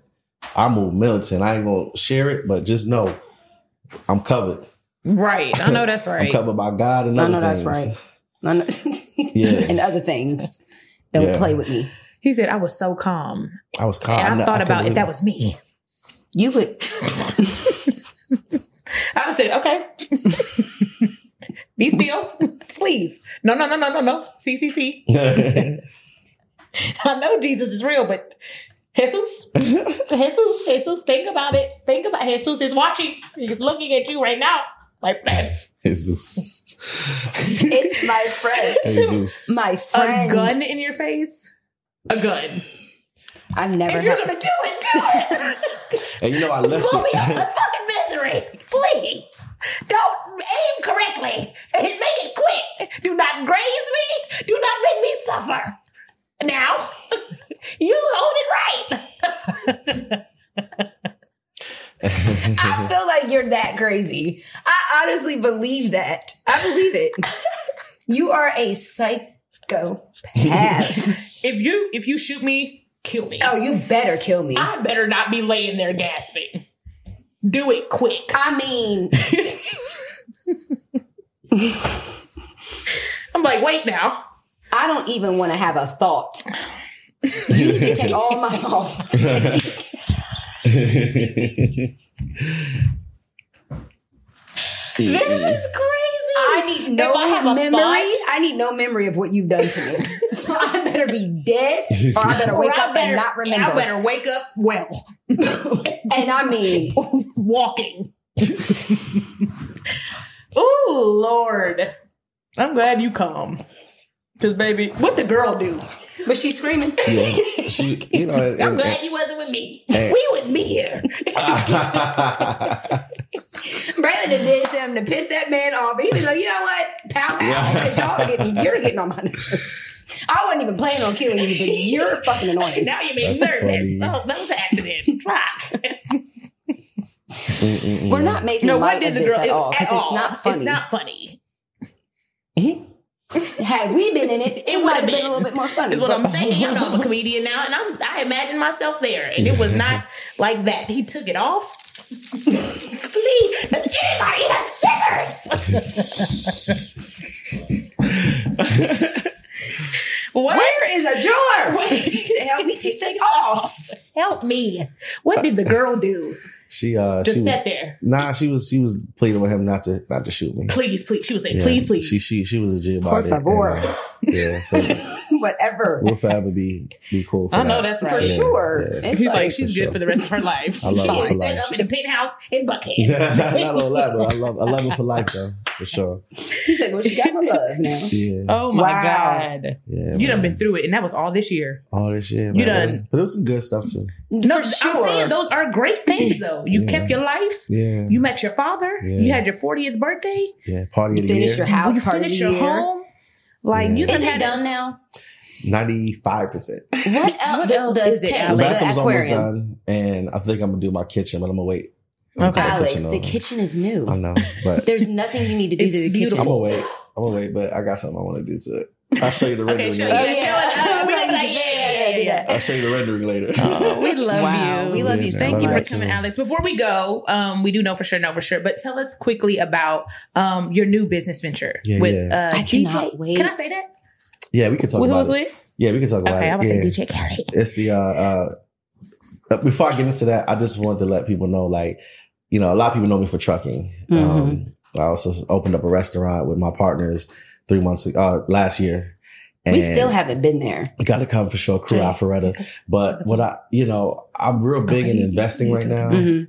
[SPEAKER 4] I move militant. I ain't gonna share it, but just know I'm covered.
[SPEAKER 3] Right. I know that's
[SPEAKER 4] [LAUGHS] I'm
[SPEAKER 3] right.
[SPEAKER 4] covered by God and
[SPEAKER 2] I
[SPEAKER 4] other
[SPEAKER 2] know that's
[SPEAKER 4] things.
[SPEAKER 2] right. I know- [LAUGHS]
[SPEAKER 4] Yeah.
[SPEAKER 2] and other things. Don't
[SPEAKER 4] Yeah.
[SPEAKER 2] play with me.
[SPEAKER 3] He said I was so calm,
[SPEAKER 4] Oh, I was calm.
[SPEAKER 3] and I,
[SPEAKER 4] kn-
[SPEAKER 3] thought
[SPEAKER 4] couldn't
[SPEAKER 3] about if
[SPEAKER 4] believe
[SPEAKER 3] that
[SPEAKER 4] it.
[SPEAKER 3] was me.
[SPEAKER 2] You
[SPEAKER 4] [LAUGHS]
[SPEAKER 2] would.
[SPEAKER 3] I said, okay. [LAUGHS] Be still,
[SPEAKER 4] [LAUGHS]
[SPEAKER 3] please. No, no, no, no, no, no. See, see, see. I know Jesus is real, but [LAUGHS] Jesus, Jesus, Jesus, think about it. Think about Jesus is watching. He's looking at you right now, my friend.
[SPEAKER 4] [LAUGHS] Jesus.
[SPEAKER 2] it's my friend.
[SPEAKER 4] Jesus.
[SPEAKER 2] My friend.
[SPEAKER 3] A gun in your face. A gun.
[SPEAKER 2] I've never
[SPEAKER 3] if you're
[SPEAKER 2] heard.
[SPEAKER 3] gonna do it, do [LAUGHS] it.
[SPEAKER 4] and you know I left
[SPEAKER 3] Blow me up my
[SPEAKER 4] it.
[SPEAKER 3] fucking misery, please. Don't aim correctly. [LAUGHS] and Make it quick. Do not graze me. Do not make me suffer. Now, [LAUGHS] you hold it right. [LAUGHS]
[SPEAKER 2] I feel like you're that crazy. I honestly believe that. I believe it. [LAUGHS] you are a [LAUGHS] psychopath.
[SPEAKER 3] if you if you shoot me, kill me.
[SPEAKER 2] oh, you better kill me.
[SPEAKER 3] I better not be laying there gasping. Do it quick.
[SPEAKER 2] I mean,
[SPEAKER 3] I'm like, wait now.
[SPEAKER 2] I don't even want to have a thought. You can take all
[SPEAKER 4] [LAUGHS]
[SPEAKER 2] my thoughts.
[SPEAKER 3] This is [LAUGHS]
[SPEAKER 2] I
[SPEAKER 3] crazy.
[SPEAKER 2] need no
[SPEAKER 3] If I have a
[SPEAKER 2] memory.
[SPEAKER 3] thought-
[SPEAKER 2] I need no memory of what you've done to
[SPEAKER 3] [LAUGHS]
[SPEAKER 2] me. So I better be dead, or I better wake
[SPEAKER 3] Or I
[SPEAKER 2] up
[SPEAKER 3] better-
[SPEAKER 2] and not remember.
[SPEAKER 3] I better wake up well,
[SPEAKER 2] And I
[SPEAKER 3] [LAUGHS]
[SPEAKER 2] mean,
[SPEAKER 3] walking. oh Lord, I'm glad you come. Cause baby, what the girl do?
[SPEAKER 2] but she's screaming.
[SPEAKER 4] [LAUGHS] yeah, she, you know, and-
[SPEAKER 3] I'm
[SPEAKER 4] and-
[SPEAKER 3] glad you wasn't with me.
[SPEAKER 4] and-
[SPEAKER 3] We wouldn't be here.
[SPEAKER 2] Braylon done did something to piss that man off. He was like, you know what? Pow pow. Because y'all are getting you're getting on my nerves. I wasn't even planning on killing you, but you're fucking annoying.
[SPEAKER 3] now you make
[SPEAKER 4] [LAUGHS] That's
[SPEAKER 3] nervous.
[SPEAKER 4] funny.
[SPEAKER 3] Oh, that was an [LAUGHS] accident. Fuck.
[SPEAKER 4] Mm-mm-mm.
[SPEAKER 2] We're not making
[SPEAKER 3] no, what
[SPEAKER 2] light
[SPEAKER 3] did
[SPEAKER 2] of
[SPEAKER 3] the
[SPEAKER 2] this
[SPEAKER 3] girl
[SPEAKER 2] at
[SPEAKER 3] it-
[SPEAKER 2] all
[SPEAKER 3] at
[SPEAKER 2] because it's not funny. Mm-hmm.
[SPEAKER 3] It's not funny.
[SPEAKER 2] Had we been in it, it,
[SPEAKER 3] It
[SPEAKER 2] would
[SPEAKER 3] would've
[SPEAKER 2] have been.
[SPEAKER 3] been.
[SPEAKER 2] a little bit more funny.
[SPEAKER 3] Is what I'm
[SPEAKER 2] but-
[SPEAKER 3] saying. Y'all know I'm a comedian now, and I'm I imagine myself there, and it was [LAUGHS] not like that. He took it off. Please, does anybody have scissors? [LAUGHS] what?
[SPEAKER 2] Where is a [LAUGHS] drawer?
[SPEAKER 3] Wait.
[SPEAKER 2] to help me take this off.
[SPEAKER 3] Help me. What did the girl do?
[SPEAKER 4] She uh
[SPEAKER 3] Just
[SPEAKER 4] she was-
[SPEAKER 3] sat there.
[SPEAKER 4] Nah, she was she was pleading with him not to not to shoot me.
[SPEAKER 3] Please, please. She was saying,
[SPEAKER 4] Yeah,
[SPEAKER 3] please, please.
[SPEAKER 4] She she she was a G about it. and,
[SPEAKER 2] favor.
[SPEAKER 4] uh, yeah, so
[SPEAKER 2] [LAUGHS] Whatever.
[SPEAKER 4] we'll forever be be cool. For
[SPEAKER 3] I know that's
[SPEAKER 4] that. [LAUGHS]
[SPEAKER 2] For
[SPEAKER 3] right.
[SPEAKER 4] Yeah,
[SPEAKER 2] sure.
[SPEAKER 4] yeah.
[SPEAKER 2] It's
[SPEAKER 3] He's
[SPEAKER 2] like,
[SPEAKER 3] like, she's
[SPEAKER 4] For
[SPEAKER 3] good
[SPEAKER 4] sure.
[SPEAKER 3] for the rest of her life. [LAUGHS]
[SPEAKER 4] I love
[SPEAKER 3] she
[SPEAKER 4] her
[SPEAKER 3] is
[SPEAKER 4] for
[SPEAKER 3] set
[SPEAKER 4] life.
[SPEAKER 3] up in the penthouse in Buckhead.
[SPEAKER 4] not all that, but I love I love it for life though. for sure.
[SPEAKER 2] He said, "Well, she [LAUGHS] got my love now."
[SPEAKER 4] Yeah.
[SPEAKER 3] Oh my
[SPEAKER 2] Wow.
[SPEAKER 3] God.
[SPEAKER 4] yeah
[SPEAKER 3] You done
[SPEAKER 4] man.
[SPEAKER 3] been through it, and that was all this year.
[SPEAKER 4] all this shit.
[SPEAKER 3] you
[SPEAKER 4] man.
[SPEAKER 3] done-
[SPEAKER 4] But it was some good stuff too.
[SPEAKER 3] No,
[SPEAKER 2] For sure.
[SPEAKER 3] I'm saying those are great things, though. You
[SPEAKER 4] Yeah.
[SPEAKER 3] kept your life.
[SPEAKER 4] Yeah.
[SPEAKER 3] You met your father.
[SPEAKER 4] Yeah.
[SPEAKER 3] You had your 40th birthday.
[SPEAKER 4] yeah. Party
[SPEAKER 2] You
[SPEAKER 4] of the
[SPEAKER 2] finished your
[SPEAKER 4] year.
[SPEAKER 2] house
[SPEAKER 3] you
[SPEAKER 2] party.
[SPEAKER 3] finished your home. Like
[SPEAKER 4] Yeah.
[SPEAKER 3] you done
[SPEAKER 5] Is it
[SPEAKER 3] had
[SPEAKER 5] done now?
[SPEAKER 4] Ninety five percent.
[SPEAKER 5] What, el-
[SPEAKER 3] What
[SPEAKER 5] the-
[SPEAKER 3] else
[SPEAKER 5] the
[SPEAKER 3] is it,
[SPEAKER 5] tank,
[SPEAKER 3] Alex?
[SPEAKER 4] The
[SPEAKER 5] the
[SPEAKER 4] bathroom's almost
[SPEAKER 5] aquarium.
[SPEAKER 4] done, and I think I'm gonna do my kitchen, but I'm gonna wait.
[SPEAKER 3] Okay.
[SPEAKER 4] until
[SPEAKER 5] Alex, the
[SPEAKER 4] open.
[SPEAKER 5] kitchen is
[SPEAKER 4] I
[SPEAKER 5] new.
[SPEAKER 4] know,
[SPEAKER 2] [LAUGHS]
[SPEAKER 4] but
[SPEAKER 5] There's nothing you need to do
[SPEAKER 3] It's
[SPEAKER 5] to the
[SPEAKER 4] I'm
[SPEAKER 5] kitchen.
[SPEAKER 3] beautiful.
[SPEAKER 4] gonna wait. I'm gonna wait, but I got something I want to do to it. I'll show you the rendering.
[SPEAKER 3] [LAUGHS] Okay, show, [LAUGHS] yeah,
[SPEAKER 4] later.
[SPEAKER 5] yeah.
[SPEAKER 3] show
[SPEAKER 2] [LAUGHS]
[SPEAKER 3] us. Oh, we
[SPEAKER 5] Like,
[SPEAKER 3] were like, yeah, yeah, yeah, yeah.
[SPEAKER 4] I'll show you the rendering later. [LAUGHS]
[SPEAKER 3] Oh, we love
[SPEAKER 5] Wow.
[SPEAKER 3] you.
[SPEAKER 5] We love
[SPEAKER 4] Yeah, man,
[SPEAKER 5] you so
[SPEAKER 4] I
[SPEAKER 5] much.
[SPEAKER 3] Thank you for
[SPEAKER 4] Alright,
[SPEAKER 3] coming,
[SPEAKER 4] so-
[SPEAKER 3] Alex. Before we go, um, we do know for sure, know for sure, but tell us quickly about um your new business venture
[SPEAKER 4] Yeah,
[SPEAKER 3] with
[SPEAKER 4] yeah.
[SPEAKER 3] Uh,
[SPEAKER 5] I
[SPEAKER 3] DJ.
[SPEAKER 5] cannot wait.
[SPEAKER 3] Can I say that?
[SPEAKER 4] Yeah, we can talk
[SPEAKER 3] Who
[SPEAKER 4] about
[SPEAKER 3] was
[SPEAKER 4] it.
[SPEAKER 3] with?
[SPEAKER 4] Yeah, we can talk about
[SPEAKER 3] Okay,
[SPEAKER 4] it.
[SPEAKER 3] I was
[SPEAKER 4] yeah.
[SPEAKER 3] say DJ Kelly.
[SPEAKER 4] It's the uh, uh uh, before I get into that, I just wanted to let people know, like, you know, a lot of people know me for trucking.
[SPEAKER 3] Mm-hmm.
[SPEAKER 4] Um, I also opened up a restaurant with my partners three months ago, uh, last year.
[SPEAKER 2] We still haven't been there.
[SPEAKER 4] got to come for sure, crew
[SPEAKER 3] Okay. Oh,
[SPEAKER 4] Alpharetta. But what I, you know, I'm real big in
[SPEAKER 3] Okay.
[SPEAKER 4] investing right now.
[SPEAKER 2] Mhm.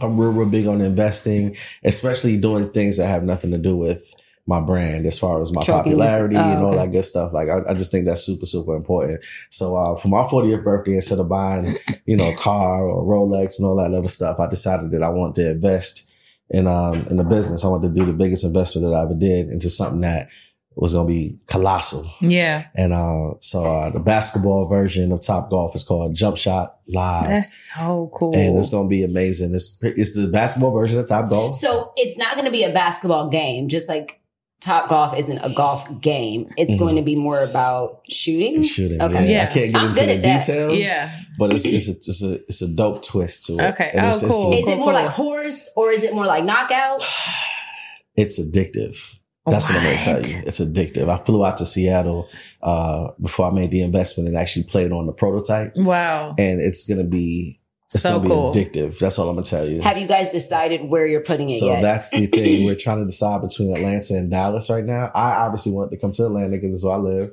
[SPEAKER 4] I'm real, real big on investing, especially doing things that have nothing to do with my brand as far as my
[SPEAKER 2] Trucking is-
[SPEAKER 4] popularity
[SPEAKER 2] oh,
[SPEAKER 4] and all
[SPEAKER 2] okay.
[SPEAKER 4] that good stuff. Like, I, I just think that's super, super important. So, uh, for my 40th birthday, instead of buying, you know, a car or a Rolex and all that other stuff, I decided that I want to invest in, um, in the business. I want to do the biggest investment that I ever did into something that was going to be colossal.
[SPEAKER 3] Yeah,
[SPEAKER 4] And, uh, so, uh, the basketball version of Top Golf is called Jump Shot Live.
[SPEAKER 3] that's so cool.
[SPEAKER 4] and it's gonna be amazing. It's it's the basketball version of Top Golf.
[SPEAKER 2] So it's not going to be a basketball game, just like Top Golf isn't a golf game. It's
[SPEAKER 4] Mhm.
[SPEAKER 2] going to be more about shooting.
[SPEAKER 4] It's shooting.
[SPEAKER 2] Okay.
[SPEAKER 4] Yeah. I
[SPEAKER 3] Yeah.
[SPEAKER 4] can't get
[SPEAKER 2] I'm
[SPEAKER 4] into
[SPEAKER 2] good
[SPEAKER 4] the
[SPEAKER 2] at that.
[SPEAKER 4] details.
[SPEAKER 3] yeah,
[SPEAKER 4] But it's it's a, it's a it's a dope twist to it.
[SPEAKER 3] Okay.
[SPEAKER 4] And it's,
[SPEAKER 3] Oh, cool.
[SPEAKER 2] Is
[SPEAKER 4] It's,
[SPEAKER 2] it more
[SPEAKER 3] cool.
[SPEAKER 2] like horse or is it more like knockout?
[SPEAKER 4] it's addictive.
[SPEAKER 2] Oh,
[SPEAKER 4] That's what I'm gonna tell you. It's addictive. I flew out to Seattle uh, before I made the investment and actually played on the prototype,
[SPEAKER 3] Wow,
[SPEAKER 4] and it's gonna be it's
[SPEAKER 3] so
[SPEAKER 4] gonna
[SPEAKER 3] cool.
[SPEAKER 4] be addictive. That's all I'm gonna tell you.
[SPEAKER 2] Have you guys decided where you're putting it
[SPEAKER 4] so
[SPEAKER 2] yet? [LAUGHS]
[SPEAKER 4] that's the thing. We're trying to decide between Atlanta and Dallas right now. I obviously want to come to Atlanta because it's where I live.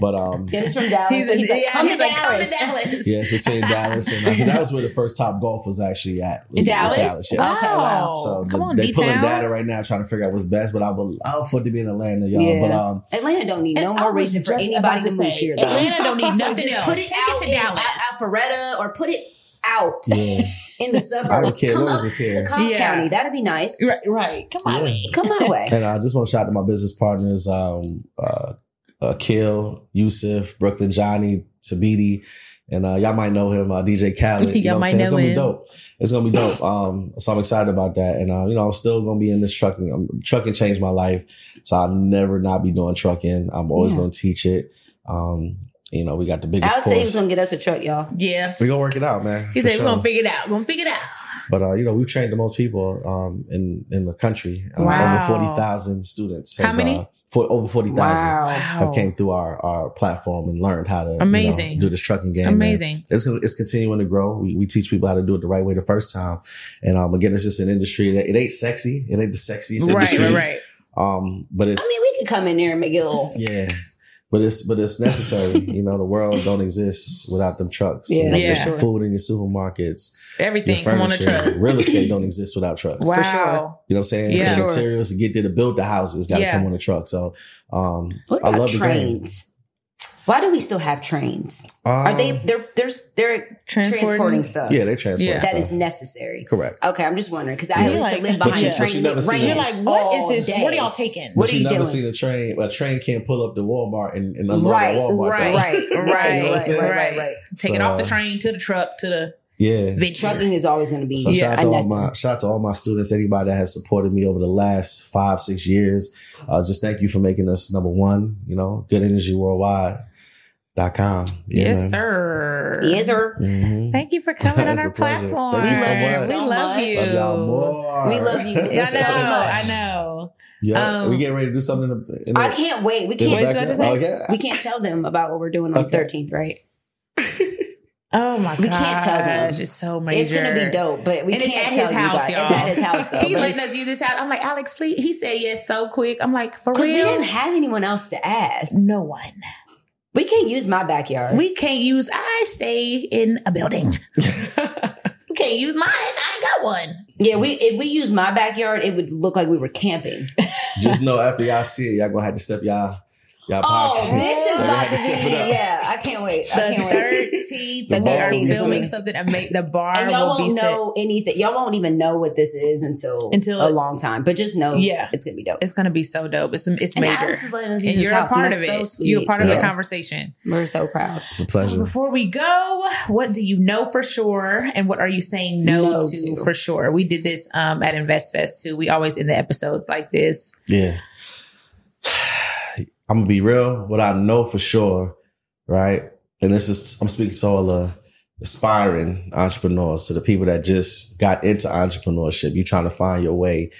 [SPEAKER 2] [LAUGHS]
[SPEAKER 4] But um,
[SPEAKER 2] Tim's from Dallas.
[SPEAKER 3] He's,
[SPEAKER 2] He's, and he's like,
[SPEAKER 3] yeah,
[SPEAKER 2] come,
[SPEAKER 3] he's
[SPEAKER 2] to
[SPEAKER 3] like, come
[SPEAKER 2] Dallas.
[SPEAKER 3] to Dallas.
[SPEAKER 4] Yes, between Dallas and like, that was where the first Top Golf was actually at. Was, was
[SPEAKER 2] Dallas? Oh,
[SPEAKER 4] yes.
[SPEAKER 2] Okay, wow.
[SPEAKER 3] Oh, Wow. Come
[SPEAKER 4] So the-
[SPEAKER 3] on,
[SPEAKER 4] they pulling
[SPEAKER 3] D-Town.
[SPEAKER 4] data right now, trying to figure out what's best. But I would love for it to be in Atlanta, y'all.
[SPEAKER 2] Yeah.
[SPEAKER 4] But um,
[SPEAKER 2] Atlanta don't need no
[SPEAKER 3] And I
[SPEAKER 2] more
[SPEAKER 3] was
[SPEAKER 2] reason for
[SPEAKER 3] just
[SPEAKER 2] anybody
[SPEAKER 3] about
[SPEAKER 2] to, move
[SPEAKER 3] say,
[SPEAKER 2] here, though. [LAUGHS]
[SPEAKER 3] Atlanta don't need
[SPEAKER 2] So
[SPEAKER 3] nothing
[SPEAKER 2] just
[SPEAKER 3] else.
[SPEAKER 2] put it
[SPEAKER 3] Take
[SPEAKER 2] out
[SPEAKER 3] it to
[SPEAKER 2] in
[SPEAKER 3] Dallas.
[SPEAKER 2] Al- Alpharetta or put it out
[SPEAKER 4] yeah,
[SPEAKER 2] in
[SPEAKER 3] [LAUGHS]
[SPEAKER 2] the
[SPEAKER 4] I don't
[SPEAKER 2] suburbs.
[SPEAKER 4] care
[SPEAKER 2] Come
[SPEAKER 4] what was
[SPEAKER 2] up
[SPEAKER 4] this
[SPEAKER 2] to
[SPEAKER 4] here.
[SPEAKER 2] Cobb
[SPEAKER 3] Yeah.
[SPEAKER 2] County. That'd be nice.
[SPEAKER 3] Right, right. Come on,
[SPEAKER 4] Yeah.
[SPEAKER 2] Come
[SPEAKER 3] [LAUGHS]
[SPEAKER 2] my way.
[SPEAKER 4] And I just want to shout out to my business partners, um, uh, uh, Kill, Yusuf, Brooklyn Johnny, Tabidi, and uh, y'all might know him, uh, DJ
[SPEAKER 3] [LAUGHS]
[SPEAKER 4] Khaled. You
[SPEAKER 3] Y'all
[SPEAKER 4] know what
[SPEAKER 3] might
[SPEAKER 4] I'm saying? It's
[SPEAKER 3] know
[SPEAKER 4] gonna be
[SPEAKER 3] him.
[SPEAKER 4] dope. It's gonna be dope. Um, so I'm excited about that, and uh, you know, I'm still gonna be in this trucking. Um, trucking changed my life, so I'll never not be doing trucking. I'm always
[SPEAKER 2] Yeah.
[SPEAKER 4] gonna teach it. Um, you know, we got the biggest.
[SPEAKER 2] Alex said he was
[SPEAKER 4] course.
[SPEAKER 2] gonna get us a truck, y'all.
[SPEAKER 3] yeah.
[SPEAKER 4] we gonna work it out, man.
[SPEAKER 3] He
[SPEAKER 4] for
[SPEAKER 3] said
[SPEAKER 4] sure.
[SPEAKER 3] we're gonna figure it out. We're gonna figure it out.
[SPEAKER 4] But uh, you know, we've trained the most people um, in in the country. Uh,
[SPEAKER 3] Wow.
[SPEAKER 4] Over forty thousand students.
[SPEAKER 3] How many?
[SPEAKER 4] Uh, for, over forty thousand
[SPEAKER 3] Wow,
[SPEAKER 4] have came through our our platform and learned how to you know,
[SPEAKER 3] Amazing.
[SPEAKER 4] do this trucking game.
[SPEAKER 3] amazing.
[SPEAKER 4] And It's gonna- it's continuing to grow. We, we teach people how to do it the right way the first time, and um again, it's just an industry that it ain't sexy. It ain't the sexiest
[SPEAKER 3] Right,
[SPEAKER 4] industry.
[SPEAKER 3] right, right.
[SPEAKER 4] Um, but
[SPEAKER 2] I
[SPEAKER 4] it's
[SPEAKER 2] mean, we could come in there and make it a little.
[SPEAKER 4] yeah. But it's but it's
[SPEAKER 3] [LAUGHS]
[SPEAKER 4] necessary, you know. The world don't exist without them trucks.
[SPEAKER 2] Yeah,
[SPEAKER 4] You know,
[SPEAKER 3] for
[SPEAKER 4] there's
[SPEAKER 3] sure.
[SPEAKER 4] food in your supermarkets, your
[SPEAKER 3] Everything. Come on a
[SPEAKER 4] furniture,
[SPEAKER 3] truck. [LAUGHS]
[SPEAKER 4] real estate don't exist without trucks.
[SPEAKER 3] Wow.
[SPEAKER 2] for sure.
[SPEAKER 4] You know what I'm saying?
[SPEAKER 3] Yeah.
[SPEAKER 4] The
[SPEAKER 2] Sure.
[SPEAKER 4] materials to get there to build the houses got to
[SPEAKER 3] Yeah.
[SPEAKER 4] come on a truck. So, um,
[SPEAKER 2] What
[SPEAKER 4] I
[SPEAKER 2] about
[SPEAKER 4] love the game.
[SPEAKER 2] trains? Why do we still have trains? Are
[SPEAKER 4] Um,
[SPEAKER 2] they they're they're they're transporting, stuff?
[SPEAKER 4] Yeah, they transport.
[SPEAKER 3] Yeah.
[SPEAKER 2] that
[SPEAKER 4] stuff.
[SPEAKER 2] is necessary.
[SPEAKER 4] correct.
[SPEAKER 2] Okay, I'm just wondering because
[SPEAKER 4] Yeah.
[SPEAKER 2] I used
[SPEAKER 3] You're
[SPEAKER 2] to
[SPEAKER 3] like-
[SPEAKER 2] live
[SPEAKER 3] But
[SPEAKER 2] behind
[SPEAKER 3] you-
[SPEAKER 2] a
[SPEAKER 4] but
[SPEAKER 2] train
[SPEAKER 4] you
[SPEAKER 2] and it
[SPEAKER 4] never seen
[SPEAKER 2] rained.
[SPEAKER 4] it.
[SPEAKER 3] You're like, what is
[SPEAKER 2] all
[SPEAKER 3] this? What
[SPEAKER 2] day.
[SPEAKER 3] are y'all taking?
[SPEAKER 2] What
[SPEAKER 4] but
[SPEAKER 2] are
[SPEAKER 4] you,
[SPEAKER 2] you
[SPEAKER 4] never
[SPEAKER 2] doing?
[SPEAKER 4] seen a train. A train can't pull up to Walmart and, and unload
[SPEAKER 2] Right,
[SPEAKER 4] at Walmart.
[SPEAKER 2] [LAUGHS]
[SPEAKER 3] right,
[SPEAKER 4] though.
[SPEAKER 2] right,
[SPEAKER 4] You know
[SPEAKER 2] right,
[SPEAKER 4] what
[SPEAKER 3] Right,
[SPEAKER 4] I'm
[SPEAKER 2] right,
[SPEAKER 4] saying?
[SPEAKER 2] right,
[SPEAKER 3] right.
[SPEAKER 2] right, right.
[SPEAKER 3] Taking
[SPEAKER 4] So,
[SPEAKER 3] off the train to the truck to the
[SPEAKER 4] Yeah.
[SPEAKER 3] venture.
[SPEAKER 2] Trucking is always going to be
[SPEAKER 4] So shout out to all
[SPEAKER 2] unnecessary.
[SPEAKER 4] my shout out to all my students, anybody that has supported me over the last five six years. Uh, just thank you for making us number one. You know, goodenergyworldwide.com. Yeah,
[SPEAKER 3] Yes,
[SPEAKER 4] man.
[SPEAKER 3] sir.
[SPEAKER 2] Yes, sir.
[SPEAKER 4] Mhm.
[SPEAKER 3] Thank you for coming on
[SPEAKER 4] It's a
[SPEAKER 3] our
[SPEAKER 4] pleasure.
[SPEAKER 3] platform.
[SPEAKER 4] Thank you so
[SPEAKER 2] much.
[SPEAKER 3] we love you.
[SPEAKER 4] Love y'all more.
[SPEAKER 2] We love you.
[SPEAKER 3] I
[SPEAKER 2] so
[SPEAKER 3] know.
[SPEAKER 2] much.
[SPEAKER 3] I know.
[SPEAKER 4] Yeah,
[SPEAKER 3] Um,
[SPEAKER 4] we getting ready to do something. In the, in the,
[SPEAKER 2] I can't wait. We
[SPEAKER 4] in the
[SPEAKER 2] can't.
[SPEAKER 3] back-
[SPEAKER 4] backyard.
[SPEAKER 3] What you about
[SPEAKER 4] oh,
[SPEAKER 3] to
[SPEAKER 4] yeah.
[SPEAKER 2] We can't tell them about what we're doing on
[SPEAKER 4] Okay.
[SPEAKER 2] the 13th, right?
[SPEAKER 3] Oh my god.
[SPEAKER 2] We can't tell them.
[SPEAKER 3] It's so major.
[SPEAKER 2] It's gonna be dope, but we
[SPEAKER 3] and it's
[SPEAKER 2] can't
[SPEAKER 3] at
[SPEAKER 2] tell
[SPEAKER 3] his
[SPEAKER 2] you
[SPEAKER 3] house,
[SPEAKER 2] guys.
[SPEAKER 3] y'all.
[SPEAKER 2] It's at his house though.
[SPEAKER 3] [LAUGHS] he
[SPEAKER 2] but
[SPEAKER 3] letting
[SPEAKER 2] it's-
[SPEAKER 3] us use his house. I'm like, Alex, please. He said yes so quick. I'm like, for real?
[SPEAKER 2] Because we didn't have anyone else to ask.
[SPEAKER 3] no one.
[SPEAKER 2] We can't use my backyard.
[SPEAKER 3] We can't use. I stay in a building. we can't use mine. I ain't got one.
[SPEAKER 2] [LAUGHS] yeah, we if we use my backyard, it would look like we were camping.
[SPEAKER 4] Just know after y'all see it, y'all gonna have to step y'all y'all
[SPEAKER 2] Oh,
[SPEAKER 4] pocket.
[SPEAKER 2] this is
[SPEAKER 4] Y'all
[SPEAKER 2] about
[SPEAKER 4] have
[SPEAKER 2] to
[SPEAKER 4] step
[SPEAKER 2] be.
[SPEAKER 4] it up.
[SPEAKER 2] Yeah, I can't wait. I can't wait.
[SPEAKER 3] The thirteenth,
[SPEAKER 4] The
[SPEAKER 3] we are
[SPEAKER 2] bar will be
[SPEAKER 3] filming
[SPEAKER 4] set.
[SPEAKER 3] something and make the bar
[SPEAKER 2] And y'all
[SPEAKER 3] will be
[SPEAKER 2] won't
[SPEAKER 3] set.
[SPEAKER 2] know anything. Y'all won't even know what this is until
[SPEAKER 3] Until
[SPEAKER 2] a
[SPEAKER 3] it-
[SPEAKER 2] long time. But just know,
[SPEAKER 3] Yeah.
[SPEAKER 2] it's gonna be dope.
[SPEAKER 3] It's gonna be so dope. It's it's
[SPEAKER 2] and
[SPEAKER 3] major.
[SPEAKER 2] Alex is letting us
[SPEAKER 3] And
[SPEAKER 2] use his
[SPEAKER 3] you're a
[SPEAKER 2] house, and
[SPEAKER 3] part of
[SPEAKER 2] that's
[SPEAKER 3] it.
[SPEAKER 2] so sweet.
[SPEAKER 3] You're a part of
[SPEAKER 4] Yeah.
[SPEAKER 3] the conversation.
[SPEAKER 2] We're so proud.
[SPEAKER 4] It's a
[SPEAKER 3] So
[SPEAKER 4] pleasure.
[SPEAKER 3] before we go, what do you know for sure, and what are you saying no,
[SPEAKER 2] No
[SPEAKER 3] to,
[SPEAKER 2] to.
[SPEAKER 3] for sure? We did this um, at InvestFest too. We always in the episodes like this.
[SPEAKER 4] Yeah. I'm gonna be real, what I know for sure, right? And this is I'm speaking to all the aspiring entrepreneurs, to the people that just got into entrepreneurship. You trying to find your way,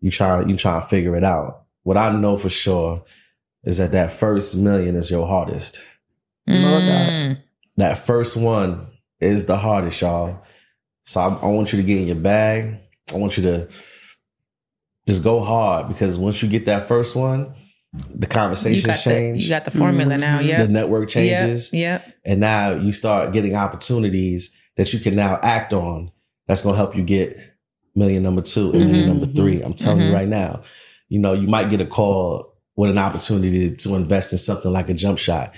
[SPEAKER 4] you trying you trying to figure it out. What I know for sure is that that first million is your hardest.
[SPEAKER 3] Mm.
[SPEAKER 4] That first one is the hardest, y'all. So I, I want you to get in your bag. I want you to just go hard because once you get that first one, the
[SPEAKER 3] You
[SPEAKER 4] conversations
[SPEAKER 3] got the
[SPEAKER 4] change,
[SPEAKER 3] you got the formula now.
[SPEAKER 2] Mhm.
[SPEAKER 3] Yep.
[SPEAKER 4] the network changes,
[SPEAKER 3] Yep. Yep.
[SPEAKER 4] and now you start getting opportunities that you can now act on. That's gonna help you get million number two and
[SPEAKER 3] Mhm.
[SPEAKER 4] million number three. I'm telling
[SPEAKER 3] Mhm.
[SPEAKER 4] you right now. You know, you might get a call with an opportunity to invest in something like a jump shot.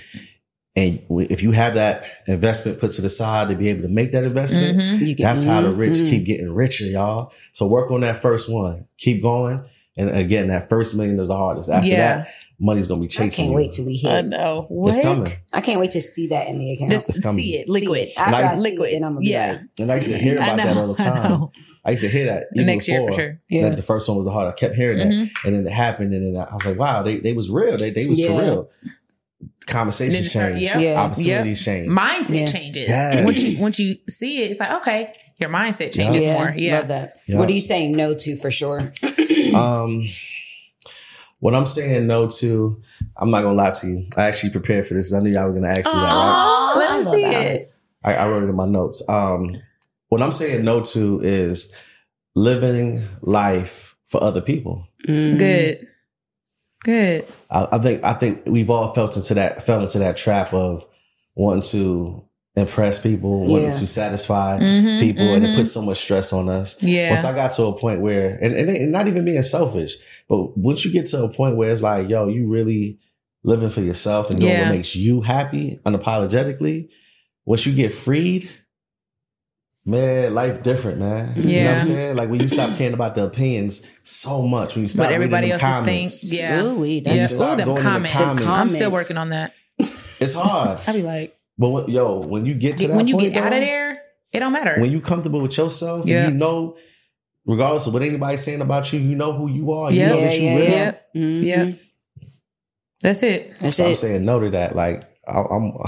[SPEAKER 4] And w- if you have that investment put to the side to be able to make that investment,
[SPEAKER 3] Mhm.
[SPEAKER 2] You get-
[SPEAKER 4] that's how the rich
[SPEAKER 3] Mm-hmm.
[SPEAKER 2] Mhm.
[SPEAKER 4] keep getting richer, y'all. So work on that first one. Keep going. And again, that first million is the hardest. After
[SPEAKER 3] Yeah.
[SPEAKER 4] that, money's gonna be
[SPEAKER 2] I
[SPEAKER 4] chasing.
[SPEAKER 2] can't
[SPEAKER 4] you.
[SPEAKER 2] wait till we
[SPEAKER 3] I
[SPEAKER 2] hit.
[SPEAKER 3] know.
[SPEAKER 4] It's
[SPEAKER 3] What?
[SPEAKER 4] coming.
[SPEAKER 2] I can't wait to see that in the account.
[SPEAKER 3] Just
[SPEAKER 4] It's coming.
[SPEAKER 3] see it,
[SPEAKER 2] See
[SPEAKER 3] liquid.
[SPEAKER 2] it. After I
[SPEAKER 4] Nice.
[SPEAKER 2] see it,
[SPEAKER 3] Liquid.
[SPEAKER 2] then I'm gonna
[SPEAKER 3] Yeah.
[SPEAKER 2] be like,
[SPEAKER 4] And
[SPEAKER 3] [LAUGHS]
[SPEAKER 4] I used to hear
[SPEAKER 3] I
[SPEAKER 4] about
[SPEAKER 3] know,
[SPEAKER 4] that all the
[SPEAKER 3] I
[SPEAKER 4] time.
[SPEAKER 3] know.
[SPEAKER 4] I, used to hear that even
[SPEAKER 3] Next year for
[SPEAKER 4] before,
[SPEAKER 3] sure.
[SPEAKER 2] yeah.
[SPEAKER 4] That the first one was the hard. I kept hearing that.
[SPEAKER 3] Mhm.
[SPEAKER 4] And then it happened, and then I was like, "Wow, they, they was real. They they was
[SPEAKER 2] Yeah.
[SPEAKER 4] for real."
[SPEAKER 3] Then it
[SPEAKER 4] Conversations
[SPEAKER 3] start-
[SPEAKER 4] change,
[SPEAKER 3] yeah.
[SPEAKER 2] Yeah.
[SPEAKER 4] opportunities change.
[SPEAKER 3] Mindset
[SPEAKER 2] Yeah.
[SPEAKER 3] changes.
[SPEAKER 4] Yes.
[SPEAKER 3] And once you once you see it, it's like okay, your mindset changes
[SPEAKER 2] yeah,
[SPEAKER 3] more. Yeah.
[SPEAKER 2] love that.
[SPEAKER 4] Yeah.
[SPEAKER 2] What are you saying no to for
[SPEAKER 4] [CLEARS THROAT]
[SPEAKER 2] sure?
[SPEAKER 4] um, what I'm saying no to, I'm not gonna lie to you. I actually prepared for this. I knew y'all were gonna ask me that. Right?
[SPEAKER 3] Aw,
[SPEAKER 2] I
[SPEAKER 3] let me
[SPEAKER 2] love
[SPEAKER 3] see
[SPEAKER 2] that.
[SPEAKER 3] it.
[SPEAKER 4] I, I wrote it in my notes. Um, what I'm saying no to is living life for other people.
[SPEAKER 2] Mm.
[SPEAKER 3] Good. Good.
[SPEAKER 4] I, I think I think we've all felt into that fell into that trap of wanting to impress people,
[SPEAKER 2] Yeah.
[SPEAKER 4] wanting to satisfy
[SPEAKER 3] Mhm,
[SPEAKER 4] people, and
[SPEAKER 3] mhm.
[SPEAKER 4] it puts so much stress on us.
[SPEAKER 3] Yeah.
[SPEAKER 4] Once I got to a point where, and, and, and not even being selfish, but once you get to a point where it's like, yo, you really living for yourself and doing
[SPEAKER 3] Yeah.
[SPEAKER 4] what makes you happy unapologetically, once you get freed, man, life different, man. You know what
[SPEAKER 3] Yeah.
[SPEAKER 4] I'm saying? Like when
[SPEAKER 3] [CLEARS THROAT]
[SPEAKER 4] you stop caring about the opinions so much, when you stop
[SPEAKER 3] But everybody
[SPEAKER 4] reading
[SPEAKER 3] else's
[SPEAKER 4] them
[SPEAKER 3] things.
[SPEAKER 4] comments,
[SPEAKER 3] Yeah.
[SPEAKER 2] Ooh-wee,
[SPEAKER 4] when you
[SPEAKER 2] that's
[SPEAKER 3] Yeah. Ooh,
[SPEAKER 4] stop
[SPEAKER 3] them
[SPEAKER 4] going in the
[SPEAKER 3] comments.
[SPEAKER 4] comments,
[SPEAKER 3] I'm still
[SPEAKER 2] comments.
[SPEAKER 3] working on that. [LAUGHS]
[SPEAKER 4] it's hard.
[SPEAKER 3] I'd be like,
[SPEAKER 4] But when, yo, when you get to that
[SPEAKER 3] when you
[SPEAKER 4] point,
[SPEAKER 3] get out of
[SPEAKER 4] though,
[SPEAKER 3] there, it don't matter.
[SPEAKER 4] when you comfortable with yourself,
[SPEAKER 3] Yeah.
[SPEAKER 4] and you know, regardless of what anybody's saying about you, you know who you are.
[SPEAKER 3] Yeah.
[SPEAKER 4] You know
[SPEAKER 2] Yeah,
[SPEAKER 4] what you
[SPEAKER 2] yeah,
[SPEAKER 4] really
[SPEAKER 2] yeah.
[SPEAKER 3] yeah. Yeah.
[SPEAKER 2] Mhm.
[SPEAKER 3] That's it.
[SPEAKER 2] That's
[SPEAKER 4] so I'm
[SPEAKER 2] it.
[SPEAKER 4] saying no to that. Like I, I'm, [LAUGHS]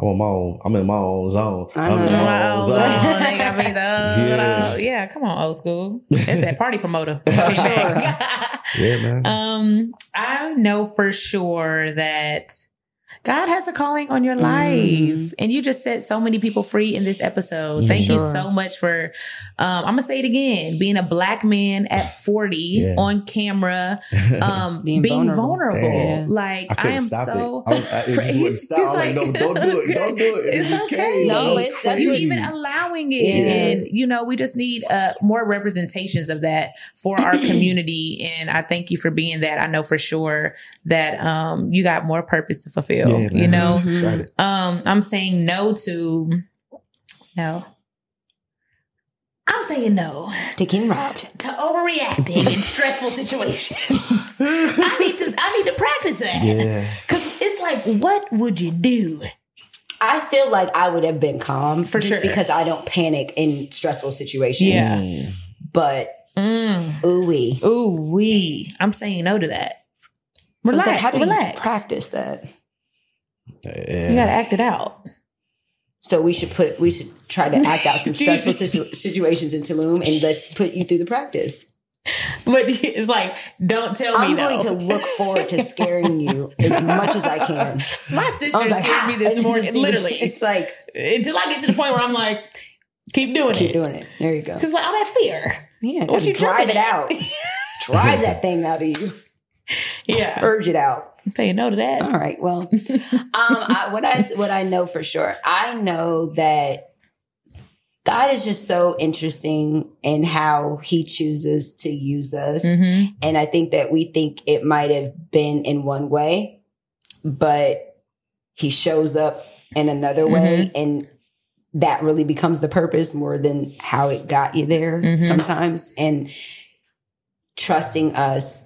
[SPEAKER 4] I'm on my own. I'm in my own zone.
[SPEAKER 2] I
[SPEAKER 4] I'm
[SPEAKER 2] know.
[SPEAKER 3] [LAUGHS]
[SPEAKER 4] in my
[SPEAKER 3] Wow,
[SPEAKER 4] own
[SPEAKER 3] wow,
[SPEAKER 4] zone.
[SPEAKER 3] "Oh, they got me
[SPEAKER 4] [LAUGHS] Yeah.
[SPEAKER 3] though. Yeah, come on, old school. It's that party
[SPEAKER 4] [LAUGHS]
[SPEAKER 3] promoter.
[SPEAKER 4] For [LAUGHS]
[SPEAKER 2] sure.
[SPEAKER 4] Yeah, man.
[SPEAKER 3] um, I know for sure that God has a calling on your life.
[SPEAKER 4] Mm-hmm.
[SPEAKER 2] Mhm.
[SPEAKER 3] And you just set so many people free in this episode.
[SPEAKER 4] Mhm.
[SPEAKER 3] Thank you
[SPEAKER 2] Sure.
[SPEAKER 3] so much for um I'm gonna say it again, being a black man at 40
[SPEAKER 4] Yeah.
[SPEAKER 3] on
[SPEAKER 4] [LAUGHS]
[SPEAKER 3] camera, um
[SPEAKER 2] Being
[SPEAKER 3] being,
[SPEAKER 2] vulnerable.
[SPEAKER 3] vulnerable.
[SPEAKER 4] Damn.
[SPEAKER 3] Like
[SPEAKER 4] I
[SPEAKER 3] I,
[SPEAKER 4] couldn't
[SPEAKER 3] am
[SPEAKER 4] stop
[SPEAKER 3] so
[SPEAKER 4] it.
[SPEAKER 3] [LAUGHS]
[SPEAKER 4] I, was, I it just wouldn't
[SPEAKER 3] He's
[SPEAKER 4] stop. I was like,
[SPEAKER 3] like-
[SPEAKER 4] no, don't do it. Don't do
[SPEAKER 3] [LAUGHS]
[SPEAKER 4] it. And it
[SPEAKER 3] It's
[SPEAKER 4] just
[SPEAKER 3] okay.
[SPEAKER 4] came.
[SPEAKER 2] No,
[SPEAKER 4] It was
[SPEAKER 2] it's- that's
[SPEAKER 4] crazy.
[SPEAKER 2] what-
[SPEAKER 3] even allowing it.
[SPEAKER 2] Yeah.
[SPEAKER 3] And, you know, we just need uh, more representations of that for our community. And I thank you for being that. I know for sure that um, you got more purpose to fulfill,
[SPEAKER 4] Yeah, man.
[SPEAKER 3] you know? [LAUGHS]
[SPEAKER 4] I'm excited.
[SPEAKER 3] Um, I'm saying no to, no. I'm saying no
[SPEAKER 2] To getting robbed.
[SPEAKER 3] to overreacting in stressful situations. I need to I need to practice that.
[SPEAKER 4] Yeah.
[SPEAKER 3] Cause it's like, what would you do?
[SPEAKER 2] I feel like I would have been calm
[SPEAKER 3] For
[SPEAKER 2] just
[SPEAKER 3] sure.
[SPEAKER 2] because I don't panic in stressful situations.
[SPEAKER 3] Yeah.
[SPEAKER 4] Mm.
[SPEAKER 2] But
[SPEAKER 3] Mm.
[SPEAKER 2] ooh wee.
[SPEAKER 3] Ooh wee! I'm saying no to that. Relax.
[SPEAKER 2] how do
[SPEAKER 3] relax.
[SPEAKER 2] you practice that?
[SPEAKER 3] You gotta
[SPEAKER 4] Yeah.
[SPEAKER 3] act it out. [LAUGHS]
[SPEAKER 2] So we should put we should try to act out
[SPEAKER 3] [LAUGHS]
[SPEAKER 2] some
[SPEAKER 3] Do you-
[SPEAKER 2] stressful situ- situations in Tulum and let's put you through the practice.
[SPEAKER 3] But it's like, don't tell
[SPEAKER 2] I'm
[SPEAKER 3] me
[SPEAKER 2] going
[SPEAKER 3] no.
[SPEAKER 2] to look forward to scaring you as much as I can.
[SPEAKER 3] My
[SPEAKER 2] I'm
[SPEAKER 3] sister
[SPEAKER 2] like,
[SPEAKER 3] scared me
[SPEAKER 2] "Ah," [LAUGHS]
[SPEAKER 3] this
[SPEAKER 2] and you
[SPEAKER 3] morning,
[SPEAKER 2] just see-
[SPEAKER 3] literally,
[SPEAKER 2] It's [LAUGHS] like
[SPEAKER 3] until I get to the point where I'm like, keep doing
[SPEAKER 2] keep
[SPEAKER 3] it,
[SPEAKER 2] doing it. There you go.
[SPEAKER 3] because like all that fear.
[SPEAKER 2] Yeah,
[SPEAKER 3] What
[SPEAKER 2] gotta
[SPEAKER 3] you
[SPEAKER 2] drive
[SPEAKER 3] tripping
[SPEAKER 2] it [LAUGHS]
[SPEAKER 3] at?
[SPEAKER 2] out. drive that thing out of you.
[SPEAKER 3] [LAUGHS] Yeah,
[SPEAKER 2] Urge it out.
[SPEAKER 3] I'm saying no to that.
[SPEAKER 2] All right. [LAUGHS] Well, um, I, what I what I know for sure, I know that God is just so interesting in how he chooses to use us.
[SPEAKER 3] Mhm.
[SPEAKER 2] And I think that we think it might have been in one way, but he shows up in another way. And that really becomes the purpose more than how it got you there
[SPEAKER 3] Mhm.
[SPEAKER 2] sometimes. And trusting us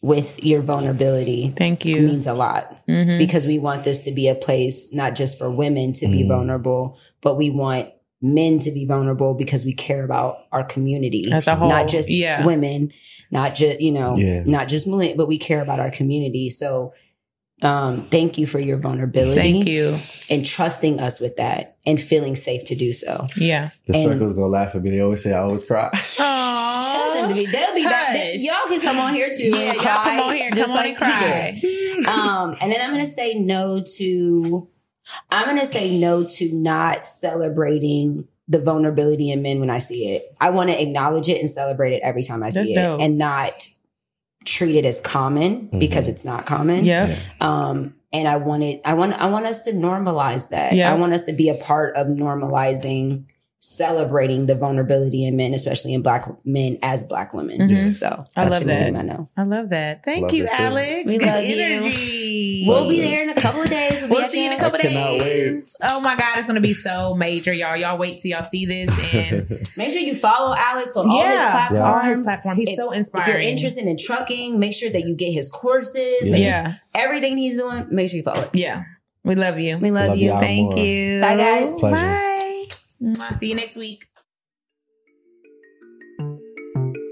[SPEAKER 2] with your vulnerability
[SPEAKER 3] Thank you.
[SPEAKER 2] means a lot
[SPEAKER 3] Mhm.
[SPEAKER 2] because we want this to be a place not just for women to be
[SPEAKER 4] Mhm.
[SPEAKER 2] vulnerable, but we want men to be vulnerable because we care about our community
[SPEAKER 3] As a whole.
[SPEAKER 2] not just
[SPEAKER 3] Oh, yeah.
[SPEAKER 2] women, not just you know,
[SPEAKER 4] Yeah.
[SPEAKER 2] not just millenn- but we care about our community. So um thank you for your vulnerability
[SPEAKER 3] Thank you.
[SPEAKER 2] and trusting us with that and feeling safe to do so.
[SPEAKER 3] Yeah.
[SPEAKER 4] The
[SPEAKER 2] And-
[SPEAKER 4] circle's gonna laugh at me. They always say I always [LAUGHS] cry.
[SPEAKER 2] Tell them to be, they'll be back.
[SPEAKER 3] Oh, Hush.
[SPEAKER 2] Y'all can come on here too.
[SPEAKER 3] Yeah,
[SPEAKER 2] and
[SPEAKER 3] y'all
[SPEAKER 2] cry,
[SPEAKER 3] come on here.
[SPEAKER 2] just
[SPEAKER 3] Come on
[SPEAKER 2] like
[SPEAKER 3] and
[SPEAKER 2] we
[SPEAKER 3] cry.
[SPEAKER 2] did. um, and then I'm gonna say no to I'm gonna say no to not celebrating the vulnerability in men when I see it. I wanna acknowledge it and celebrate it every time I see
[SPEAKER 3] That's
[SPEAKER 2] it
[SPEAKER 3] dope.
[SPEAKER 2] and not treat it as common because it's not common.
[SPEAKER 3] Yep.
[SPEAKER 4] Yeah.
[SPEAKER 2] Um and I want it I want I want us to normalize that.
[SPEAKER 3] Yeah.
[SPEAKER 2] I want us to be a part of normalizing celebrating the vulnerability in men, especially in black men as black women.
[SPEAKER 3] Mhm.
[SPEAKER 4] Yes.
[SPEAKER 2] So
[SPEAKER 3] I
[SPEAKER 2] that's
[SPEAKER 3] love
[SPEAKER 2] gonna be
[SPEAKER 3] that.
[SPEAKER 2] my no.
[SPEAKER 3] I love that. Thank
[SPEAKER 4] Love
[SPEAKER 3] you,
[SPEAKER 4] it too.
[SPEAKER 3] Alex.
[SPEAKER 2] We
[SPEAKER 3] Good
[SPEAKER 2] love you.
[SPEAKER 3] energy.
[SPEAKER 2] We'll be there in a couple of days. be
[SPEAKER 3] We'll
[SPEAKER 2] at
[SPEAKER 3] see you in a
[SPEAKER 2] y'all's-
[SPEAKER 3] couple
[SPEAKER 4] I cannot
[SPEAKER 3] days. Oh my God, it's gonna be so major, y'all. Y'all wait till y'all see this and
[SPEAKER 4] [LAUGHS]
[SPEAKER 2] Make sure you follow Alex on all his
[SPEAKER 3] yeah,
[SPEAKER 2] platforms.
[SPEAKER 4] Yeah.
[SPEAKER 3] all his platform. He's
[SPEAKER 2] If-
[SPEAKER 3] so
[SPEAKER 2] If you're
[SPEAKER 3] inspiring.
[SPEAKER 2] interested in trucking, make sure that you get his courses.
[SPEAKER 4] Yeah.
[SPEAKER 2] Make sure-
[SPEAKER 3] yeah,
[SPEAKER 2] everything he's doing, make sure you follow it.
[SPEAKER 3] yeah. We love you.
[SPEAKER 2] We love,
[SPEAKER 4] Love
[SPEAKER 2] you.
[SPEAKER 4] y'all.
[SPEAKER 3] Thank
[SPEAKER 4] more.
[SPEAKER 3] you.
[SPEAKER 2] Bye, guys.
[SPEAKER 4] Pleasure.
[SPEAKER 3] Bye. Mwah. See you next week.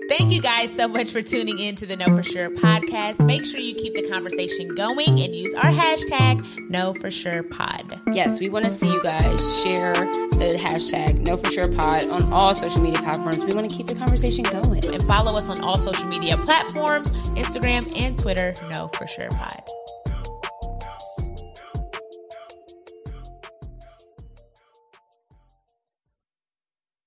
[SPEAKER 1] Thank you guys so much for tuning in to the Know For Sure podcast. Make sure you keep the conversation going and use our hashtag Know For Sure Pod.
[SPEAKER 5] Yes, we want to see you guys share the hashtag NoForSurePod on all social media platforms. We want to keep the conversation going.
[SPEAKER 1] And follow us on all social media platforms Instagram and Twitter, Know For Sure Pod.